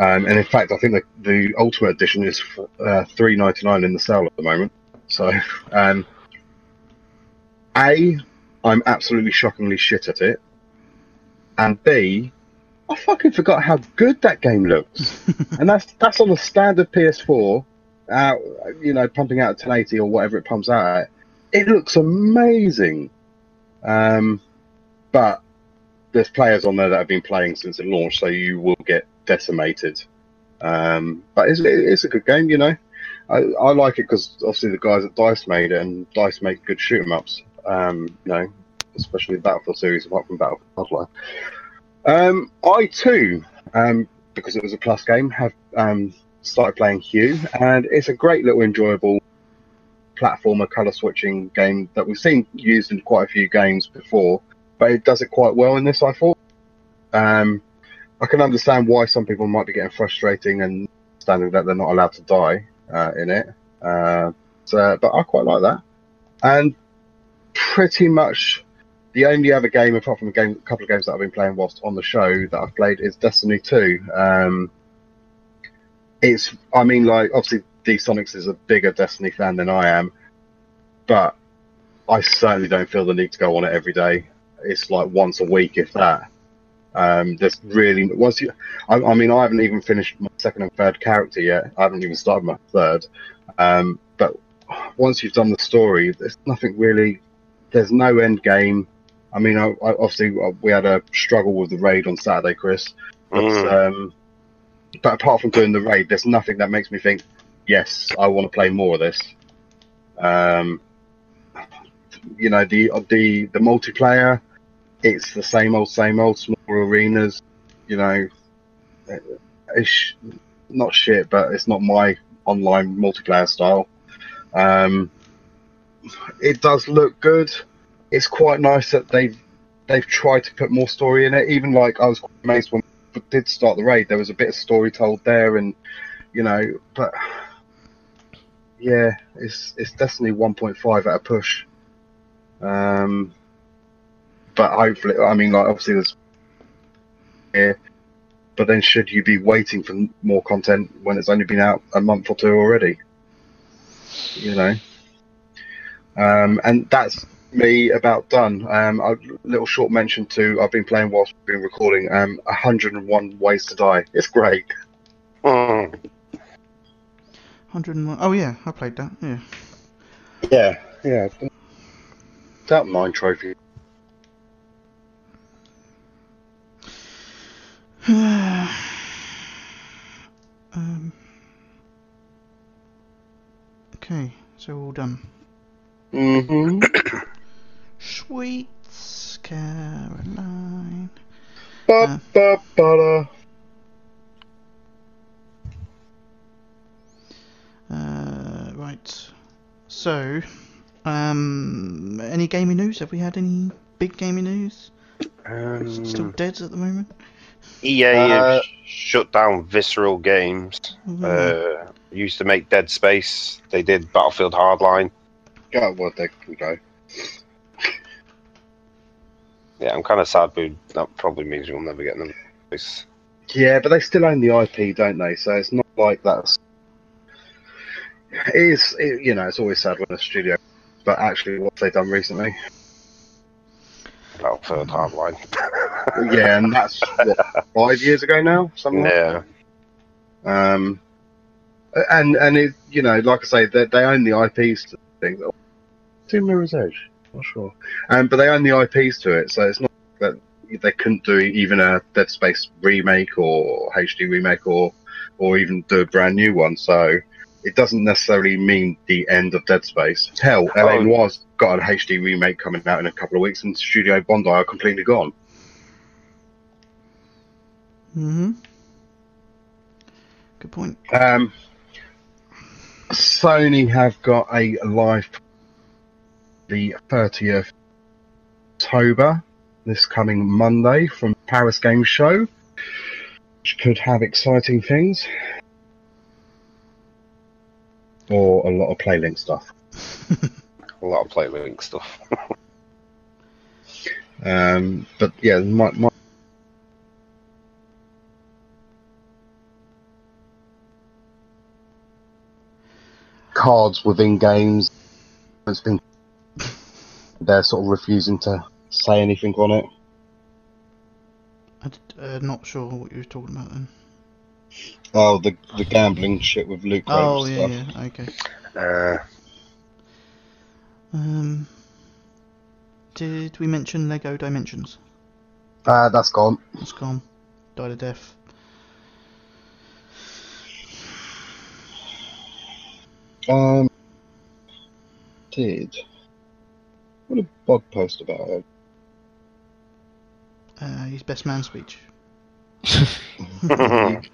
Speaker 6: Um, and in fact, I think the, the Ultimate Edition is uh, three ninety nine in the sale at the moment. So. Um, a, I'm absolutely shockingly shit at it. And B, I fucking forgot how good that game looks. and that's that's on a standard PS4, uh, you know, pumping out at 1080 or whatever it pumps out at. It looks amazing. Um, but there's players on there that have been playing since it launched, so you will get decimated. Um, but it's, it's a good game, you know. I, I like it because obviously the guys at Dice made it, and Dice make good shoot 'em ups. Um, you know, especially the Battlefield series, apart from Battlefield Hardline. Um, I too, um, because it was a plus game, have um, started playing Hue, and it's a great little enjoyable platformer color switching game that we've seen used in quite a few games before. but it does it quite well in this. I thought. Um, I can understand why some people might be getting frustrating and understanding that they're not allowed to die uh, in it. Uh, so, but I quite like that. And pretty much the only other game, apart from a game, a couple of games that I've been playing whilst on the show that I've played, is Destiny Two. Um, it's, I mean, like obviously, D Sonics is a bigger Destiny fan than I am, but I certainly don't feel the need to go on it every day. It's like once a week, if that. Um, there's really once you. I, I mean, I haven't even finished my second and third character yet. I haven't even started my third. Um, but once you've done the story, there's nothing really. There's no end game. I mean, I, I, obviously uh, we had a struggle with the raid on Saturday, Chris.
Speaker 4: uh,
Speaker 6: But,
Speaker 5: Mm.
Speaker 6: um, but apart from doing the raid, there's nothing that makes me think, yes, I want to play more of this. Um, you know, the uh, the the multiplayer, it's the same old, same old, smaller arenas. You know, it's sh- not shit, but it's not my online multiplayer style. Um, it does look good. It's quite nice that they've they've tried to put more story in it. Even like I was quite amazed when we did start the raid. There was a bit of story told there, and you know, but yeah, it's it's Destiny 1.5 at a push. Um, but hopefully, I mean, like obviously there's here, but then should you be waiting for more content when it's only been out a month or two already? You know, um, and that's me about done. Um, a little short mention to I've been playing whilst we've been recording. Um, 101 Ways to Die. It's great.
Speaker 5: Mm.
Speaker 3: 101. Oh yeah, I played that. Yeah.
Speaker 6: Yeah, yeah. Don't mind trophy.
Speaker 3: Um, okay, so we're all done.
Speaker 6: hmm
Speaker 3: Sweet Caroline.
Speaker 6: ba, ba, ba,
Speaker 3: Uh, right. So, um, any gaming news? Have we had any big gaming news? S- Still dead at the moment.
Speaker 5: EA
Speaker 6: Uh,
Speaker 5: have sh- E shut down Visceral Games. Uh, used to make Dead Space. They did Battlefield Hardline.
Speaker 6: Go, well, there we go.
Speaker 5: Yeah, I'm kind of sad, but that probably means we'll never get another place.
Speaker 6: Yeah, but they still own the IP, don't they? So it's not like that's. It is, it, you know, it's always sad when a studio. But actually, what they've done recently.
Speaker 5: Battlefield Hardline.
Speaker 6: Yeah, and that's what, five years ago now? Something like
Speaker 5: yeah.
Speaker 6: Um, and and it, you know, like I say, they, they own the IPs to things. Two Mirror's Edge, not sure. Um, but they own the IPs to it, so it's not that they couldn't do even a Dead Space remake or HD remake or or even do a brand new one. So it doesn't necessarily mean the end of Dead Space. Hell, LA
Speaker 5: Oh.
Speaker 6: Noir's got an HD remake coming out in a couple of weeks, and Studio Bondi are completely gone.
Speaker 3: Mm-hmm. Good point.
Speaker 6: Um, Sony have got a live the 30th October, this coming Monday, from Paris Games Show, which could have exciting things. Or a lot of playlink stuff.
Speaker 5: A lot of playlink stuff.
Speaker 6: Um, but yeah, might, might cards within games. It's been they're sort of refusing to say anything on it.
Speaker 3: I'm uh, not sure what you were talking about then.
Speaker 6: Oh, the the gambling shit with Luke.
Speaker 3: Oh
Speaker 6: Rowe
Speaker 3: yeah,
Speaker 6: stuff.
Speaker 3: yeah. Okay.
Speaker 5: Uh,
Speaker 3: Um, did we mention Lego Dimensions?
Speaker 6: Uh, that's gone.
Speaker 3: It's gone. Died a death.
Speaker 6: Um, did what a blog post about it.
Speaker 3: Uh, his best man speech.
Speaker 6: You,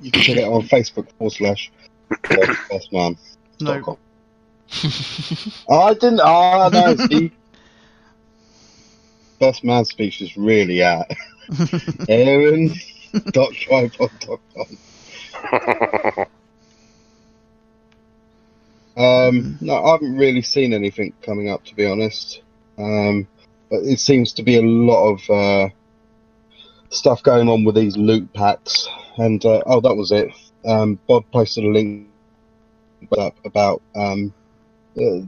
Speaker 6: you can check it on Facebook forward slash blog post man.
Speaker 3: No,
Speaker 6: Dot com. Oh, I didn't. Ah, no. See? best man speech is really at aaron.tripod.com. um, no, I haven't really seen anything coming up, to be honest. Um, but it seems to be a lot of uh, stuff going on with these loot packs. And uh, oh, that was it. Um, Bob posted a link up about um, the,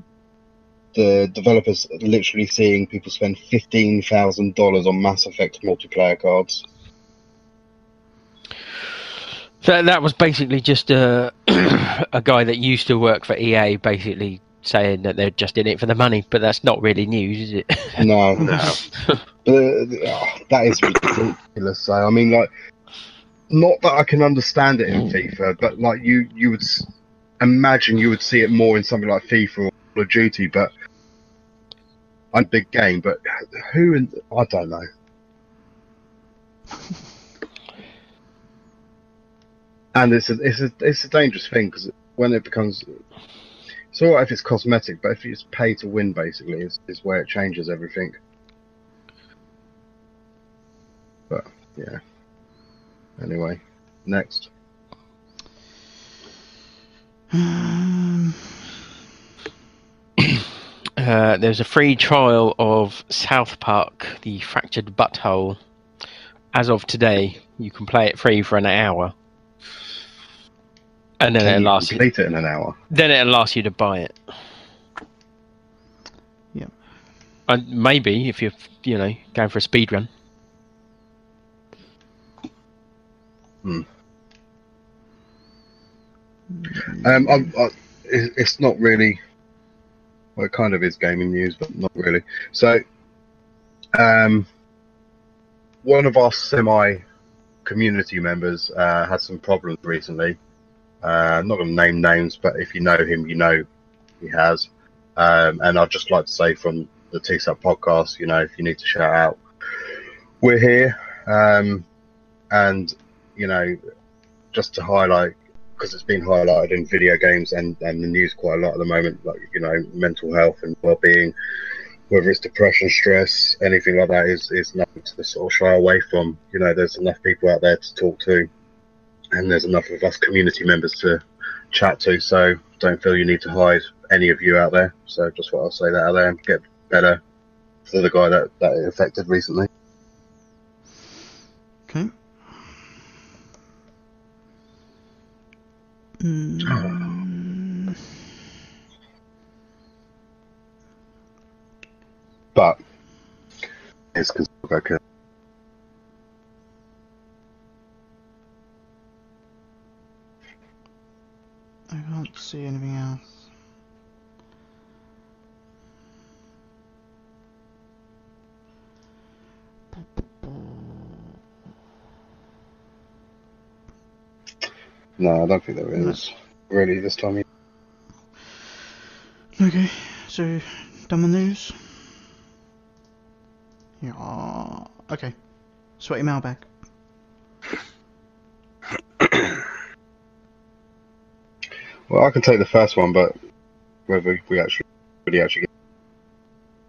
Speaker 6: the developers literally seeing people spend fifteen thousand dollars on Mass Effect multiplayer cards.
Speaker 4: So that was basically just a a guy that used to work for EA, basically saying that they're just in it for the money. But that's not really news, is it?
Speaker 6: No,
Speaker 5: No.
Speaker 6: The- oh, that is ridiculous. So I mean, like, not that I can understand it in FIFA, but like you, you would s- imagine you would see it more in something like FIFA or Call of Duty. But I'm a big game, but who? In, I don't know. And it's a, it's a it's a dangerous thing because when it becomes it's all right if it's cosmetic, but if it's pay to win, basically, is, is where it changes everything. But yeah. Anyway, next.
Speaker 3: Um,
Speaker 4: Uh, there's a free trial of South Park: The Fractured Butthole. As of today, you can play it free for an hour, and then
Speaker 6: Can
Speaker 4: it
Speaker 6: you
Speaker 4: lasts.
Speaker 6: complete it in an hour.
Speaker 4: Then it'll ask you to buy it.
Speaker 3: Yep.
Speaker 4: And maybe if you're, you know, going for a speed run.
Speaker 6: Um, I'm, I, it- it's not really. Well, it kind of is gaming news, but not really. So, um, one of our semi community members uh, had some problems recently. Uh, I'm not going to name names, but if you know him, you know he has. Um, and I'd just like to say from the TSAP podcast, you know, if you need to shout out, we're here. Um, and, you know, just to highlight, because it's been highlighted in video games and, and the news quite a lot at the moment, like, you know, mental health and well being, whether it's depression, stress, anything like that, is, is nothing to sort of shy away from. You know, there's enough people out there to talk to, and there's enough of us community members to chat to, so don't feel you need to hide any of you out there. So just what I'll say that out there and get better for the guy that, that it affected recently.
Speaker 3: okay. Hmm. Mm,
Speaker 6: But it's considered okay.
Speaker 3: I can't see anything else.
Speaker 6: No, I don't think there is really this time.
Speaker 3: Okay, so done with news. Yeah. uh, Okay. Sweaty mailbag.
Speaker 6: Well, I can take the first one, but whether we actually really actually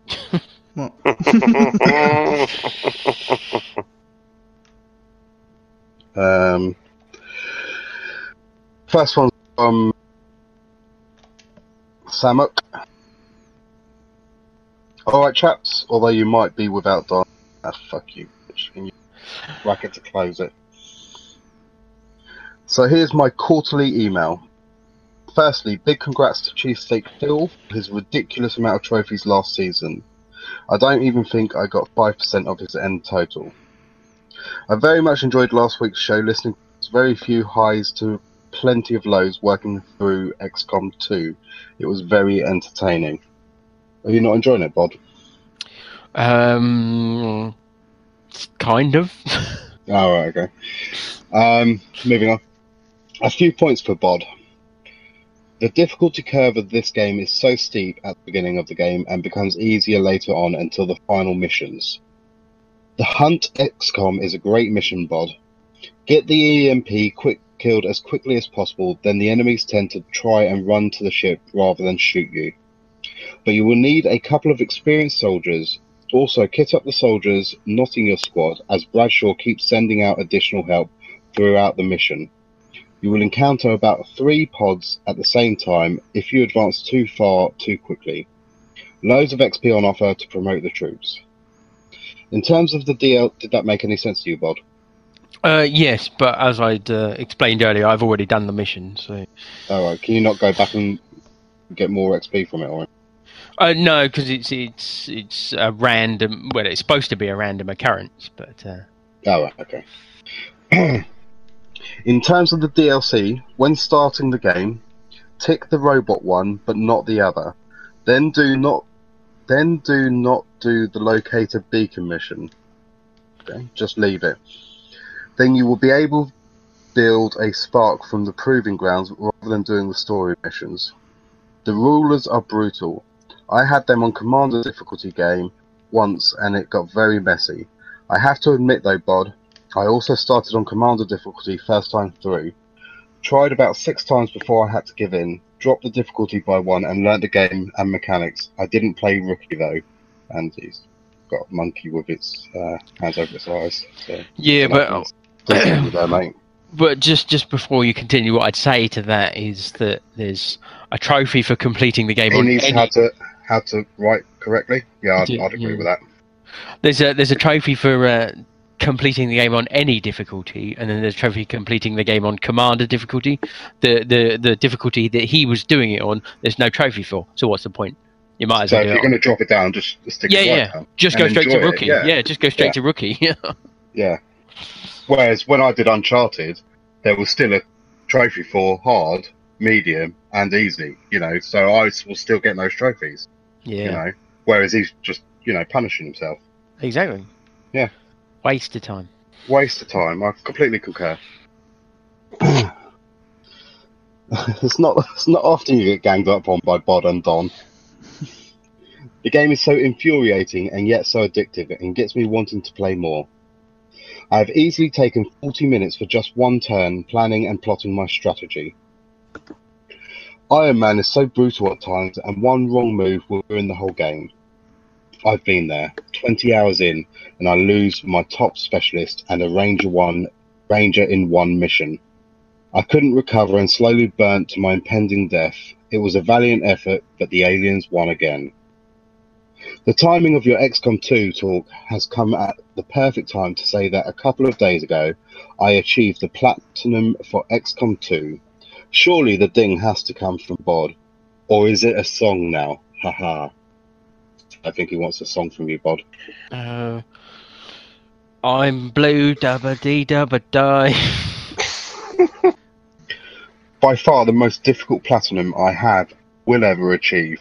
Speaker 6: get
Speaker 3: What?
Speaker 6: Um, first one from Samuk. Alright, chaps, although you might be without Don. Ah, fuck you, bitch. And you racket to close it. So here's my quarterly email. Firstly, big congrats to Cheesesteak Phil for his ridiculous amount of trophies last season. I don't even think I got 5% of his end total. I very much enjoyed last week's show, listening to very few highs to plenty of lows working through XCOM 2. It was very entertaining. Are you not enjoying it, Bod?
Speaker 4: Um, kind of.
Speaker 6: All Oh, right, okay. Um, moving on. A few points for Bod. The difficulty curve of this game is so steep at the beginning of the game and becomes easier later on until the final missions. The Hunt XCOM is a great mission, Bod. Get the EMP quick killed as quickly as possible, then the enemies tend to try and run to the ship rather than shoot you. But you will need a couple of experienced soldiers Also, kit up the soldiers not in your squad as Bradshaw keeps sending out additional help throughout the mission. You will encounter about three pods at the same time if you advance too far too quickly. Loads of XP on offer to promote the troops. In terms of the deal, did that make any sense to you, Bod?
Speaker 4: Uh, yes, but as I'd uh, explained earlier, I've already done the mission, so.
Speaker 6: All right, Oh, can you not go back and get more XP from it? Or
Speaker 4: Uh, no, because it's it's it's a random. Well, it's supposed to be a random occurrence, but uh,
Speaker 6: Oh, right, okay. In terms of the DLC, when starting the game, tick the robot one but not the other. Then do not then do not do the locator beacon mission. Okay, just leave it. Then you will be able to build a spark from the proving grounds rather than doing the story missions. The rulers are brutal. I had them on commander difficulty game once and it got very messy. I have to admit though, Bod, I also started on commander difficulty first time through. Tried about six times before I had to give in, dropped the difficulty by one and learnt the game and mechanics. I didn't play rookie though, and it's got a monkey with its uh, hands over its eyes. So
Speaker 4: yeah, but
Speaker 6: Nothing's- nothing with that, mate.
Speaker 4: But just just before you continue, what I'd say to that is that there's a trophy for completing the game.
Speaker 6: He
Speaker 4: on
Speaker 6: needs
Speaker 4: any-
Speaker 6: how to how to write correctly. Yeah, I'd,
Speaker 4: Yeah,
Speaker 6: I'd agree
Speaker 4: yeah.
Speaker 6: with that.
Speaker 4: There's a there's a trophy for uh, completing the game on any difficulty, and then there's a trophy completing the game on commander difficulty. The the the difficulty that he was doing it on, there's no trophy for. So what's the point? You might as
Speaker 6: So
Speaker 4: well.
Speaker 6: if
Speaker 4: do
Speaker 6: you're
Speaker 4: it
Speaker 6: going to drop it down, just stick
Speaker 4: yeah,
Speaker 6: it right
Speaker 4: yeah.
Speaker 6: down
Speaker 4: Just
Speaker 6: and
Speaker 4: go straight
Speaker 6: enjoy
Speaker 4: to
Speaker 6: it,
Speaker 4: rookie.
Speaker 6: yeah.
Speaker 4: Yeah. just go straight
Speaker 6: Yeah.
Speaker 4: to rookie. Yeah.
Speaker 6: Yeah. Whereas when I did Uncharted, there was still a trophy for hard, medium, and easy. You know, so I s- was still getting those trophies. You know, whereas he's just you know punishing himself.
Speaker 4: Exactly.
Speaker 6: Yeah.
Speaker 4: Waste of time.
Speaker 6: Waste of time. I completely concur. it's not. It's not often you get ganged up on by Bod and Don. The game is so infuriating and yet so addictive and gets me wanting to play more. I have easily taken 40 minutes for just one turn planning and plotting my strategy. Iron Man is so brutal at times, and one wrong move will ruin the whole game. I've been there, 20 hours in, and I lose my top specialist and a Ranger one Ranger in one mission. I couldn't recover and slowly burnt to my impending death. It was a valiant effort, but the aliens won again. The timing of your XCOM 2 talk has come at the perfect time to say that a couple of days ago I achieved the platinum for XCOM 2. Surely the ding has to come from Bod. Or is it a song now? Haha. I think he wants a song from you, Bod.
Speaker 4: Uh, I'm blue, dubba dee dubba die.
Speaker 6: by far the most difficult platinum I have will ever achieve.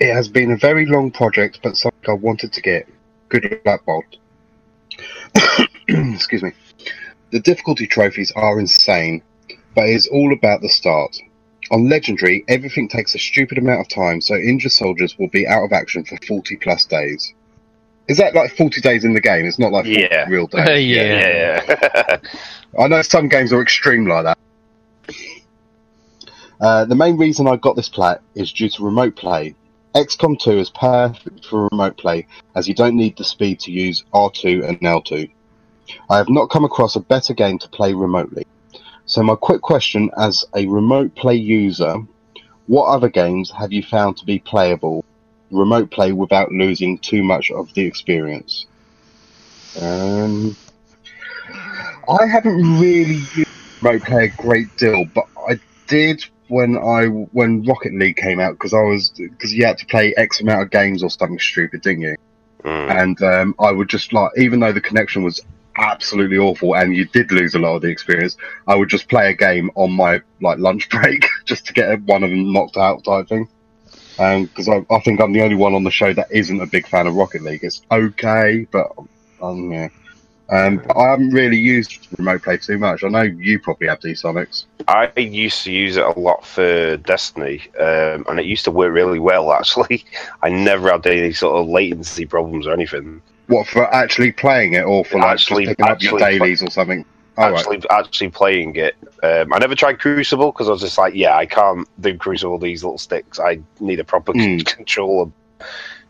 Speaker 6: It has been a very long project, but something I wanted to get. Good luck, Bolt. Excuse me. The difficulty trophies are insane, but it is all about the start. On Legendary, everything takes a stupid amount of time, so injured soldiers will be out of action for 40 plus days. Is that like 40 days in the game? It's not like 40
Speaker 5: Yeah.
Speaker 6: real days.
Speaker 4: Yeah.
Speaker 5: Yeah.
Speaker 6: I know some games are extreme like that. Uh, the main reason I got this plat is due to remote play. XCOM 2 is perfect for remote play as you don't need the speed to use R2 and L2. I have not come across a better game to play remotely. So, my quick question as a remote play user what other games have you found to be playable remote play without losing too much of the experience? Um, I haven't really used remote play a great deal, but I did when I when Rocket League came out because I was because you had to play X amount of games or something stupid, didn't you?
Speaker 5: Mm.
Speaker 6: And um, I would just like, even though the connection was absolutely awful and you did lose a lot of the experience, I would just play a game on my like lunch break just to get one of them knocked out type thing. Because I, I think I'm the only one on the show that isn't a big fan of Rocket League. It's okay, but um, yeah. Um, but I haven't really used remote play too much. I know you probably have D-Sonics.
Speaker 5: I used to use it a lot for Destiny, um, and it used to work really well. Actually, I never had any sort of latency problems or anything.
Speaker 6: What for actually playing it or for like
Speaker 5: Actually-
Speaker 6: just picking up your
Speaker 5: actually play-
Speaker 6: dailies or something? All right.
Speaker 5: actually, actually playing it. Um, I never tried Crucible because I was just like, yeah, I can't do Crucible with these little sticks. I need a proper
Speaker 6: Mm.
Speaker 5: controller.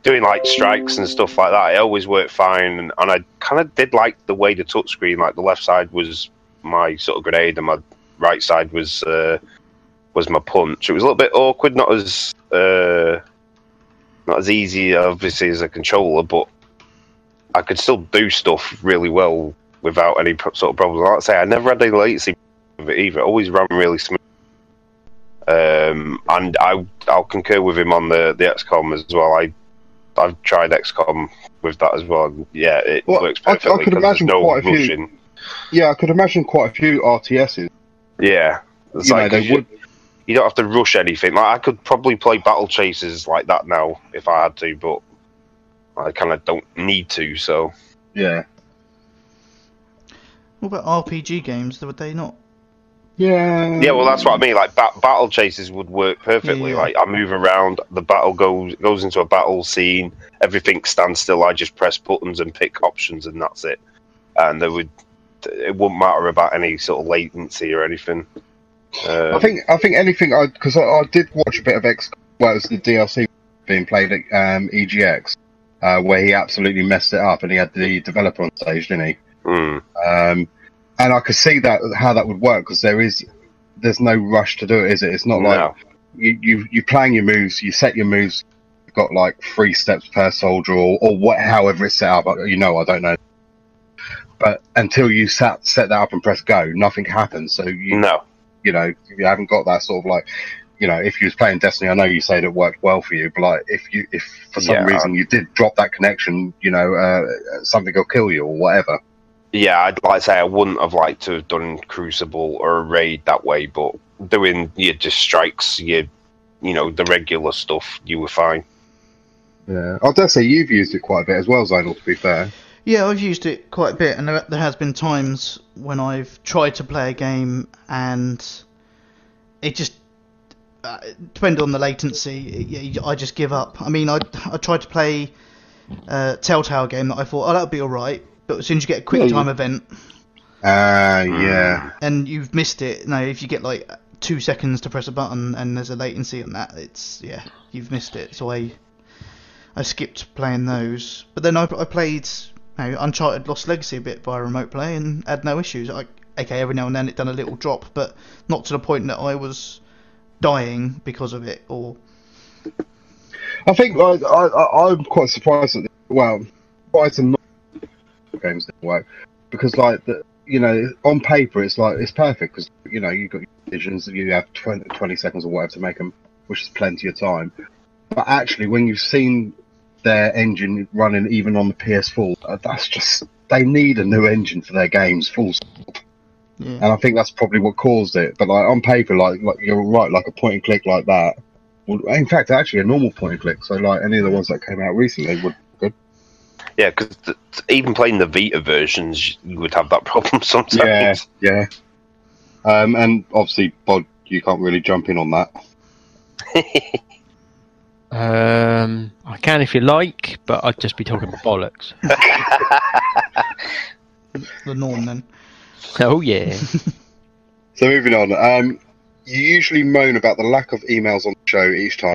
Speaker 5: doing like strikes and stuff like that, it always worked fine. And, and I kind of did like the way the touchscreen, like the left side was my sort of grenade and my right side was uh, was my punch. It was a little bit awkward, not as uh, not as easy obviously as a controller, but I could still do stuff really well without any pro- sort of problems. Like I say, I never had any latency with it either. It always ran really smooth. Um, and I, I'll concur with him on the, the XCOM as well. I, I've tried XCOM with that as well. and Yeah, it
Speaker 6: Well,
Speaker 5: works
Speaker 6: I- I could
Speaker 5: perfectly. 'cause there's
Speaker 6: imagine
Speaker 5: no
Speaker 6: quite a few-
Speaker 5: rushing.
Speaker 6: Yeah, I could imagine quite a few RTSs.
Speaker 5: Yeah, it's
Speaker 6: You know,
Speaker 5: like
Speaker 6: they
Speaker 5: you,
Speaker 6: would-
Speaker 5: you don't have to rush anything. Like I could probably play battle chases like that now if I had to, but I kind of don't need to. So
Speaker 6: Yeah.
Speaker 3: What about RPG games? Would they not?
Speaker 6: Yeah.
Speaker 5: yeah, well, that's what I mean. Like ba- battle chases would work perfectly.
Speaker 3: Yeah.
Speaker 5: Like I move around, the battle goes goes into a battle scene. Everything stands still. I just press buttons and pick options, and that's it. And there would it wouldn't matter about any sort of latency or anything. Um,
Speaker 6: I think I think anything I because I, I did watch a bit of X. Well, it was the DLC being played at um, EGX, uh, where he absolutely messed it up, and he had the developer on stage, didn't he?
Speaker 5: mm,
Speaker 6: Um, and I could see that how that would work because there is there's no rush to do it, is it? It's not like
Speaker 5: no.
Speaker 6: you you you plan your moves, you set your moves. You've got like three steps per soldier, or or what, however it's set up. I- You know, I don't know. But until you sat, set that up and press go, nothing happens. So you
Speaker 5: no.
Speaker 6: you know, you haven't got that sort of like, you know, if you was playing Destiny, I know you said it worked well for you, but like if you, if for some
Speaker 5: Yeah.
Speaker 6: reason you did drop that connection, you know, uh, something will kill you or whatever.
Speaker 5: yeah, I'd like to say I wouldn't have liked to have done Crucible or a raid that way, but doing your just strikes, your you know the regular stuff, you were fine.
Speaker 6: Yeah, I dare say you've used it quite a bit as well, Zonal. To be fair,
Speaker 3: Yeah, I've used it quite a bit, and there, there has been times when I've tried to play a game and it just uh, depend on the latency. it- yeah, I just give up. I mean, I I tried to play a Telltale game that I thought, oh, that'll be all right, but as soon as you get a quick time event
Speaker 6: uh, yeah,
Speaker 3: and you've missed it, no, if you get like two seconds to press a button and there's a latency on that, it's yeah, you've missed it. So I I skipped playing those, but then I, I played you know, Uncharted Lost Legacy a bit by remote play and had no issues. I, okay, every now and then it done a little drop, but not to the point that I was dying because of it or
Speaker 6: I think like, I, I I'm quite surprised that well, why some not- games didn't work because like the, you know on paper it's like it's perfect because you know you've got your decisions you have 20, 20 seconds or whatever to make them, which is plenty of time. But actually, when you've seen their engine running even on the PS4, uh, that's just they need a new engine for their games. Full stop.
Speaker 3: yeah.
Speaker 6: And I think that's probably what caused it. But like on paper, like, like you're right, like a point and click like that. Would, in fact, actually, a normal point and click. So like any of the ones that came out recently would good.
Speaker 5: Yeah, because even playing the Vita versions, you would have that problem sometimes.
Speaker 6: Yeah, yeah. Um, and obviously, Bod, you can't really jump in on that.
Speaker 4: Um, I can if you like, but I'd just be talking bollocks.
Speaker 3: the norm then.
Speaker 4: oh yeah.
Speaker 6: So moving on. Um, you usually moan about the lack of emails on the show each time,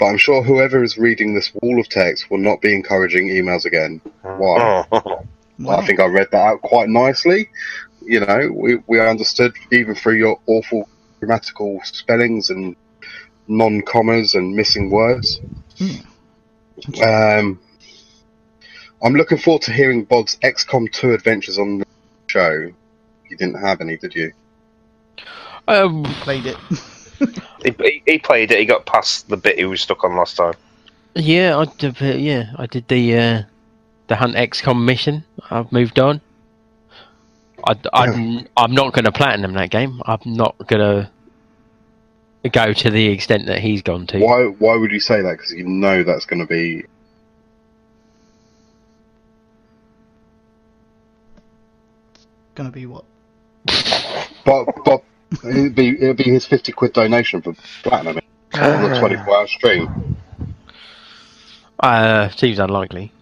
Speaker 6: but I'm sure whoever is reading this wall of text will not be encouraging emails again. Why?
Speaker 5: Oh,
Speaker 6: Well, I think I read that out quite nicely. You know, we, we understood even through your awful grammatical spellings and non commas and missing words. Um, I'm looking forward to hearing Bod's XCOM 2 adventures on the show. You didn't have any, did you?
Speaker 4: Um,
Speaker 3: played it.
Speaker 5: he, he- he played it. He got past the bit he was stuck on last time.
Speaker 4: yeah, I did, uh, yeah, I did the uh, the Hunt XCOM mission. I've moved on. I, am I'm not going to platinum that game. I'm not going to go to the extent that he's gone to.
Speaker 6: Why Why would you say that? Because you know that's going to be.
Speaker 3: Gonna be what?
Speaker 6: But, but it'd, be, it'd be his 50 quid donation for Platinum on the 24 hour stream.
Speaker 4: Uh, seems unlikely.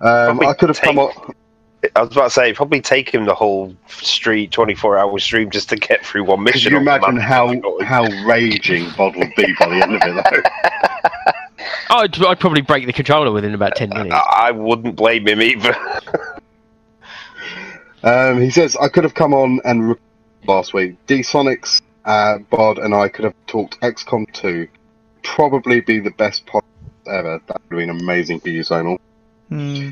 Speaker 6: Um, I could have come
Speaker 5: take-
Speaker 6: up.
Speaker 5: I was about to say, it'd probably take him the whole street, twenty-four hour stream just to get through one
Speaker 6: Could
Speaker 5: mission.
Speaker 6: you
Speaker 5: on the
Speaker 6: imagine
Speaker 5: map.
Speaker 6: how how raging Bod would be by the end of it, though?
Speaker 4: I'd, I'd probably break the controller within about
Speaker 6: Uh,
Speaker 4: 10 minutes.
Speaker 5: I, I wouldn't blame him either.
Speaker 6: Um, he says, I could have come on and re- last week. D Sonics, uh, Bod, and I could have talked XCOM 2. Probably be the best podcast ever. That would have been amazing for you, Zonal.
Speaker 3: Hmm.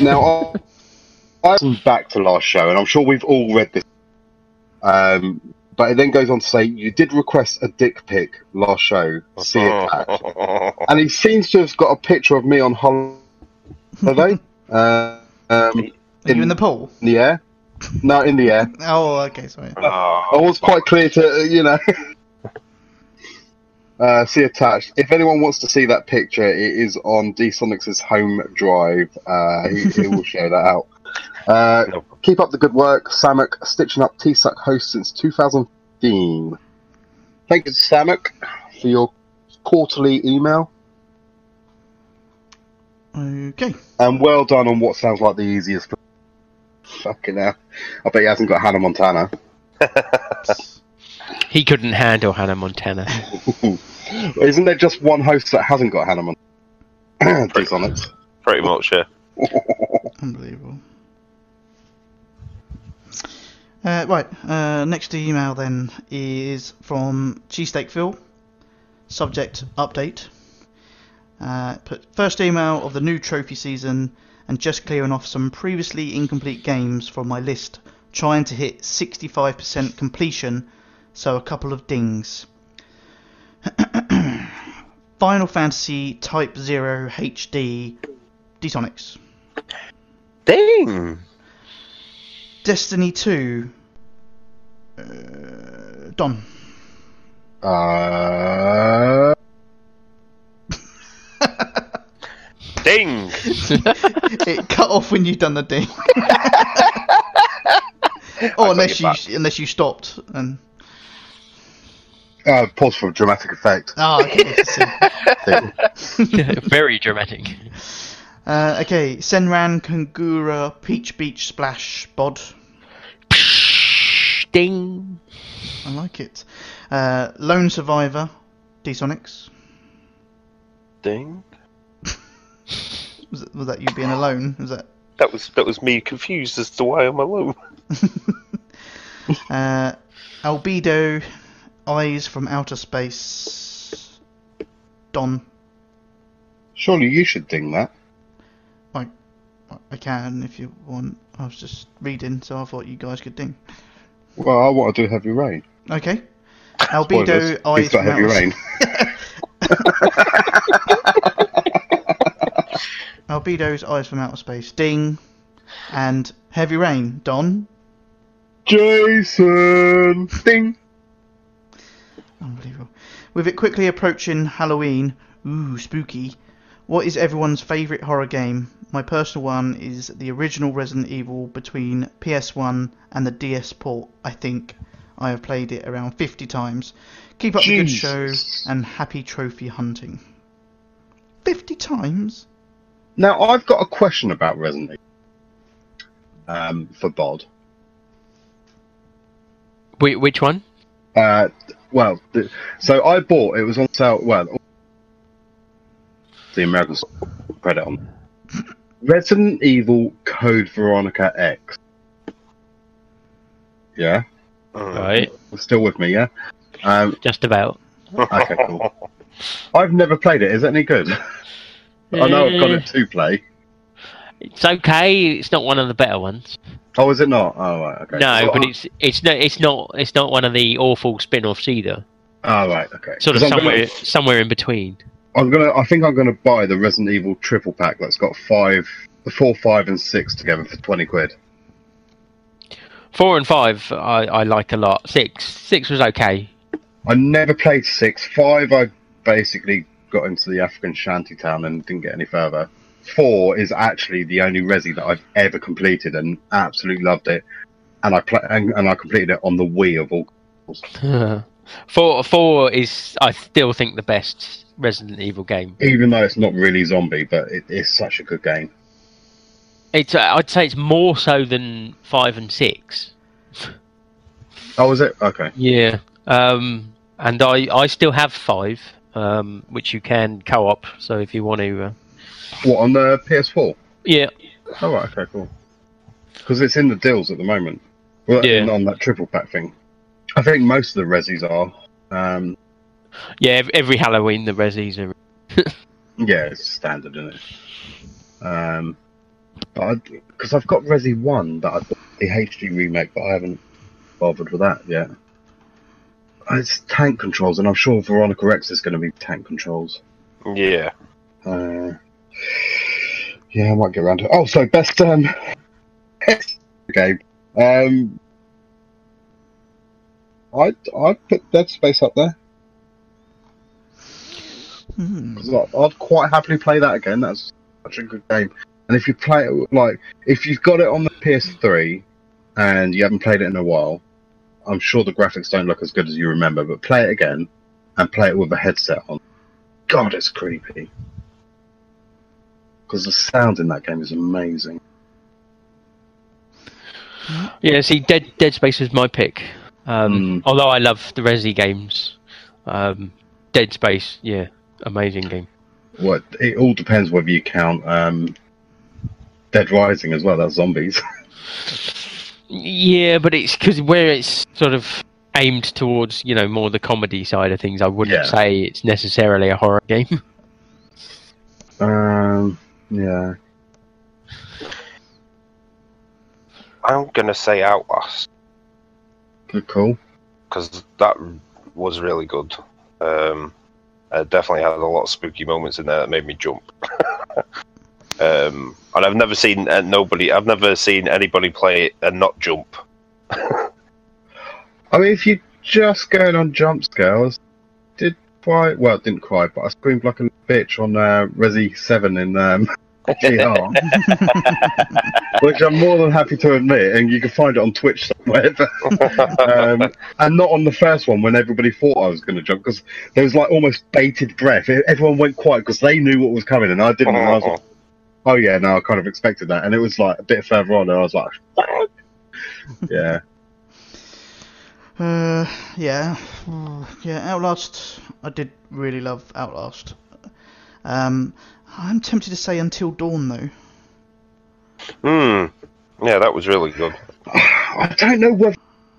Speaker 6: Now, I- I'm back to last show, and I'm sure we've all read this. Um, but it then goes on to say, You did request a dick pic last show. See uh, it back. And he seems to have got a picture of me on holiday. uh, um,
Speaker 3: Are you in the pool?
Speaker 6: in the air? No, in the air.
Speaker 3: Oh, okay, sorry.
Speaker 6: I was
Speaker 5: Oh,
Speaker 6: quite clear to, uh, you know. uh, see attached. If anyone wants to see that picture, it is on DSonics' home drive. Uh, he, he will share that out. Uh,
Speaker 5: No problem.
Speaker 6: keep up the good work, Samuk. Stitching up TSUC hosts since 2015. Thank you, Samuk, for your quarterly email. Uh.
Speaker 3: Okay.
Speaker 6: And well done on what sounds like the easiest. Fucking hell. I bet he hasn't got Hannah Montana.
Speaker 4: He couldn't handle Hannah Montana.
Speaker 6: Isn't there just one host that hasn't got Hannah Montana? Dishonest.
Speaker 5: Pretty much, yeah.
Speaker 3: Unbelievable. Uh, right, uh, next email then is from Cheesesteak Phil. Subject update. Uh, put first email of the new trophy season and just clearing off some previously incomplete games from my list, trying to hit 65% completion, so a couple of dings. Final Fantasy Type 0 HD Detonics.
Speaker 5: Ding!
Speaker 3: Destiny 2. Uh, Don.
Speaker 6: Uh,
Speaker 5: Ding!
Speaker 3: It cut off when you'd done the ding. or unless you
Speaker 5: back.
Speaker 3: unless you stopped and
Speaker 6: uh, pause for dramatic effect.
Speaker 3: ah okay. I see.
Speaker 4: Very dramatic.
Speaker 3: Uh, okay, Senran Kangura Peach Beach Splash Bod.
Speaker 4: Ding.
Speaker 3: I like it. Uh, Lone Survivor Dsonics.
Speaker 5: Ding!
Speaker 3: Was, was that you being alone? Was that
Speaker 5: That was that was me confused as to why I'm alone.
Speaker 3: Uh, Albedo, Eyes from Outer Space, Don.
Speaker 6: Surely you should ding that.
Speaker 3: I, I can if you want. I was just reading, so I thought you guys could ding.
Speaker 6: Well, I want to do heavy rain.
Speaker 3: Okay.
Speaker 6: Spoilers.
Speaker 3: Albedo, Eyes
Speaker 6: It's not
Speaker 3: from
Speaker 6: heavy
Speaker 3: Outer
Speaker 6: rain.
Speaker 3: Albedo's Eyes from Outer Space, ding. And Heavy Rain, Don.
Speaker 6: Jason, ding.
Speaker 3: Unbelievable. With it quickly approaching Halloween, ooh, spooky. What is everyone's favourite horror game? My personal one is the original Resident Evil between PS1 and the DS port, I think. I have played it around 50 times. Keep up the good
Speaker 6: Jesus.
Speaker 3: show and happy trophy hunting. 50 times?
Speaker 6: Now I've got a question about Resident Evil. Um, for Bod.
Speaker 4: Wait, which one?
Speaker 6: Uh, well, th- so I bought it was on sale. Well, the American s- credit on Resident Evil Code Veronica X. Yeah,
Speaker 4: Right.
Speaker 6: still with me. Yeah. Um,
Speaker 4: Just about.
Speaker 6: okay, cool. I've never played it. Is it any good? I know Oh, I've got it to play.
Speaker 4: It's okay. It's not one of the better ones.
Speaker 6: Oh, is it not? Oh, right. Okay.
Speaker 4: No,
Speaker 6: Well,
Speaker 4: but it's it's no it's not it's not one of the awful spin-offs either.
Speaker 6: Oh, right. Okay.
Speaker 4: Sort of
Speaker 6: 'Cause I'm gonna-
Speaker 4: somewhere somewhere in between.
Speaker 6: I'm gonna. I think I'm gonna buy the Resident Evil triple pack that's got five, four, five, and six together for twenty quid.
Speaker 4: Four and five, I, I like a lot. Six six was okay.
Speaker 6: I never played six. Five, I basically got into the African shanty town and didn't get any further. Four is actually the only Resi that I've ever completed and absolutely loved it. And I play and, and I completed it on the Wii of all.
Speaker 4: four four is I still think the best Resident Evil game.
Speaker 6: Even though it's not really zombie, but it, it's such a good game.
Speaker 4: It's uh, I'd say it's more so than five and six.
Speaker 6: Oh, is it okay?
Speaker 4: Yeah. Um, and I I still have five. um, which you can co-op. So if you want to, uh,
Speaker 6: What on the PS4?
Speaker 4: yeah,
Speaker 6: Oh, right, okay, cool. Because it's in the deals at the moment. Well,
Speaker 4: Yeah.
Speaker 6: and on that triple pack thing. I think most of the resis are. Um,
Speaker 4: yeah, ev- every Halloween the resis are.
Speaker 6: yeah, it's standard, isn't it? Um, because I've got Resi One that I bought the HD remake, but I haven't bothered with that yet. Uh, It's tank controls, and I'm sure Veronica X is going to be tank controls.
Speaker 5: Yeah.
Speaker 6: Uh, yeah, I might get around to it. Oh, so best um, best game. Um, I I put Dead Space up there
Speaker 3: Hmm.
Speaker 6: 'cause I- I'd quite happily play that again. That's such a good game. And if you play it with- like if you've got it on the PS3 and you haven't played it in a while, I'm sure the graphics don't look as good as you remember. But play it again and play it with a headset on. God, it's creepy. Because the sound in that game is amazing.
Speaker 4: Yeah, see, Dead Dead Space was my pick. Um, Although I love the Resi games, um, Dead Space, yeah, amazing game.
Speaker 6: Well, it all depends whether you count um, Dead Rising as well. That's zombies.
Speaker 4: Yeah, but it's because where it's sort of aimed towards, you know, more the comedy side of things. I wouldn't
Speaker 6: Yeah.
Speaker 4: say it's necessarily a horror game.
Speaker 6: um, yeah.
Speaker 5: I'm gonna say Outlast
Speaker 6: Good call.
Speaker 5: because that was really good. Um, I definitely had a lot of spooky moments in there that made me jump. um, and I've never seen uh, nobody. I've never seen anybody play it and not jump.
Speaker 6: I mean, if you're just going on jump scares, did cry. Well, I didn't cry, but I screamed like a little bitch on uh, Resi Seven in um, GR, which I'm more than happy to admit, and you can find it on Twitch somewhere. but, um, and not on the first one when everybody thought I was going to jump because there was like almost bated breath. E- Everyone went quiet because they knew what was coming, and I didn't. And I was like, oh yeah, no, I kind of expected that, and it was like a bit further on, and I was like, "Fuck." yeah.
Speaker 3: Uh, yeah, Mm, yeah. Outlast, I did really love Outlast. Um, I'm tempted to say Until Dawn though.
Speaker 5: Hmm. Yeah, that was really good.
Speaker 6: I don't know whether.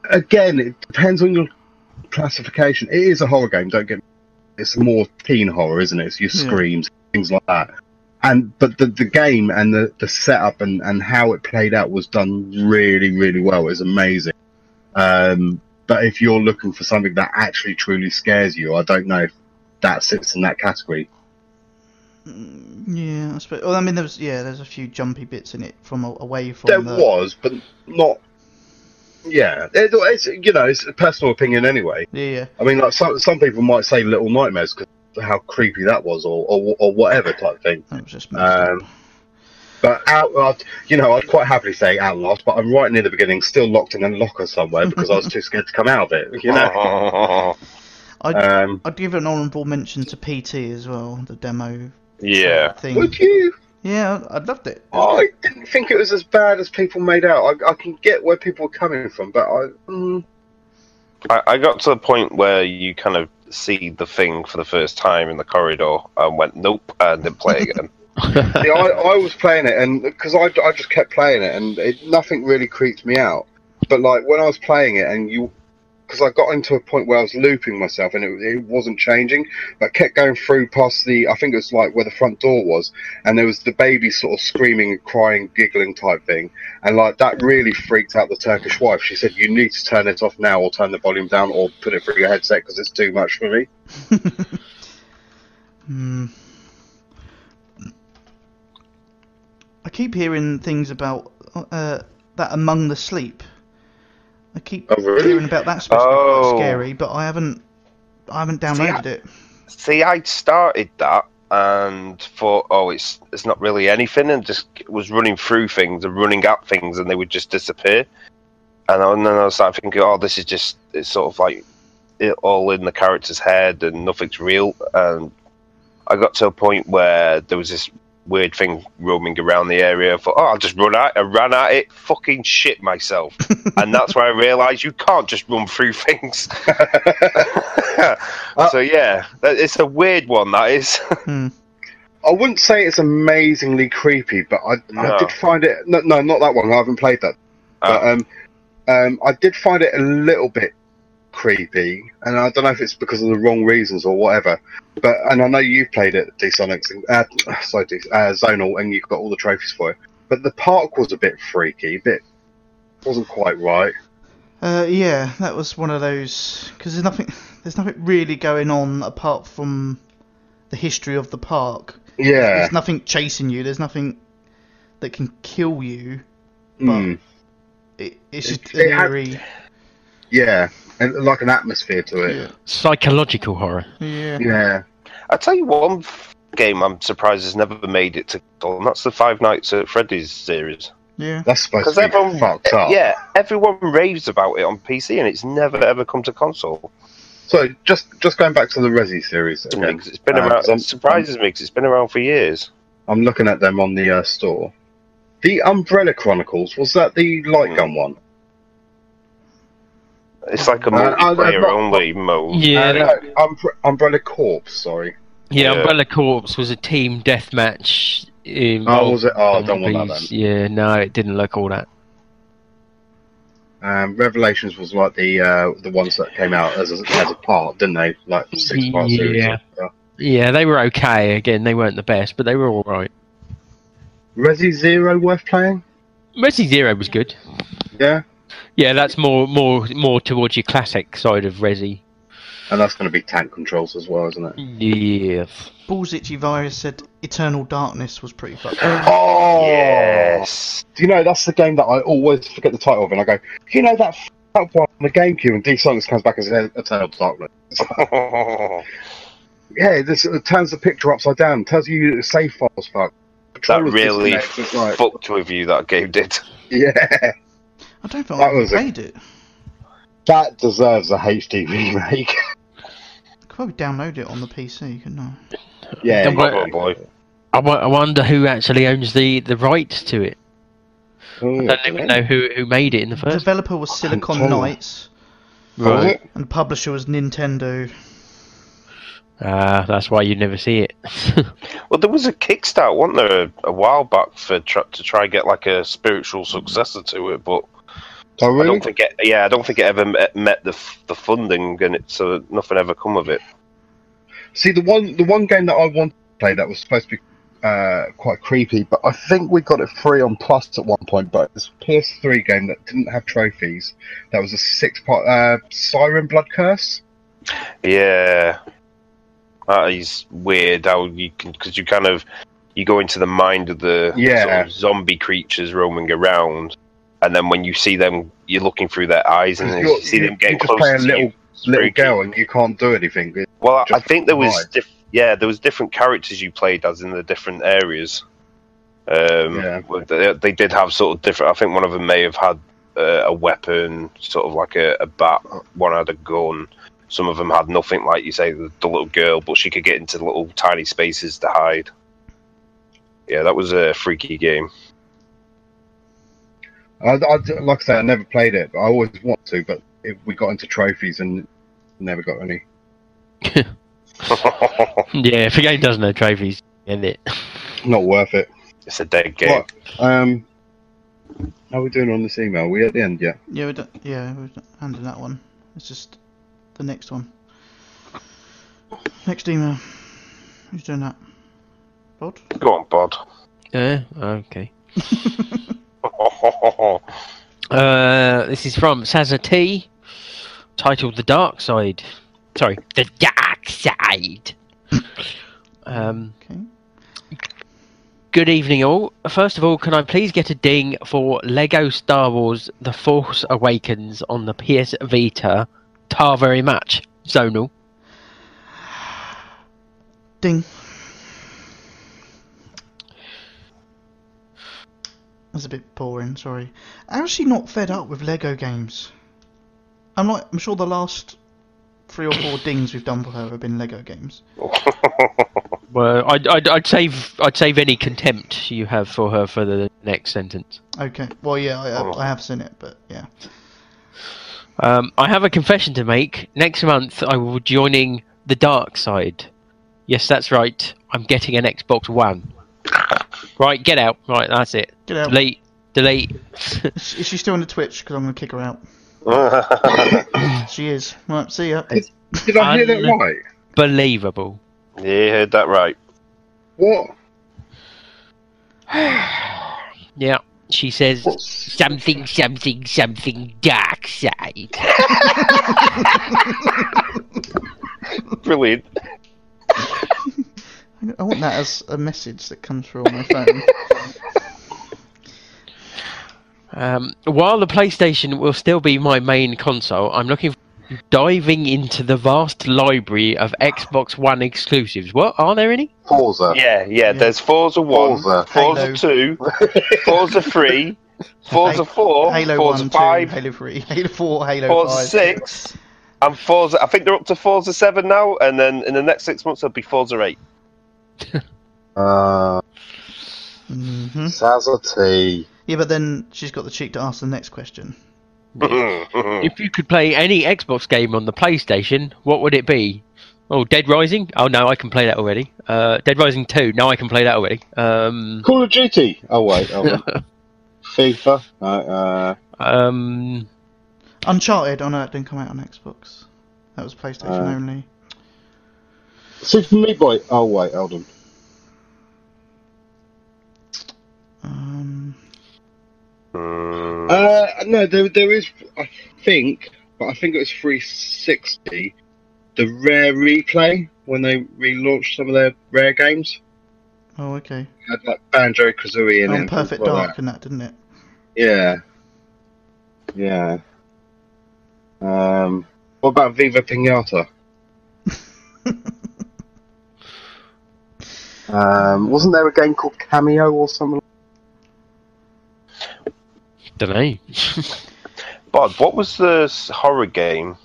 Speaker 6: Again, it depends on your classification. It is a horror game. Don't get. me- It's more teen horror, isn't it? It's your
Speaker 3: Yeah.
Speaker 6: screams, things like that. And but the the game and the the setup and and how it played out was done really really well. It's amazing. Um, but if you're looking for something that actually truly scares you, I don't know if that sits in that category.
Speaker 3: Mm, Yeah, I suppose. Well, I mean, there was yeah, there's a few jumpy bits in it from a- away from
Speaker 6: There
Speaker 3: the.
Speaker 6: was, but not. Yeah, it, it's you know it's a personal opinion anyway.
Speaker 3: Yeah, yeah.
Speaker 6: I mean, like some some people might say Little Nightmares because how creepy that was, or or, or whatever type thing.
Speaker 3: That was just. messed up.
Speaker 6: Um, but Outlast, you know, I'd quite happily say Outlast, but I'm right near the beginning, still locked in a locker somewhere because I was too scared to come out of it. You know,
Speaker 3: I'd,
Speaker 6: um,
Speaker 3: I'd give an honourable mention to PT as well, the demo uh,
Speaker 5: yeah.
Speaker 3: thing.
Speaker 6: would you?
Speaker 3: Yeah, I I loved it.
Speaker 6: I didn't think it was as bad as people made out. I, I can get where people are coming from, but I, mm,
Speaker 5: I, I got to the point where you kind of see the thing for the first time in the corridor and went nope and didn't play again.
Speaker 6: See, I, I was playing it, and because I, I just kept playing it, and it, nothing really creeped me out. But like when I was playing it, and you, because I got into a point where I was looping myself, and it, it wasn't changing, but I kept going through past the, I think it was like where the front door was, and there was the baby sort of screaming and crying, giggling type thing, and like that really freaked out the Turkish wife. She said, "You need to turn it off now, or turn the volume down, or put it through your headset because it's too much for me."
Speaker 3: Hmm. I keep hearing things about uh, that Among the Sleep. I keep
Speaker 6: Oh, really?
Speaker 3: hearing about that supposed to be
Speaker 5: Oh.
Speaker 3: quite scary, but I haven't, I haven't downloaded it.
Speaker 5: See, I started that and thought, oh, it's it's not really anything, and just was running through things and running at things, and they would just disappear. And, I, and then I started thinking, oh, this is just it's sort of like it all in the character's head, and nothing's real. And I got to a point where there was this weird thing roaming around the area. I thought, oh, I'll just run at. it. I ran at it, fucking shit myself, and that's where I realised you can't just run through things.
Speaker 6: Uh,
Speaker 5: so yeah, that, it's a weird one. That is.
Speaker 6: I wouldn't say it's amazingly creepy, but I,
Speaker 5: No. Ah.
Speaker 6: I did find it. No, no, not that one. I haven't played that. But um, um, I did find it a little bit creepy, and I don't know if it's because of the wrong reasons or whatever. But and I know you've played it, Dsonics, and uh, sorry, D, uh, Zonal, and you've got all the trophies for it. But the park was a bit freaky, a bit wasn't quite right.
Speaker 3: Uh, yeah, that was one of those because there's nothing, there's nothing really going on apart from the history of the park.
Speaker 6: Yeah,
Speaker 3: There's nothing chasing you. There's nothing that can kill you.
Speaker 6: Mm.
Speaker 3: It, it's
Speaker 6: It-
Speaker 3: just
Speaker 6: it had-
Speaker 3: eerie.
Speaker 6: yeah, and like an atmosphere to it.
Speaker 4: Psychological horror.
Speaker 3: Yeah.
Speaker 6: Yeah,
Speaker 5: I tell you one f- game I'm surprised has never made it to console, and that's the Five Nights at Freddy's series.
Speaker 3: Yeah.
Speaker 6: that's supposed
Speaker 5: Because
Speaker 6: to be
Speaker 5: everyone,
Speaker 6: fucked up.
Speaker 5: yeah, everyone raves about it on PC, and it's never ever come to console.
Speaker 6: So just just going back to the Resi series
Speaker 5: to me,
Speaker 6: again,
Speaker 5: 'cause it's been
Speaker 6: Um,
Speaker 5: around.
Speaker 6: some-
Speaker 5: it surprises me because it's been around for years.
Speaker 6: I'm looking at them on the uh, store. The Umbrella Chronicles was that the
Speaker 5: Hmm.
Speaker 6: light gun one?
Speaker 5: It's like a
Speaker 6: Uh, I- I'm
Speaker 5: multiplayer
Speaker 6: not-
Speaker 5: only mode.
Speaker 6: Uh,
Speaker 4: Yeah,
Speaker 6: no, Umbre- Umbrella Corpse. Sorry.
Speaker 4: yeah.
Speaker 5: yeah.
Speaker 4: Umbrella Corpse was a team deathmatch.
Speaker 6: Oh,
Speaker 4: involved
Speaker 6: was it? Oh, I don't want that
Speaker 4: zombies. Yeah, no, it didn't look all that.
Speaker 6: then. Um, Revelations was like the uh, the ones that came out as a, as a part, didn't they? Like six part series.
Speaker 4: Yeah. Yeah, they were okay. Again, they weren't the best, but they were all right.
Speaker 6: Resi Zero worth playing?
Speaker 4: Resi Zero was good.
Speaker 6: Yeah,
Speaker 4: Yeah, that's more more more towards your classic side of Resi.
Speaker 6: and that's going to be tank controls as well, isn't it?
Speaker 4: Yes.
Speaker 3: Balls Itchy Virus said Eternal Darkness was pretty fucked up.
Speaker 6: Oh,
Speaker 5: Yes.
Speaker 6: Do you know that's the game that I always forget the title of, and I go, you know that f- up one on the GameCube, and D Sonics comes back and says Eternal Darkness.
Speaker 5: that
Speaker 6: Yeah, this it turns the picture upside down. Tells you the save files fuck. Controllers
Speaker 5: really
Speaker 6: disconnect, it's like-
Speaker 5: fucked with you. That game did.
Speaker 6: yeah,
Speaker 3: I don't think
Speaker 6: That
Speaker 3: I
Speaker 6: was a-
Speaker 3: played it.
Speaker 6: that deserves a HD remake.
Speaker 3: I could probably download it on the PC, couldn't I?
Speaker 6: yeah,
Speaker 4: And what-
Speaker 5: Oh boy.
Speaker 4: I, wo- I wonder who actually owns the, the rights to it.
Speaker 6: Oh,
Speaker 4: I don't even know who, who made it in the
Speaker 3: The
Speaker 4: first
Speaker 3: developer was Silicon
Speaker 6: tell.
Speaker 3: Knights,
Speaker 6: Right.
Speaker 3: and the publisher was Nintendo.
Speaker 4: Ah, that's why you never see it.
Speaker 5: Well, there was a Kickstart, wasn't there, a, a while back for tr- to try and get like a spiritual successor to it, but
Speaker 6: Oh,
Speaker 5: I
Speaker 6: really?
Speaker 5: don't think it. Yeah, I don't think it ever met, met the f- the funding, and it so nothing ever come of it.
Speaker 6: See, the one the one game that I wanted to play that was supposed to be uh, quite creepy, but I think we got it free on Plus at one point. But it's a PS3 game that didn't have trophies. That was a six part uh, Siren Blood Curse.
Speaker 5: Yeah, that is weird. How you can because you kind of you go into the mind of the
Speaker 6: Yeah.
Speaker 5: sort of zombie creatures roaming around, and then when you see them, you're looking through their eyes, and then Mm, you
Speaker 6: You're-
Speaker 5: see them getting
Speaker 6: just
Speaker 5: closer.
Speaker 6: play a
Speaker 5: to you.
Speaker 6: little little
Speaker 5: freaky.
Speaker 6: girl and you can't do anything.
Speaker 5: Well, I- I
Speaker 6: just
Speaker 5: think there was
Speaker 6: vibe.
Speaker 5: diff- yeah, there was different characters you played as in the different areas. Um,
Speaker 6: Yeah.
Speaker 5: well, they, they did have sort of different. I think one of them may have had uh, a weapon, sort of like a, a bat. One had a gun. Some of them had nothing, like you say, the, the little girl, but she could get into little tiny spaces to hide. Yeah, that was a freaky game.
Speaker 6: I, I, like I say, I never played it, but I always want to. But it, we got into trophies and never got any.
Speaker 4: yeah, if a game doesn't have trophies in it.
Speaker 6: Not worth it.
Speaker 5: it's a dead game.
Speaker 6: Right. Um, how are we doing on this email? we at the end yet?
Speaker 3: Yeah, we don't, yeah, we're handing that one. It's just the next one. Next email. Who's doing that? Bod?
Speaker 5: Go on, Bod.
Speaker 4: Yeah, okay. Uh, this is from Sazza T, titled "The Dark Side." Sorry, "The Dark Side." um,
Speaker 3: Okay.
Speaker 4: good evening, all. First of all, can I please get a ding for Lego Star Wars: The Force Awakens on the PS Vita? Tar very much, Zonal.
Speaker 3: Ding. That's a bit boring, sorry. I'm actually not fed up with Lego games. I'm not I'm sure the last three or four dings we've done for her have been Lego games.
Speaker 4: Well, I'd, I'd, I'd save I'd save any contempt you have for her for the next sentence.
Speaker 3: Okay. Well yeah, I, I, I have seen it, but yeah.
Speaker 4: Um, I have a confession to make. Next month, I will be joining the dark side. Yes, that's right. I'm getting an Xbox One. Right, get out. Right, that's it.
Speaker 3: Get out.
Speaker 4: Delete. Delete.
Speaker 3: Is she- is she still on the Twitch? Because I'm going to kick her out. She is. Right, see ya.
Speaker 6: Did I hear that
Speaker 4: Un-
Speaker 6: right?
Speaker 4: Believable.
Speaker 5: yeah, you heard that right.
Speaker 6: What?
Speaker 4: Yeah. She says
Speaker 6: What's-
Speaker 4: something, something, something dark side.
Speaker 5: Brilliant.
Speaker 3: I want that as a message that comes through on my phone.
Speaker 4: Um, while the PlayStation will still be my main console, I'm looking f- diving into the vast library of Xbox One exclusives. What are there any?
Speaker 6: Forza.
Speaker 5: Yeah, yeah, there's Forza 1,
Speaker 6: Forza.
Speaker 5: Forza,
Speaker 3: Halo.
Speaker 5: 2, Forza 3, Forza 4,
Speaker 3: Halo
Speaker 5: Forza
Speaker 3: 1,
Speaker 5: 5,
Speaker 3: 2, Halo 3, Halo 4, Halo
Speaker 5: Forza
Speaker 3: 5.
Speaker 5: 6, and Forza. I think they're up to Forza 7 now, and then in the next six months, there'll be Forza 8.
Speaker 6: Uh,
Speaker 3: hmm
Speaker 6: Sazza T.
Speaker 3: Yeah, but then she's got the cheek to ask the next question.
Speaker 4: If you could play any Xbox game on the PlayStation, what would it be? Oh, Dead Rising? Oh no, I can play that already. Uh, Dead Rising 2? No, I can play that already. Um,
Speaker 6: Call of Duty. Oh wait. Oh, wait. FIFA. Uh, uh,
Speaker 4: um,
Speaker 3: Uncharted, oh no, it didn't come out on Xbox. That was PlayStation
Speaker 6: Uh,
Speaker 3: only.
Speaker 6: Super Meat Boy. Oh wait. Hold on.
Speaker 3: Um,
Speaker 6: Uh, no, there, there is. I think, but I think it was 360. The rare replay when they relaunched some of their rare games
Speaker 3: oh, okay.
Speaker 6: had like Banjo Kazooie in it.
Speaker 3: Oh,
Speaker 6: and
Speaker 3: Perfect
Speaker 6: things like
Speaker 3: Dark and that, didn't it?
Speaker 6: that. Yeah. Yeah. Um. What about Viva Pinata? um. Wasn't there a game called Cameo or something?
Speaker 4: don't know.
Speaker 5: Bod, what was the s- horror game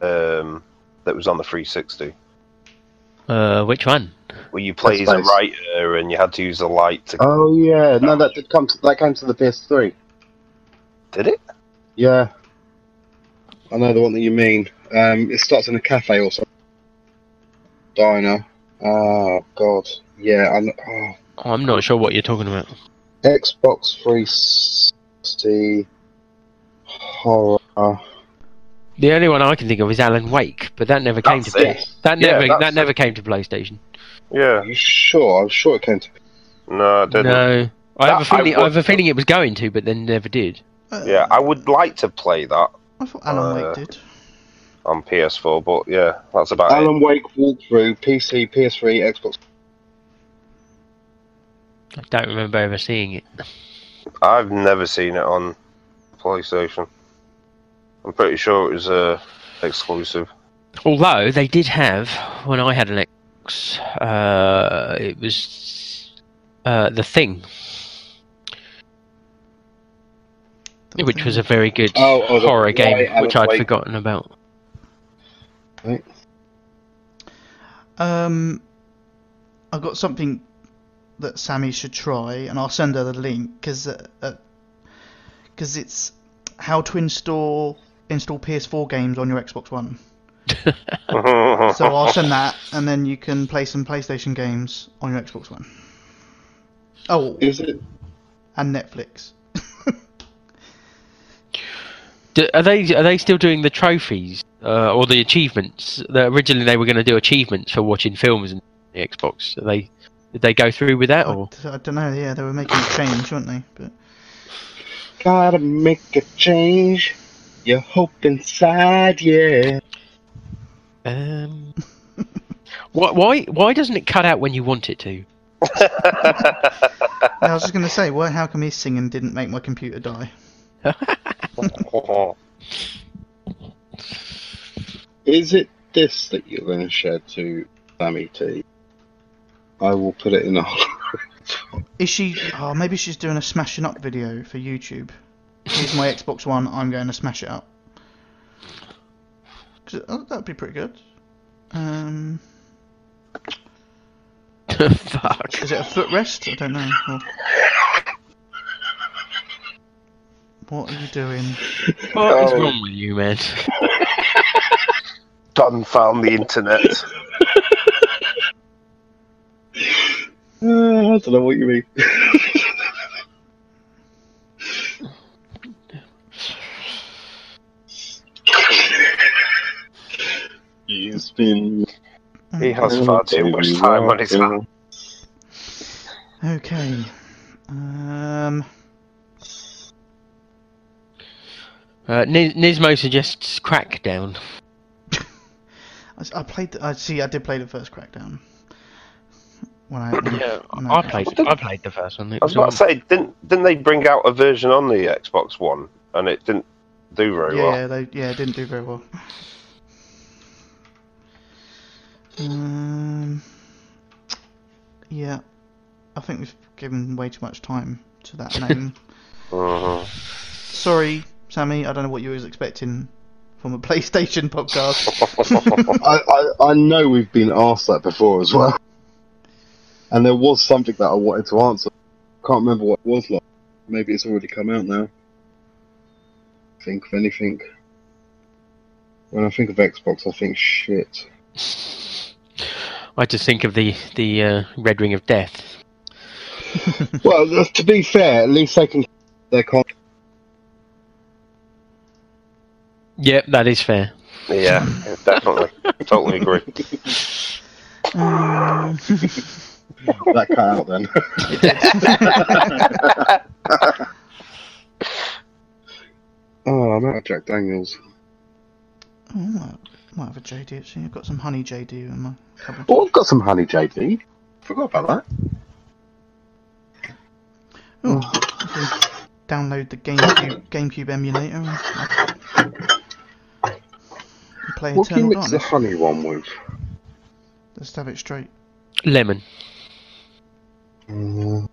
Speaker 5: um, that was on the 360?
Speaker 4: Uh, which one?
Speaker 5: Where you played as a
Speaker 6: Dead Space.
Speaker 5: writer and you had to use the light to.
Speaker 6: Oh yeah. No, that did come. To, that came to the PS3.
Speaker 5: Did it?
Speaker 6: Yeah. I know the one that you mean. Um, it starts in a cafe or something. Diner. Oh, God. Yeah, I'm, oh.
Speaker 4: Oh, I'm not sure what you're talking about.
Speaker 6: Xbox 360 horror.
Speaker 4: The only one I can think of is Alan Wake, but that never came
Speaker 5: That's
Speaker 4: to
Speaker 5: it.
Speaker 4: that
Speaker 5: Yeah,
Speaker 4: never
Speaker 5: that's
Speaker 4: that
Speaker 5: it.
Speaker 4: never came to PlayStation.
Speaker 5: Yeah.
Speaker 6: Are you sure? I'm sure it came to...
Speaker 5: No, I didn't.
Speaker 4: No, I have a
Speaker 5: That I
Speaker 4: feeling I, have a
Speaker 5: would-
Speaker 4: feeling it was going to, but then never did.
Speaker 3: Uh,
Speaker 5: Yeah, I would like to play that
Speaker 3: I thought Alan
Speaker 5: uh,
Speaker 3: Wake did.
Speaker 5: on PS4, but yeah, that's about it.
Speaker 6: Alan Wake walkthrough, PC, PS3, Xbox.
Speaker 4: I don't remember ever seeing it.
Speaker 5: I've never seen it on PlayStation. I'm pretty sure it was uh, exclusive.
Speaker 4: Although they did have when I had an Xbox, uh, it was uh, the thing,
Speaker 3: The
Speaker 4: which
Speaker 3: thing.
Speaker 4: was a very good
Speaker 6: Oh, oh, the-
Speaker 4: horror
Speaker 6: right,
Speaker 4: game,
Speaker 6: Alan
Speaker 4: which I'd
Speaker 6: Wake.
Speaker 4: forgotten about.
Speaker 3: Um, I got something that Sammy should try, and I'll send her the link because it's how to install install PS4 games on your Xbox One. So um, I'll send that, and then you can play some PlayStation games on your Xbox One. Oh,
Speaker 6: Is it?
Speaker 3: and Netflix.
Speaker 4: Do, are they are they still doing the trophies uh, or the achievements? The, originally, they were going to do achievements for watching films and the Xbox. Are they did they go through with that or?
Speaker 3: I, don't know. Yeah, they were making a change, weren't they? But
Speaker 6: Gotta make a change. You hope inside, yeah.
Speaker 4: Um, why, why why doesn't it cut out when you want it to?
Speaker 3: Yeah, I was just gonna say, why? How come his singing didn't make my computer die?
Speaker 6: Is it this that you're going to share to Sammy T? I will put it in a.
Speaker 3: Is she? Oh, maybe she's doing a smashing up video for YouTube. Here's my Xbox One. I'm going to smash it up. 'Cause, oh, that'd be pretty good. Um,
Speaker 4: Fuck.
Speaker 3: is it a footrest? I don't know. Or... What are you doing?
Speaker 4: What is
Speaker 5: Oh.
Speaker 4: wrong with you, man?
Speaker 5: Done found the internet.
Speaker 6: Uh, I don't know what you mean. He's been.
Speaker 5: He has far too much time on his hands.
Speaker 3: Okay. Um.
Speaker 4: Uh, Ni- Nismo suggests Crackdown.
Speaker 3: I s- I played. The, I see. I did play the first Crackdown. When I, when
Speaker 4: Yeah,
Speaker 5: Oh,
Speaker 3: when
Speaker 4: I played. I played the first one. It
Speaker 5: I was
Speaker 4: was
Speaker 5: about
Speaker 4: on-
Speaker 5: to say, didn't didn't they bring out a version on the Xbox One and it didn't do very
Speaker 3: yeah,
Speaker 5: well?
Speaker 3: yeah, they yeah it didn't do very well. Um, yeah, I think we've given way too much time to that name.
Speaker 5: Mhm.
Speaker 3: Sorry, Sammy, I don't know what you was expecting from a PlayStation podcast.
Speaker 6: I, I, I know we've been asked that before as well. And there was something that I wanted to answer. Can't remember what it was like. Maybe it's already come out now. Think of anything. When I think of Xbox, I think shit.
Speaker 4: I just think of the the uh, Red Ring of Death.
Speaker 6: Well, th- to be fair, at least they can. They can't.
Speaker 4: Yep, that is fair.
Speaker 5: yeah, definitely, totally agree.
Speaker 3: Um,
Speaker 6: That cut out then. oh, I'm out of Jack Daniels.
Speaker 3: oh, I might, might have a JD actually. I've got some honey JD in my cupboard.
Speaker 6: Oh, I've got some honey, JD. Forgot about that.
Speaker 3: Oh, I can download the GameCube, GameCube emulator and and play
Speaker 6: What can you
Speaker 3: Eternal
Speaker 6: mix the
Speaker 3: Darkness.
Speaker 6: honey one with?
Speaker 3: Let's have it straight.
Speaker 4: Lemon.
Speaker 6: Mm,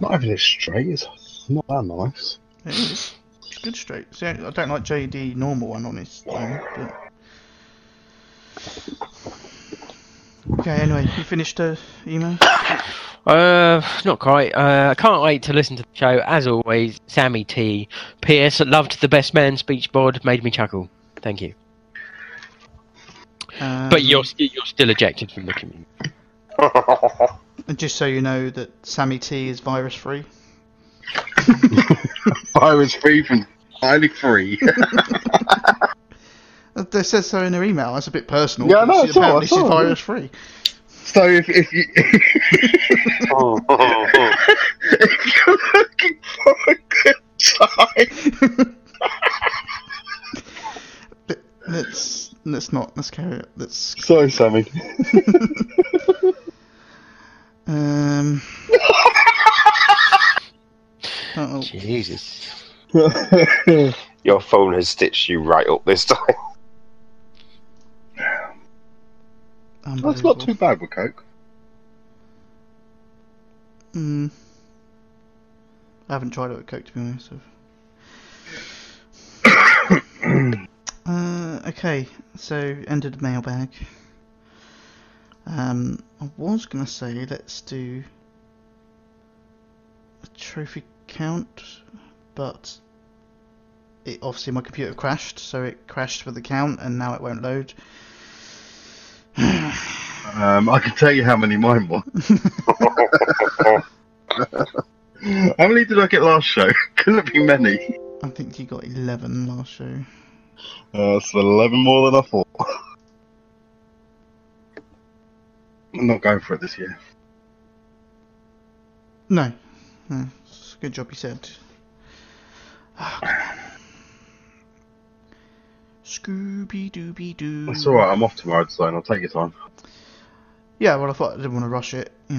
Speaker 6: not having it straight is not that nice.
Speaker 3: It is. It's good straight. See, I I don't like JD normal one on its own. But... Okay, anyway, you finished uh, email?
Speaker 4: Uh, not quite. Uh, I can't wait to listen to the show. As always, Sammy T. P.S. Loved the best man speech board. Made me chuckle. Thank you.
Speaker 3: Um,
Speaker 4: But you're st- you're still ejected from the community.
Speaker 3: Just so you know that Sammy T is virus free.
Speaker 6: I was free from highly free.
Speaker 3: Uh, They said so in their email. That's a bit personal.
Speaker 6: Yeah, I
Speaker 3: but
Speaker 6: know,
Speaker 3: she-
Speaker 6: I saw it, I
Speaker 3: apparently she's
Speaker 6: saw it, yeah.
Speaker 3: virus free.
Speaker 6: so if, if you if you're looking for a good time,
Speaker 3: Let's let's not let's carry it. Let's
Speaker 6: sorry, Sammy.
Speaker 3: um. oh,
Speaker 4: Jesus.
Speaker 6: I've
Speaker 5: Your phone has stitched you right up this time.
Speaker 6: That's not too
Speaker 3: unbelievable.
Speaker 6: bad with Coke.
Speaker 3: Mm. I haven't tried it with Coke to be honest. So. uh, okay, so ended the mailbag. Um, I was gonna say let's do a trophy count, but it obviously my computer crashed, so it crashed with the count, and now it won't load.
Speaker 6: Um, I can tell you how many mine were. how many did I get last show? Couldn't be many.
Speaker 3: I think you got eleven last show.
Speaker 6: Uh, that's 11 more than I thought. I'm not going for it this year.
Speaker 3: No. no. It's a good job you said. Ah, come on. Scooby Dooby Doo.
Speaker 6: It's alright, I'm off tomorrow, so I'll take your time.
Speaker 3: Yeah, well, I thought I didn't want to rush it, you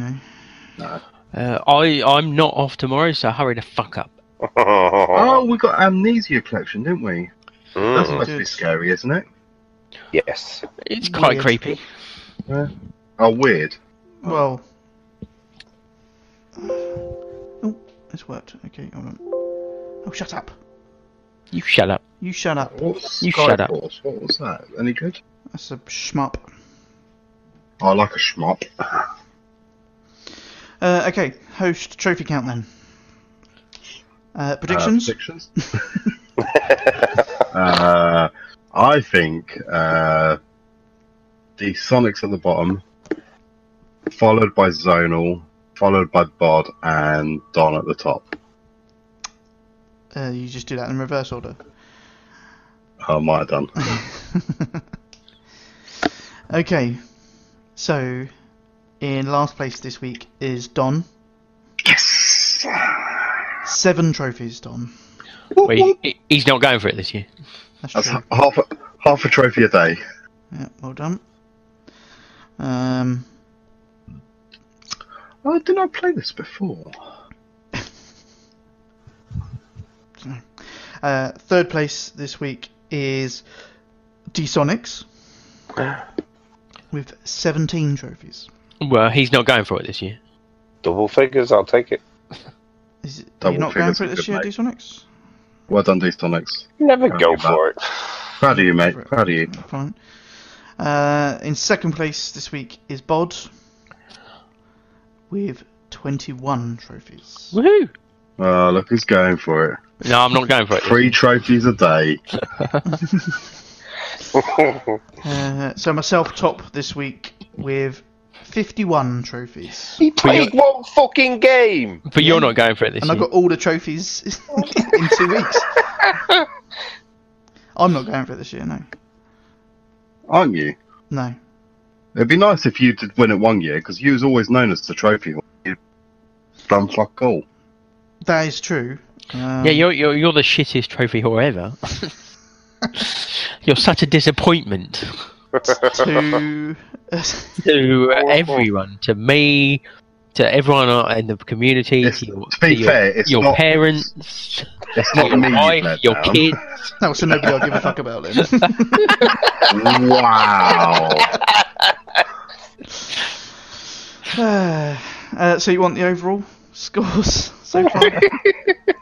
Speaker 3: know.
Speaker 4: Uh, I I'm not off tomorrow, so hurry the fuck up.
Speaker 6: Oh, we got Amnesia Collection, didn't we? That's
Speaker 5: Mm,
Speaker 6: supposed to be
Speaker 3: Good.
Speaker 6: scary, isn't it?
Speaker 5: yes.
Speaker 4: It's
Speaker 3: Weird.
Speaker 4: quite creepy.
Speaker 6: Oh, weird.
Speaker 3: Well. Oh, it's worked. Okay, hold on. Oh, shut up.
Speaker 4: You shut up.
Speaker 3: You shut up.
Speaker 6: What's
Speaker 4: You shut up.
Speaker 6: Skyforce? What was that? Any good? Oh,
Speaker 3: That's a shmup.
Speaker 6: I like a schmop.
Speaker 3: Uh, okay, host trophy count then. Uh,
Speaker 6: Uh,
Speaker 3: predictions?
Speaker 6: predictions? uh, I think uh, the Sonics at the bottom, followed by Zonal, followed by Bod, and Don at the top.
Speaker 3: uh, you just do that in reverse order.
Speaker 6: Oh, I might have done.
Speaker 3: Okay, so in last place this week is Don.
Speaker 6: Yes!
Speaker 3: Seven trophies, Don.
Speaker 4: Well, he- he- he's not going for it this year.
Speaker 3: That's
Speaker 6: That's
Speaker 3: true.
Speaker 6: half a, half a trophy a day.
Speaker 3: Yeah, well done. Um,
Speaker 6: Oh, did I play this before?
Speaker 3: uh, third place this week is D Sonics with 17 trophies.
Speaker 4: Well, he's not going for it this year.
Speaker 5: Double figures, I'll take it.
Speaker 3: Is it, are
Speaker 6: Double
Speaker 3: you not going
Speaker 6: figures
Speaker 3: for it
Speaker 6: is
Speaker 3: this
Speaker 6: good,
Speaker 3: year, D
Speaker 6: mate.
Speaker 3: Sonics?
Speaker 6: Well done, D-Sonics.
Speaker 5: Never
Speaker 6: Can't
Speaker 5: go
Speaker 6: give up.
Speaker 5: for it.
Speaker 6: Proud of you, mate. Proud of you.
Speaker 3: Fine. Uh, in second place this week is Bod with 21 trophies.
Speaker 4: Woohoo!
Speaker 6: Oh, look who's going for it.
Speaker 4: No, I'm not going for it.
Speaker 6: Three trophies a day.
Speaker 3: Uh, so myself top this week with 51 trophies.
Speaker 5: He played one fucking game.
Speaker 4: But you're not going for it this
Speaker 3: And
Speaker 4: year.
Speaker 3: I've got all the trophies in two weeks. I'm not going for it this year, no.
Speaker 6: Aren't you?
Speaker 3: No.
Speaker 6: It'd be nice if you did win it one year, because you was always known as the trophy. one. You've done fuck all.
Speaker 3: That is true. Um,
Speaker 4: Yeah, you're, you're you're the shittiest trophy whore ever. you're such a disappointment
Speaker 3: Um, to
Speaker 4: to uh, everyone, to me, to everyone out in the community,
Speaker 6: It's-
Speaker 4: to your,
Speaker 6: to be
Speaker 4: your,
Speaker 6: fair, it's
Speaker 4: your
Speaker 6: not-
Speaker 4: parents,
Speaker 6: It's not
Speaker 4: your
Speaker 6: me you've
Speaker 4: wife,
Speaker 6: let
Speaker 4: your
Speaker 6: down.
Speaker 4: kids.
Speaker 3: no, so nobody I give a fuck about then.
Speaker 6: Wow.
Speaker 3: uh, so you want the overall scores so far?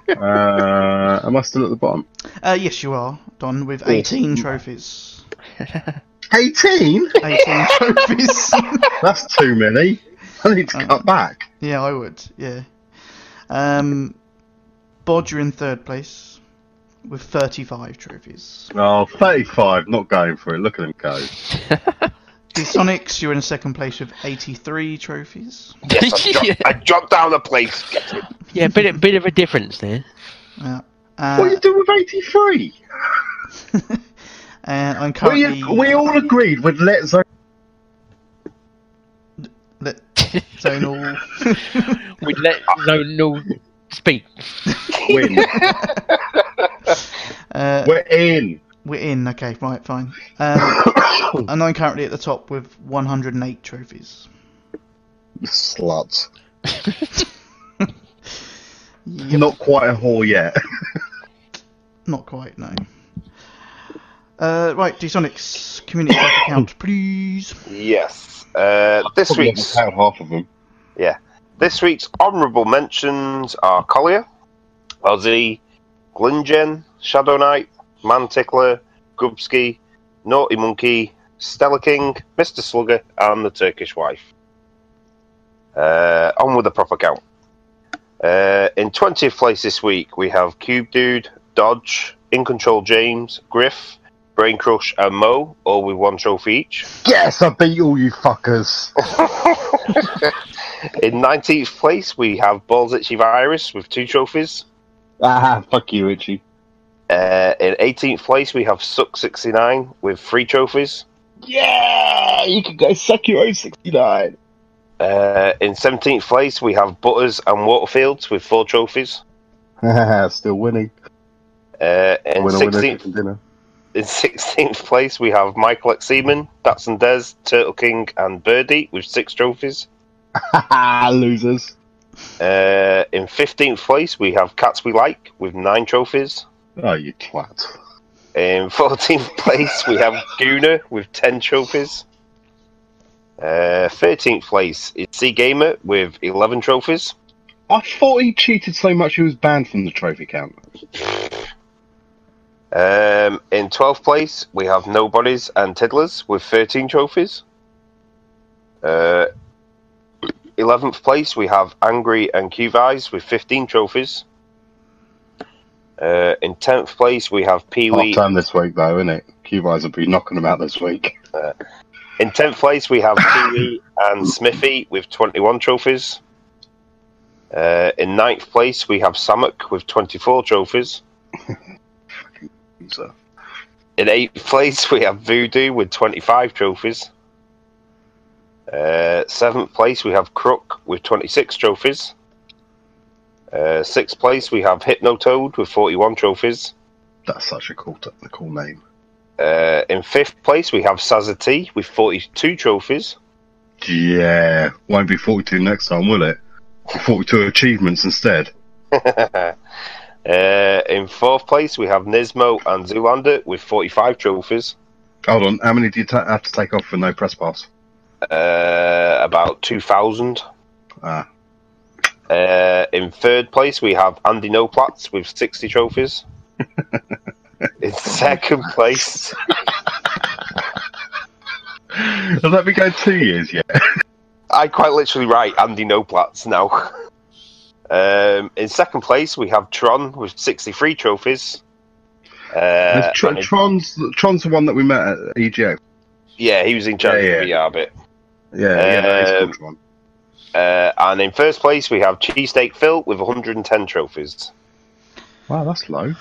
Speaker 6: uh, am I still at the bottom?
Speaker 3: uh, yes, you are, Don, with 18 trophies.
Speaker 6: 18?
Speaker 3: 18 trophies.
Speaker 6: That's too many. I need to cut back.
Speaker 3: yeah, I would. Yeah. Um, Bod, you're in third place with 35 trophies.
Speaker 6: Oh, 35, not going for it. Look at him go.
Speaker 3: The Sonics, you're in second place with 83 trophies.
Speaker 5: Yes, I, dropped, I dropped down a place. Get it.
Speaker 4: yeah, bit a bit of a difference there.
Speaker 3: Yeah.
Speaker 6: What are
Speaker 3: Uh,
Speaker 6: you doing with 83?
Speaker 3: and I'm
Speaker 6: We,
Speaker 3: currently.
Speaker 6: we all agreed we'd let Zone.
Speaker 3: Let Zonal.
Speaker 4: We'd let no no speak.
Speaker 6: win.
Speaker 3: Uh,
Speaker 6: We're in.
Speaker 3: We're in, okay, right, fine. Um, and I'm currently at the top with 108 trophies.
Speaker 6: Slut.
Speaker 3: Yep,
Speaker 6: Not quite a whore yet.
Speaker 3: Not quite, no. Uh, right, DSonics, community bank account, please.
Speaker 5: Yes. Uh, this
Speaker 6: Probably
Speaker 5: week's
Speaker 6: about half of them.
Speaker 5: this week's honourable mentions are Collier, Ozzy, Glingen, Shadow Knight, Mantickler, Grubsky, Naughty Monkey, Stella King, Mr. Slugger, and the Turkish Wife. Uh, on with the proper count. Uh, in 20th place this week, we have Cube Dude, Dodge, In Control James, Griff, Brain Crush, and Mo, all with one trophy each.
Speaker 6: Yes, I beat all you fuckers.
Speaker 5: In 19th place, we have Balls Itchy Virus with two trophies.
Speaker 6: ah, fuck you, Richie.
Speaker 5: Uh, in 18th place, we have Suck69 with three trophies.
Speaker 6: Yeah, you can go suck your own 69.
Speaker 5: Uh, in 17th place, we have Butters and Waterfields with four trophies.
Speaker 6: Still winning.
Speaker 5: Uh, in,
Speaker 6: Winner, winner,
Speaker 5: 16th,
Speaker 6: chicken dinner.
Speaker 5: in 16th place, we have Michael X. Seaman, Datsun Des, Turtle King, and Birdie with six trophies.
Speaker 6: Losers.
Speaker 5: Uh, in 15th place, we have Cats We Like with nine trophies.
Speaker 6: Oh, you twat.
Speaker 5: In 14th place, we have Guna with 10 trophies. Uh, 13th place is C Gamer with 11 trophies.
Speaker 6: I thought he cheated so much he was banned from the trophy count.
Speaker 5: Um, in 12th place, we have Nobodies and Tiddlers with 13 trophies. Uh, 11th place, we have Angry and Cuvies with 15 trophies. Uh, in tenth place, we have Pee
Speaker 6: Half
Speaker 5: Wee.
Speaker 6: time this week, though, isn't it? Q-Vise will be knocking them out this week.
Speaker 5: In tenth place, we have Pee Wee and Smithy with twenty-one trophies. Uh, in ninth place, we have Samuk with twenty-four trophies.
Speaker 6: So,
Speaker 5: In eighth place, we have Voodoo with twenty-five trophies. Uh, seventh place, we have Crook with twenty-six trophies. Uh, sixth place, we have Hypnotoad with forty-one trophies.
Speaker 6: that's such a cool, t- a cool name.
Speaker 5: Uh, in fifth place, we have Sazati with 42 trophies.
Speaker 6: Yeah, won't be 42 next time, will it? 42 achievements instead.
Speaker 5: uh, in fourth place, we have Nismo and Zoolander with 45 trophies.
Speaker 6: Hold on, how many do you ta- have to take off for no press pass?
Speaker 5: Uh, about 2,000.
Speaker 6: Ah.
Speaker 5: Uh, in third place, we have Andy Noplatz with 60 trophies. in second place,
Speaker 6: Has that been going two years yet?
Speaker 5: I quite literally write Andy Noplatz now. um, in second place, we have Tron with 63 trophies. Uh,
Speaker 6: Tr-
Speaker 5: and in
Speaker 6: Tron's, Tron's the one that we met at E EGO.
Speaker 5: Yeah, he was in charge
Speaker 6: Yeah,
Speaker 5: of the VR bit.
Speaker 6: Yeah, yeah, that is
Speaker 5: Um,
Speaker 6: called Tron.
Speaker 5: Uh, and in first place, we have Cheesesteak Phil with 110 trophies.
Speaker 6: Wow, that's low.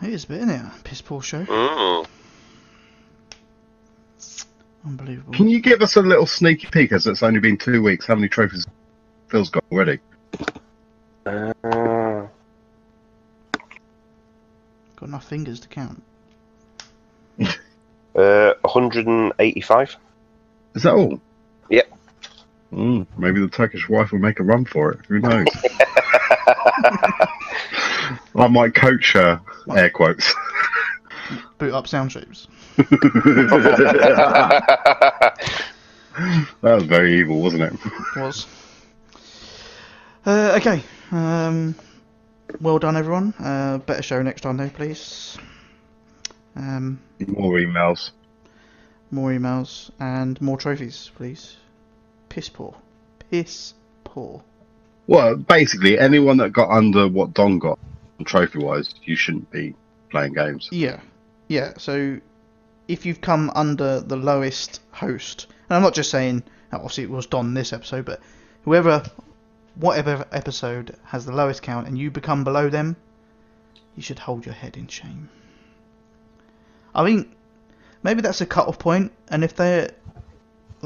Speaker 3: It is a bit, isn't it? Piss poor show.
Speaker 5: Mm.
Speaker 3: Unbelievable.
Speaker 6: Can you give us a little sneaky peek as it's only been two weeks? How many trophies Phil's got already?
Speaker 5: Uh,
Speaker 3: Got enough fingers to count.
Speaker 5: Uh, 185.
Speaker 6: Is that all?
Speaker 5: Yep.
Speaker 6: Mm, maybe the Turkish wife will make a run for it. Who knows? I might coach her, air quotes.
Speaker 3: Boot up sound shapes.
Speaker 6: that was very evil, wasn't it?
Speaker 3: was. Uh, okay. Um, well done, everyone. Uh, better show next time, though, please. Um,
Speaker 6: More emails.
Speaker 3: more emails and more trophies, please. Piss poor. Piss poor.
Speaker 6: Well, basically, anyone that got under what Don got, trophy wise, you shouldn't be playing games.
Speaker 3: Yeah. Yeah, so if you've come under the lowest host, and I'm not just saying, obviously it was Don this episode, but whoever, whatever episode has the lowest count and you become below them, you should hold your head in shame. I think maybe that's a cut off point, and if they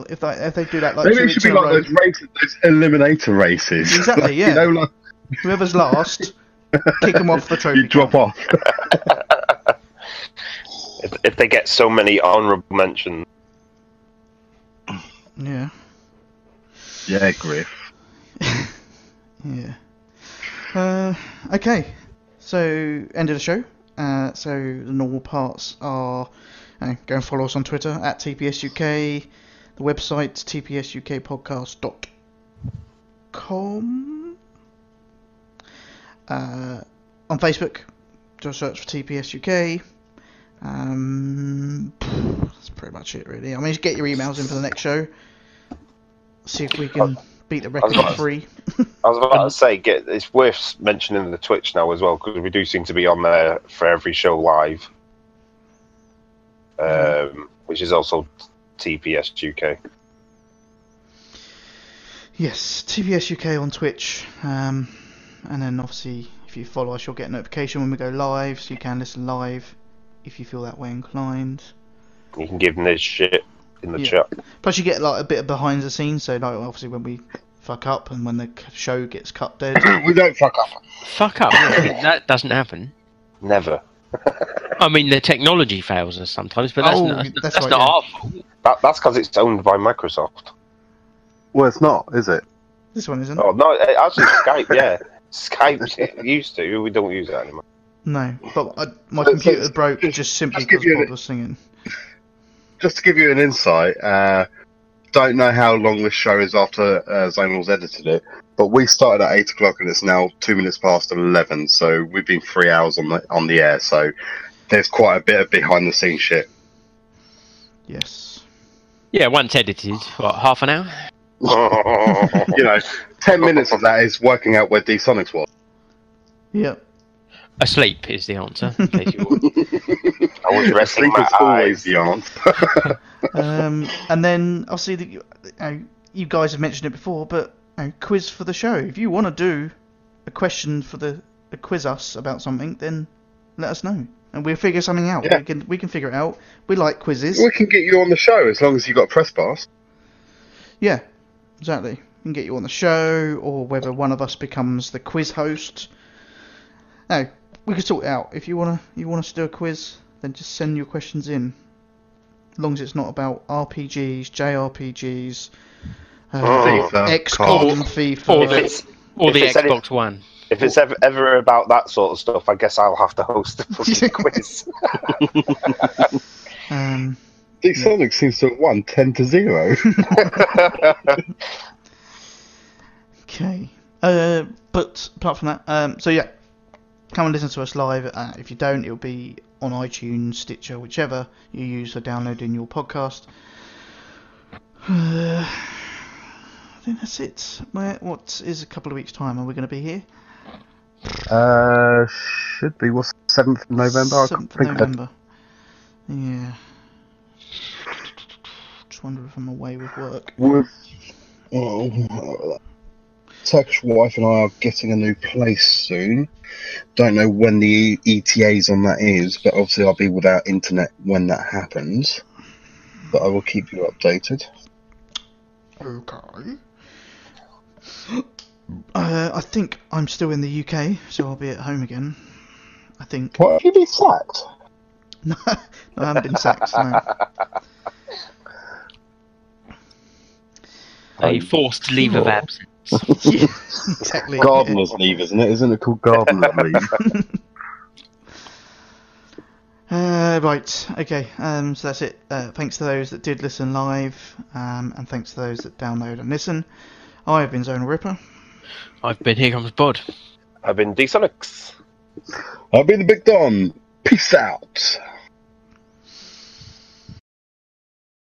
Speaker 3: if they if they do that like
Speaker 6: Maybe
Speaker 3: two
Speaker 6: it
Speaker 3: weeks
Speaker 6: should be
Speaker 3: in a
Speaker 6: like
Speaker 3: row,
Speaker 6: those, races, those eliminator races.
Speaker 3: Exactly,
Speaker 6: Like,
Speaker 3: yeah.
Speaker 6: You know, like
Speaker 3: whoever's last, kick them off the trophy.
Speaker 6: you drop
Speaker 3: count.
Speaker 6: off.
Speaker 5: If, if they get so many honourable mentions.
Speaker 3: Yeah.
Speaker 6: yeah, Griff.
Speaker 3: Yeah. Uh, okay. So end of the show. Uh, so the normal parts are uh, go and follow us on Twitter at TPSUK. The website tpsukpodcast.com. Uh, on Facebook, just search for TPSUK. Um, that's pretty much it, really. I mean, just get your emails in for the next show. See if we can beat the record
Speaker 5: about
Speaker 3: of
Speaker 5: to-
Speaker 3: three.
Speaker 5: I was about to say, get, it's worth mentioning the Twitch now as well, because we do seem to be on there for every show live, um, which is also TPS UK.
Speaker 3: Yes, TPS UK on Twitch, um, and then obviously if you follow us, you'll get a notification when we go live, so you can listen live if you feel that way inclined.
Speaker 5: You can give Niz shit in the
Speaker 3: Yeah.
Speaker 5: chat.
Speaker 3: Plus, you get like a bit of behind the scenes, so like obviously when we fuck up and when the c- show gets cut dead.
Speaker 6: we don't fuck up.
Speaker 4: Fuck up. that doesn't happen.
Speaker 5: Never.
Speaker 4: I mean, the technology fails us sometimes, but that's
Speaker 3: Oh,
Speaker 4: not,
Speaker 3: that's
Speaker 4: that's
Speaker 3: right,
Speaker 4: not
Speaker 3: yeah.
Speaker 4: our fault.
Speaker 5: That, that's because it's owned by Microsoft.
Speaker 6: Well, it's not, is it?
Speaker 3: this one isn't.
Speaker 5: Oh no, eh, actually Skype, yeah. Skype used to, we don't use that anymore.
Speaker 3: No, but I, my
Speaker 6: Let's-
Speaker 3: computer
Speaker 6: let's-
Speaker 3: broke
Speaker 6: just-
Speaker 3: just simply
Speaker 6: just give
Speaker 3: because
Speaker 6: you
Speaker 3: Bob
Speaker 6: the-
Speaker 3: was singing.
Speaker 6: Just to give you an insight, uh, don't know how long this show is after uh, Zonal's edited it, but we started at eight o'clock and it's now two minutes past eleven, so we've been three hours on the on the air. So there's quite a bit of behind the scenes shit.
Speaker 3: Yes.
Speaker 4: Yeah, once edited, what, half an hour?
Speaker 5: yeah.
Speaker 6: You know, ten minutes of that is working out where D Sonics was.
Speaker 3: Yep.
Speaker 4: Asleep is the answer. In case you were-
Speaker 5: I was resting
Speaker 6: Sleep
Speaker 5: my
Speaker 6: is always
Speaker 5: eyes.
Speaker 6: the answer.
Speaker 3: Um, and then obviously that you, you, know, you guys have mentioned it before, but you know, quiz for the show. If you want to do a question for the, the quiz us about something, then let us know, and we'll figure something out.
Speaker 6: Yeah.
Speaker 3: We can we can figure it out. We like quizzes.
Speaker 6: we can get you on the show as long as you got a press pass.
Speaker 3: Yeah, exactly. We can get you on the show, or whether one of us becomes the quiz host. No, we can sort it out. If you wanna, you want us to do a quiz, then just send your questions in. As long as it's not about RPGs, JRPGs, uh,
Speaker 5: Oh,
Speaker 6: FIFA,
Speaker 3: XCOM,
Speaker 6: COD.
Speaker 3: FIFA.
Speaker 4: Or
Speaker 5: If it's
Speaker 4: or
Speaker 5: If
Speaker 4: the
Speaker 5: it's any-
Speaker 4: Xbox One.
Speaker 5: if it's ever, ever about that sort of stuff, I guess I'll have to host the fucking quiz.
Speaker 3: Um,
Speaker 6: Dick Sonic seems to have won 10 to 0.
Speaker 3: Okay. Uh, but apart from that, um, so yeah, come and listen to us live. Uh, if you don't, it'll be on iTunes, Stitcher, whichever you use for downloading your podcast. Uh, I think that's it. Where, what is a couple of weeks' time? Are we going to be here?
Speaker 6: Uh, should be what's seventh of November? I can't
Speaker 3: 7th
Speaker 6: think of-
Speaker 3: November. Yeah. Just wonder if I'm away with work.
Speaker 6: With oh, Turkish wife and I are getting a new place soon. Don't know when the ETAs on that is, but obviously I'll be without internet when that happens. But I will keep you updated.
Speaker 3: Okay. Uh, I think I'm still in the UK, so I'll be at home again. I think.
Speaker 6: What have you been sacked?
Speaker 3: No, I haven't been sacked. No.
Speaker 5: Um,
Speaker 4: A forced leave of absence.
Speaker 3: Yeah, exactly.
Speaker 6: Gardener's leave, isn't it? Isn't it called gardener's leave?
Speaker 3: Uh, right. Okay. Um, so that's it. Uh, thanks to those that did listen live, um, and thanks to those that download and listen. I have been Zone Ripper.
Speaker 4: I've been here comes Bod.
Speaker 5: I've been D-Sonics.
Speaker 6: I've been the Big Don. Peace out.